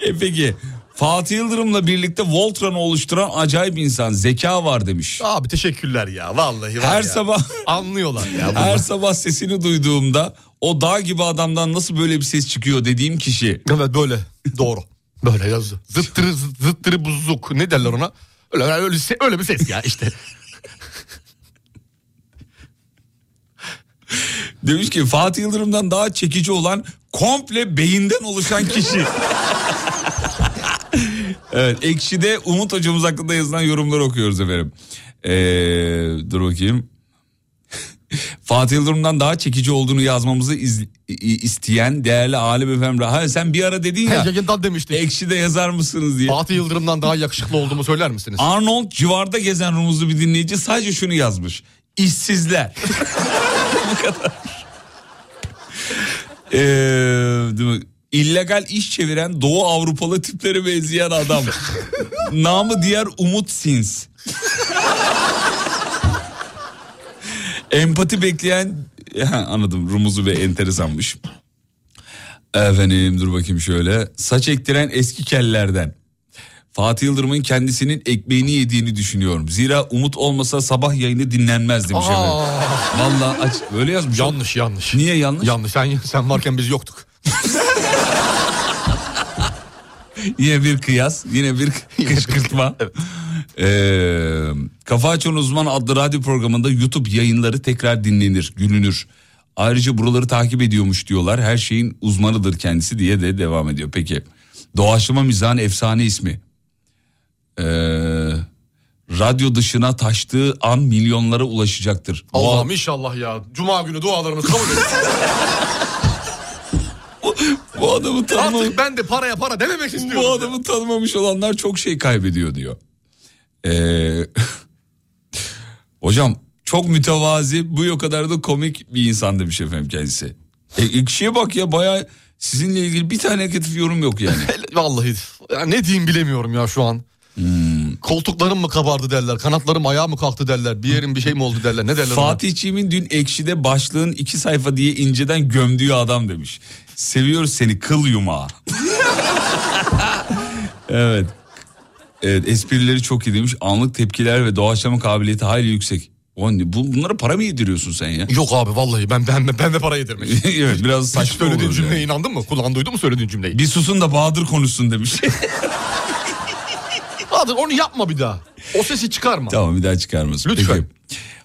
Speaker 2: E peki. Fatih Yıldırım'la birlikte Voltran'ı oluşturan acayip insan. Zeka var demiş.
Speaker 3: Abi teşekkürler ya vallahi var
Speaker 2: Her
Speaker 3: ya.
Speaker 2: sabah
Speaker 3: Anlıyorlar ya. bunu.
Speaker 2: her sabah sesini duyduğumda o dağ gibi adamdan nasıl böyle bir ses çıkıyor dediğim kişi.
Speaker 3: Evet böyle doğru. Böyle yazdı. Zıttırı zı- zıttırı buzluk ne derler ona? Öyle, öyle, se- öyle bir ses ya işte.
Speaker 2: Demiş ki Fatih Yıldırım'dan daha çekici olan komple beyinden oluşan kişi. evet ekşide Umut hocamız hakkında yazılan yorumları okuyoruz efendim. Ee, dur bakayım. Fatih Yıldırım'dan daha çekici olduğunu yazmamızı iz- i- isteyen değerli alim efendim. Ha, sen bir ara dedin ya.
Speaker 3: Yayından demiştik.
Speaker 2: Ekşi'de yazar mısınız diye.
Speaker 3: Fatih Yıldırım'dan daha yakışıklı olduğumu söyler misiniz?
Speaker 2: Arnold civarda gezen rumuzlu bir dinleyici sadece şunu yazmış. İşsizler. Bu kadar. Ee, değil mi? illegal iş çeviren Doğu Avrupalı tiplere benzeyen adam. Namı diğer Umut Sins. Empati bekleyen... Ha, anladım rumuzu ve enteresanmış. Efendim dur bakayım şöyle. Saç ektiren eski kellerden. Fatih Yıldırım'ın kendisinin ekmeğini yediğini düşünüyorum. Zira Umut olmasa sabah yayını dinlenmez demiş efendim. Valla aç öyle yazmış.
Speaker 3: Yanlış yanlış.
Speaker 2: Niye yanlış?
Speaker 3: Yanlış sen, sen varken biz yoktuk.
Speaker 2: Yine bir kıyas, yine bir kışkırtma. Ee, Kafa Açan Uzman adlı radyo programında YouTube yayınları tekrar dinlenir, gülünür. Ayrıca buraları takip ediyormuş diyorlar. Her şeyin uzmanıdır kendisi diye de devam ediyor. Peki. Doğaçlama mizahın efsane ismi. Ee, radyo dışına taştığı an milyonlara ulaşacaktır.
Speaker 3: Allah'ım inşallah ya. Cuma günü dualarımız kabul edilsin.
Speaker 2: Bu adamı tanıma-
Speaker 3: Artık ben de paraya para dememek istiyorum.
Speaker 2: Bu adamı tanımamış olanlar çok şey kaybediyor diyor. Ee, hocam çok mütevazi bu o kadar da komik bir insan demiş efendim kendisi. E, ekşiye bak ya baya sizinle ilgili bir tane negatif yorum yok yani.
Speaker 3: Vallahi ya ne diyeyim bilemiyorum ya şu an. Hmm. Koltuklarım mı kabardı derler, kanatlarım ayağa mı kalktı derler, bir yerim bir şey mi oldu derler, ne derler? ona?
Speaker 2: Fatihçiğimin dün ekşide başlığın iki sayfa diye inceden gömdüğü adam demiş. Seviyoruz seni kıl yumağı. evet. Evet esprileri çok iyi demiş. Anlık tepkiler ve doğaçlama kabiliyeti hayli yüksek. O ne, bu, bunlara para mı yediriyorsun sen ya?
Speaker 3: Yok abi vallahi ben ben ben de para yedirmek.
Speaker 2: evet biraz saçma
Speaker 3: Söylediğin
Speaker 2: olur
Speaker 3: cümleye inandın mı? Kulağın duydu mu söylediğin cümleyi?
Speaker 2: Bir susun da Bahadır konuşsun demiş.
Speaker 3: Bahadır onu yapma bir daha. O sesi çıkarma.
Speaker 2: tamam bir daha çıkarmasın. Lütfen.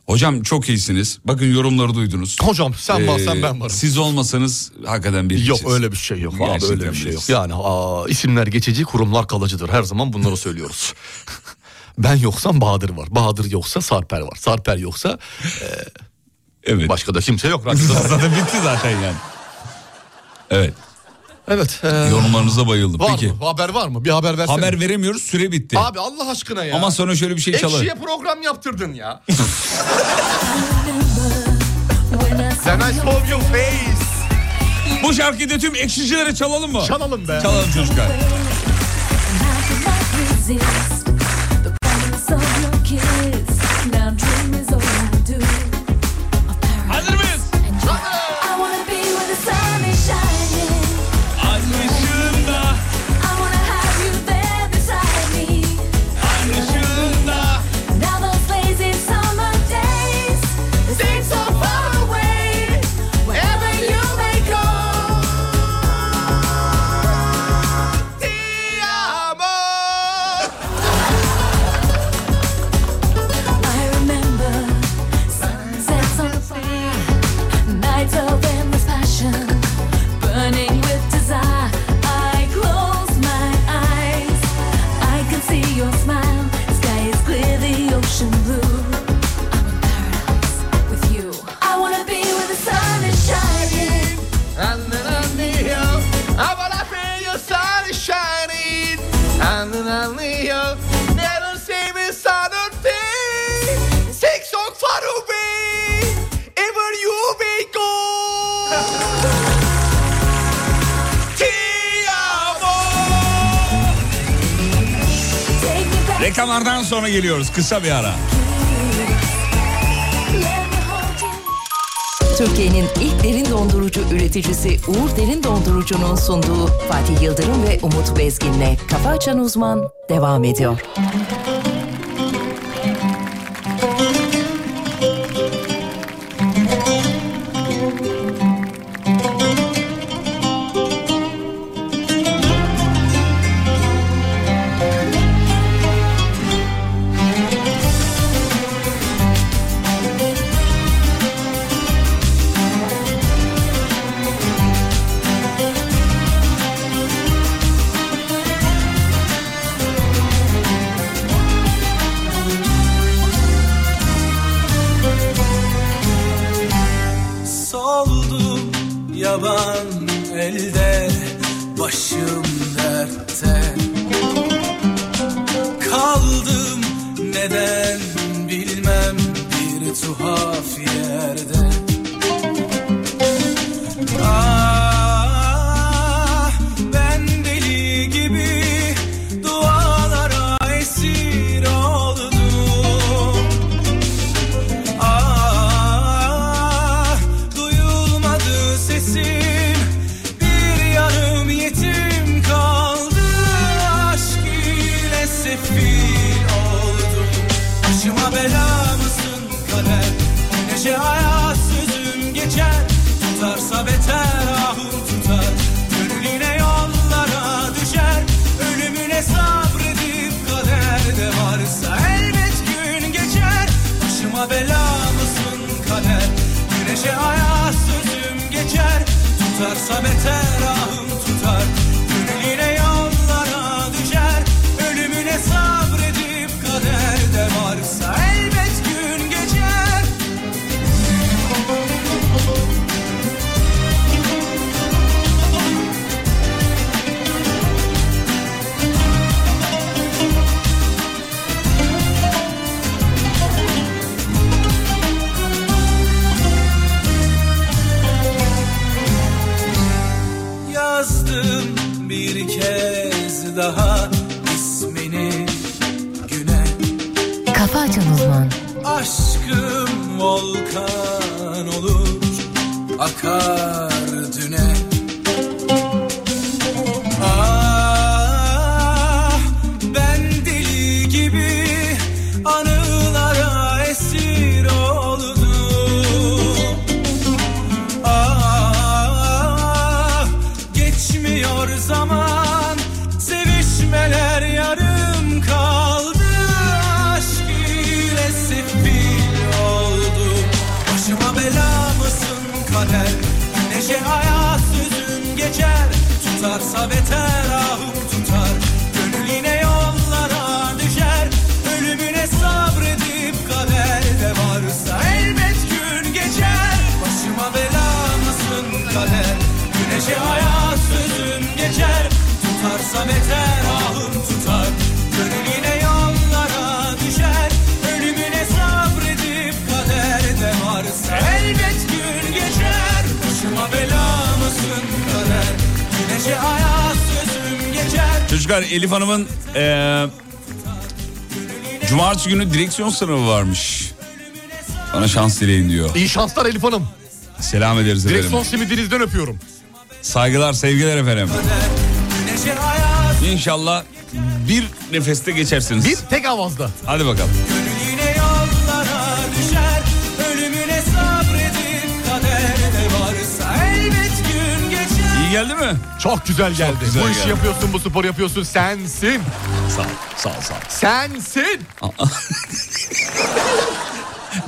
Speaker 2: Hocam çok iyisiniz. Bakın yorumları duydunuz. Ee,
Speaker 3: Hocam sen varsan ben varım.
Speaker 2: Siz olmasanız hakikaten bir
Speaker 3: Yok öyle bir şey yok abi
Speaker 2: Gerçekten
Speaker 3: öyle bir şey yok.
Speaker 2: bilirsiniz.
Speaker 3: Yani aa, isimler geçici kurumlar kalıcıdır her zaman bunları söylüyoruz. ben yoksam Bahadır var. Bahadır yoksa Sarper var. Sarper yoksa e,
Speaker 2: evet.
Speaker 3: başka da kimse yok.
Speaker 2: zaten bitti zaten yani. Evet.
Speaker 3: Evet. e,
Speaker 2: Yorumlarınıza bayıldım.
Speaker 3: Var
Speaker 2: Peki.
Speaker 3: mı? Haber var mı? Bir haber versene.
Speaker 2: Haber veremiyoruz süre bitti.
Speaker 3: Abi Allah aşkına ya.
Speaker 2: Ama sonra şöyle bir şey çalar.
Speaker 3: Ekşiye program yaptırdın ya. Sen I saw your face.
Speaker 2: Bu şarkıyı da tüm ekşicilere çalalım mı?
Speaker 3: Çalalım be.
Speaker 2: Çalalım çocuklar.
Speaker 1: Hazır mıyız? Ay ışığında, ay ışığında.
Speaker 4: Ocean blue. I'm in paradise with you. I wanna be where the sun is shining.
Speaker 2: Reklamlardan sonra geliyoruz. Kısa bir ara.
Speaker 5: Türkiye'nin ilk derin dondurucu üreticisi Uğur Derin Dondurucu'nun sunduğu Fatih Yıldırım ve Umut Bezgin'le Kafa Açan Uzman devam ediyor.
Speaker 15: neden bilmem bir tuhaf yerde Ah ben deli gibi dualara esir oldum Ah duyulmadı sesim bir yarım yetim kaldı Aşk ile sefil oldum Başıma bela mısın kader Güneşe hayat sözüm geçer Tutarsa beter ahım tutar Gönlüne yollara düşer Ölümüne sabredip kader de varsa Elbet gün geçer Başıma bela mısın kader Güneşe hayat sözüm geçer Tutarsa beter ahım tutar Gönlüne yollara düşer Ölümüne sabredip kader de varsa Elbet gün geçer Yazdım bir kez daha ismini
Speaker 5: Kafa Açan Uzman
Speaker 15: Aşkım volkan olur akar düne Ah ben deli gibi anılara esir oldum Ah geçmiyor zaman Sevişmeler yarım kaldı Aşk ile sefil oldum Başıma bela mısın kader Güneşe hayat sözüm geçer Tutarsa beter ahım tutar Gönül yine yollara düşer Ölümüne sabredip kader de varsa Elbet gün geçer Başıma bela mısın kader Güneşe hayat sözüm geçer Tutarsa beter ahım tutar Gönül yine yollara düşer Ölümüne sabredip kader de varsa Elbet gün geçer Başıma bela mısın kader Güneşe hayat sözüm geçer
Speaker 2: Çocuklar Elif Hanım'ın eee cumartesi günü direksiyon sınavı varmış. Bana şans dileyin diyor.
Speaker 3: İyi şanslar Elif Hanım.
Speaker 2: Selam ederiz efendim.
Speaker 3: Direksiyon simidinizden öpüyorum.
Speaker 2: Saygılar sevgiler efendim.
Speaker 15: Güneşe hayat
Speaker 2: İnşallah bir nefeste geçersiniz. Bir
Speaker 3: tek avazda.
Speaker 2: Hadi bakalım.
Speaker 15: yine yollara düşer Ölümüne sabredip kader de varsa Elbet gün geçer
Speaker 2: İyi geldi mi?
Speaker 3: Çok güzel geldi.
Speaker 2: güzel
Speaker 3: bu işi
Speaker 2: geldi.
Speaker 3: yapıyorsun, bu sporu yapıyorsun. Sensin.
Speaker 2: Sağ ol, sağ ol, sağ ol.
Speaker 3: Sensin.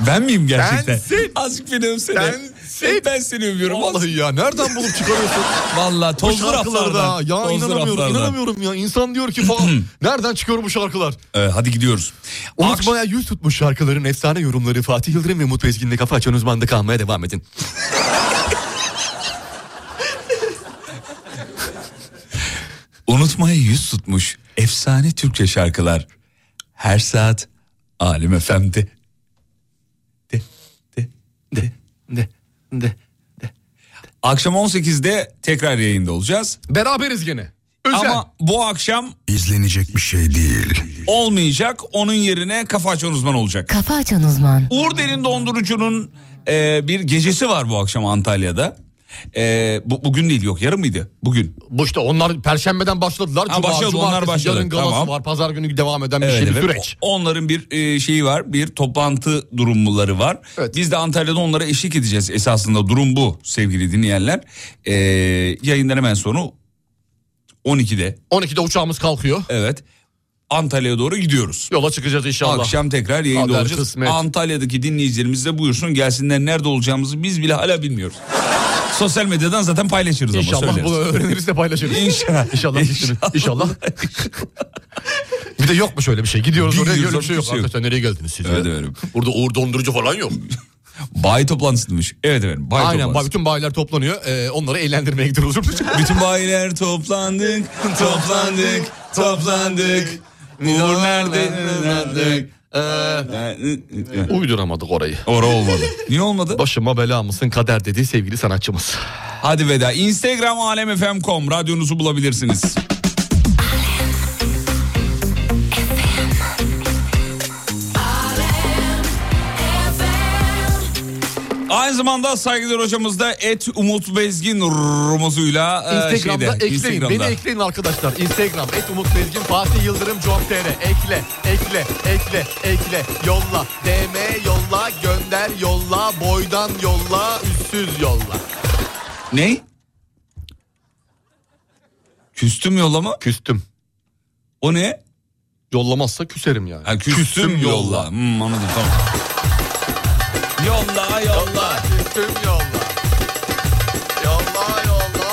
Speaker 2: Ben miyim gerçekten?
Speaker 3: Sensin.
Speaker 2: Azıcık beni övsene.
Speaker 3: Sensin.
Speaker 2: Ben seni övüyorum.
Speaker 3: Vallahi ya nereden bulup çıkarıyorsun?
Speaker 2: Vallahi
Speaker 3: Bu
Speaker 2: tozlu
Speaker 3: şarkıları da.
Speaker 2: raflardan.
Speaker 3: Ya
Speaker 2: tozlu
Speaker 3: inanamıyorum,
Speaker 2: raflardan.
Speaker 3: inanamıyorum ya. İnsan diyor ki falan. nereden çıkıyor bu şarkılar?
Speaker 2: Ee, hadi gidiyoruz.
Speaker 3: Unutmaya yüz tutmuş şarkıların efsane yorumları Fatih Yıldırım ve Umut Bezgin'le Kafa Açan Uzman'da kalmaya devam edin.
Speaker 2: Unutmaya yüz tutmuş efsane Türkçe şarkılar. Her saat Alim FM'de.
Speaker 3: De, de.
Speaker 2: Akşam 18'de tekrar yayında olacağız.
Speaker 3: Beraberiz gene. Özel.
Speaker 2: Ama bu akşam
Speaker 16: İzlenecek bir şey değil.
Speaker 2: olmayacak. Onun yerine kafa açan uzman olacak.
Speaker 5: Kafa Açan Uzman
Speaker 2: Uğur Derin Dondurucu'nun e, bir gecesi var bu akşam Antalya'da. E, bu, bugün değil yok yarın mıydı? Bugün.
Speaker 3: Bu işte onlar perşembeden başladılar.
Speaker 2: Ha, başladı, onlar
Speaker 3: cumartesi,
Speaker 2: başladı.
Speaker 3: Yarın galası
Speaker 2: Tamam.
Speaker 3: var. Pazar günü devam eden bir
Speaker 2: Evet,
Speaker 3: şey bir
Speaker 2: evet.
Speaker 3: süreç.
Speaker 2: O- Onların bir e, şeyi var, bir toplantı durumları var. Biz de Antalya'da onlara eşlik edeceğiz. Esasında durum bu sevgili dinleyenler. E, yayından hemen sonra 12'de.
Speaker 3: 12'de uçağımız kalkıyor.
Speaker 2: Evet. Antalya'ya doğru gidiyoruz.
Speaker 3: Yola çıkacağız inşallah.
Speaker 2: Akşam tekrar yayında
Speaker 3: Kader,
Speaker 2: olacağız.
Speaker 3: kısmet.
Speaker 2: Antalya'daki dinleyicilerimiz de buyursun gelsinler nerede olacağımızı biz bile hala bilmiyoruz. Sosyal medyadan zaten paylaşırız ama
Speaker 3: İnşallah
Speaker 2: söyleriz.
Speaker 3: bunu öğreniriz de paylaşırız.
Speaker 2: İnşallah.
Speaker 3: İnşallah. İnşallah. bir de yokmuş öyle bir şey. Gidiyoruz oraya
Speaker 2: Gidiyoruz,
Speaker 3: öyle bir şey yok.
Speaker 2: hiçbir şey yok.
Speaker 3: Arkadaşlar nereye geldiniz siz?
Speaker 2: Evet
Speaker 3: ya?
Speaker 2: efendim.
Speaker 3: Burada Uğur Dondurucu falan yok.
Speaker 2: Bayi toplantısıymış. Evet efendim. Bayi
Speaker 3: Aynen
Speaker 2: toplantısı.
Speaker 3: bay- bütün bayiler toplanıyor. Ee, onları eğlendirmeye gidiyoruz.
Speaker 2: Bütün bayiler toplandık, toplandık, toplandık. Uğur nerede? Toplandık,
Speaker 3: Ee, uyduramadık orayı.
Speaker 2: Ora olmadı. Niye olmadı?
Speaker 3: Başıma bela mısın kader dediği sevgili sanatçımız.
Speaker 2: Hadi veda. Instagram alemfm.com radyonuzu bulabilirsiniz. Aynı zamanda saygıdeğer hocamız da et Umut Bezgin rumuzuyla e,
Speaker 3: Instagram'da
Speaker 2: şeyde,
Speaker 3: ekleyin.
Speaker 2: Instagram'da.
Speaker 3: Beni ekleyin arkadaşlar. Instagram et Umut Bezgin Fatih Yıldırım com.tr ekle ekle ekle ekle yolla DM yolla gönder yolla boydan yolla üstsüz yolla.
Speaker 2: Ne? Küstüm yollama?
Speaker 3: Küstüm.
Speaker 2: O ne?
Speaker 3: Yollamazsa küserim yani.
Speaker 2: Ha, küstüm, yolla. Hmm, anladım tamam. Yolla yolla.
Speaker 3: Küstüm yolla. Yolla yolla.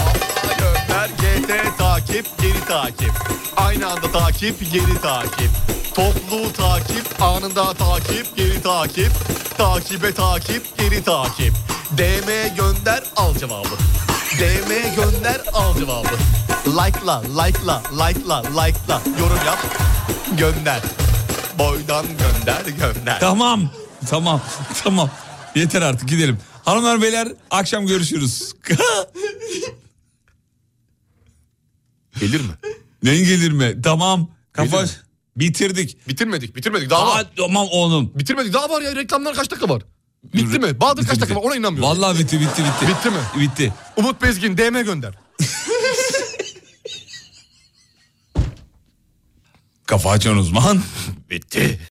Speaker 3: Allah gönder GT takip geri takip. Aynı anda takip geri takip. Toplu takip anında takip geri takip. Takibe takip geri takip. DM gönder al cevabı. DM gönder al cevabı. Like'la, like'la, like'la, like'la. Yorum yap, gönder. Boydan gönder, gönder.
Speaker 2: Tamam. Tamam. Tamam. Yeter artık gidelim. Hanımlar beyler akşam görüşürüz.
Speaker 3: gelir mi?
Speaker 2: Neyin gelir mi? Tamam. Kafa bitirdik.
Speaker 3: Bitirmedik, bitirmedik. Daha var.
Speaker 2: Tamam oğlum.
Speaker 3: Bitirmedik. Daha var ya reklamlar kaç dakika var? Bitti mi? Bahadır kaç dakika var? Ona inanmıyorum.
Speaker 2: Vallahi bitti bitti bitti.
Speaker 3: Bitti mi?
Speaker 2: Bitti.
Speaker 3: Umut Bezgin DM gönder.
Speaker 2: Kafa açan uzman. Bitti.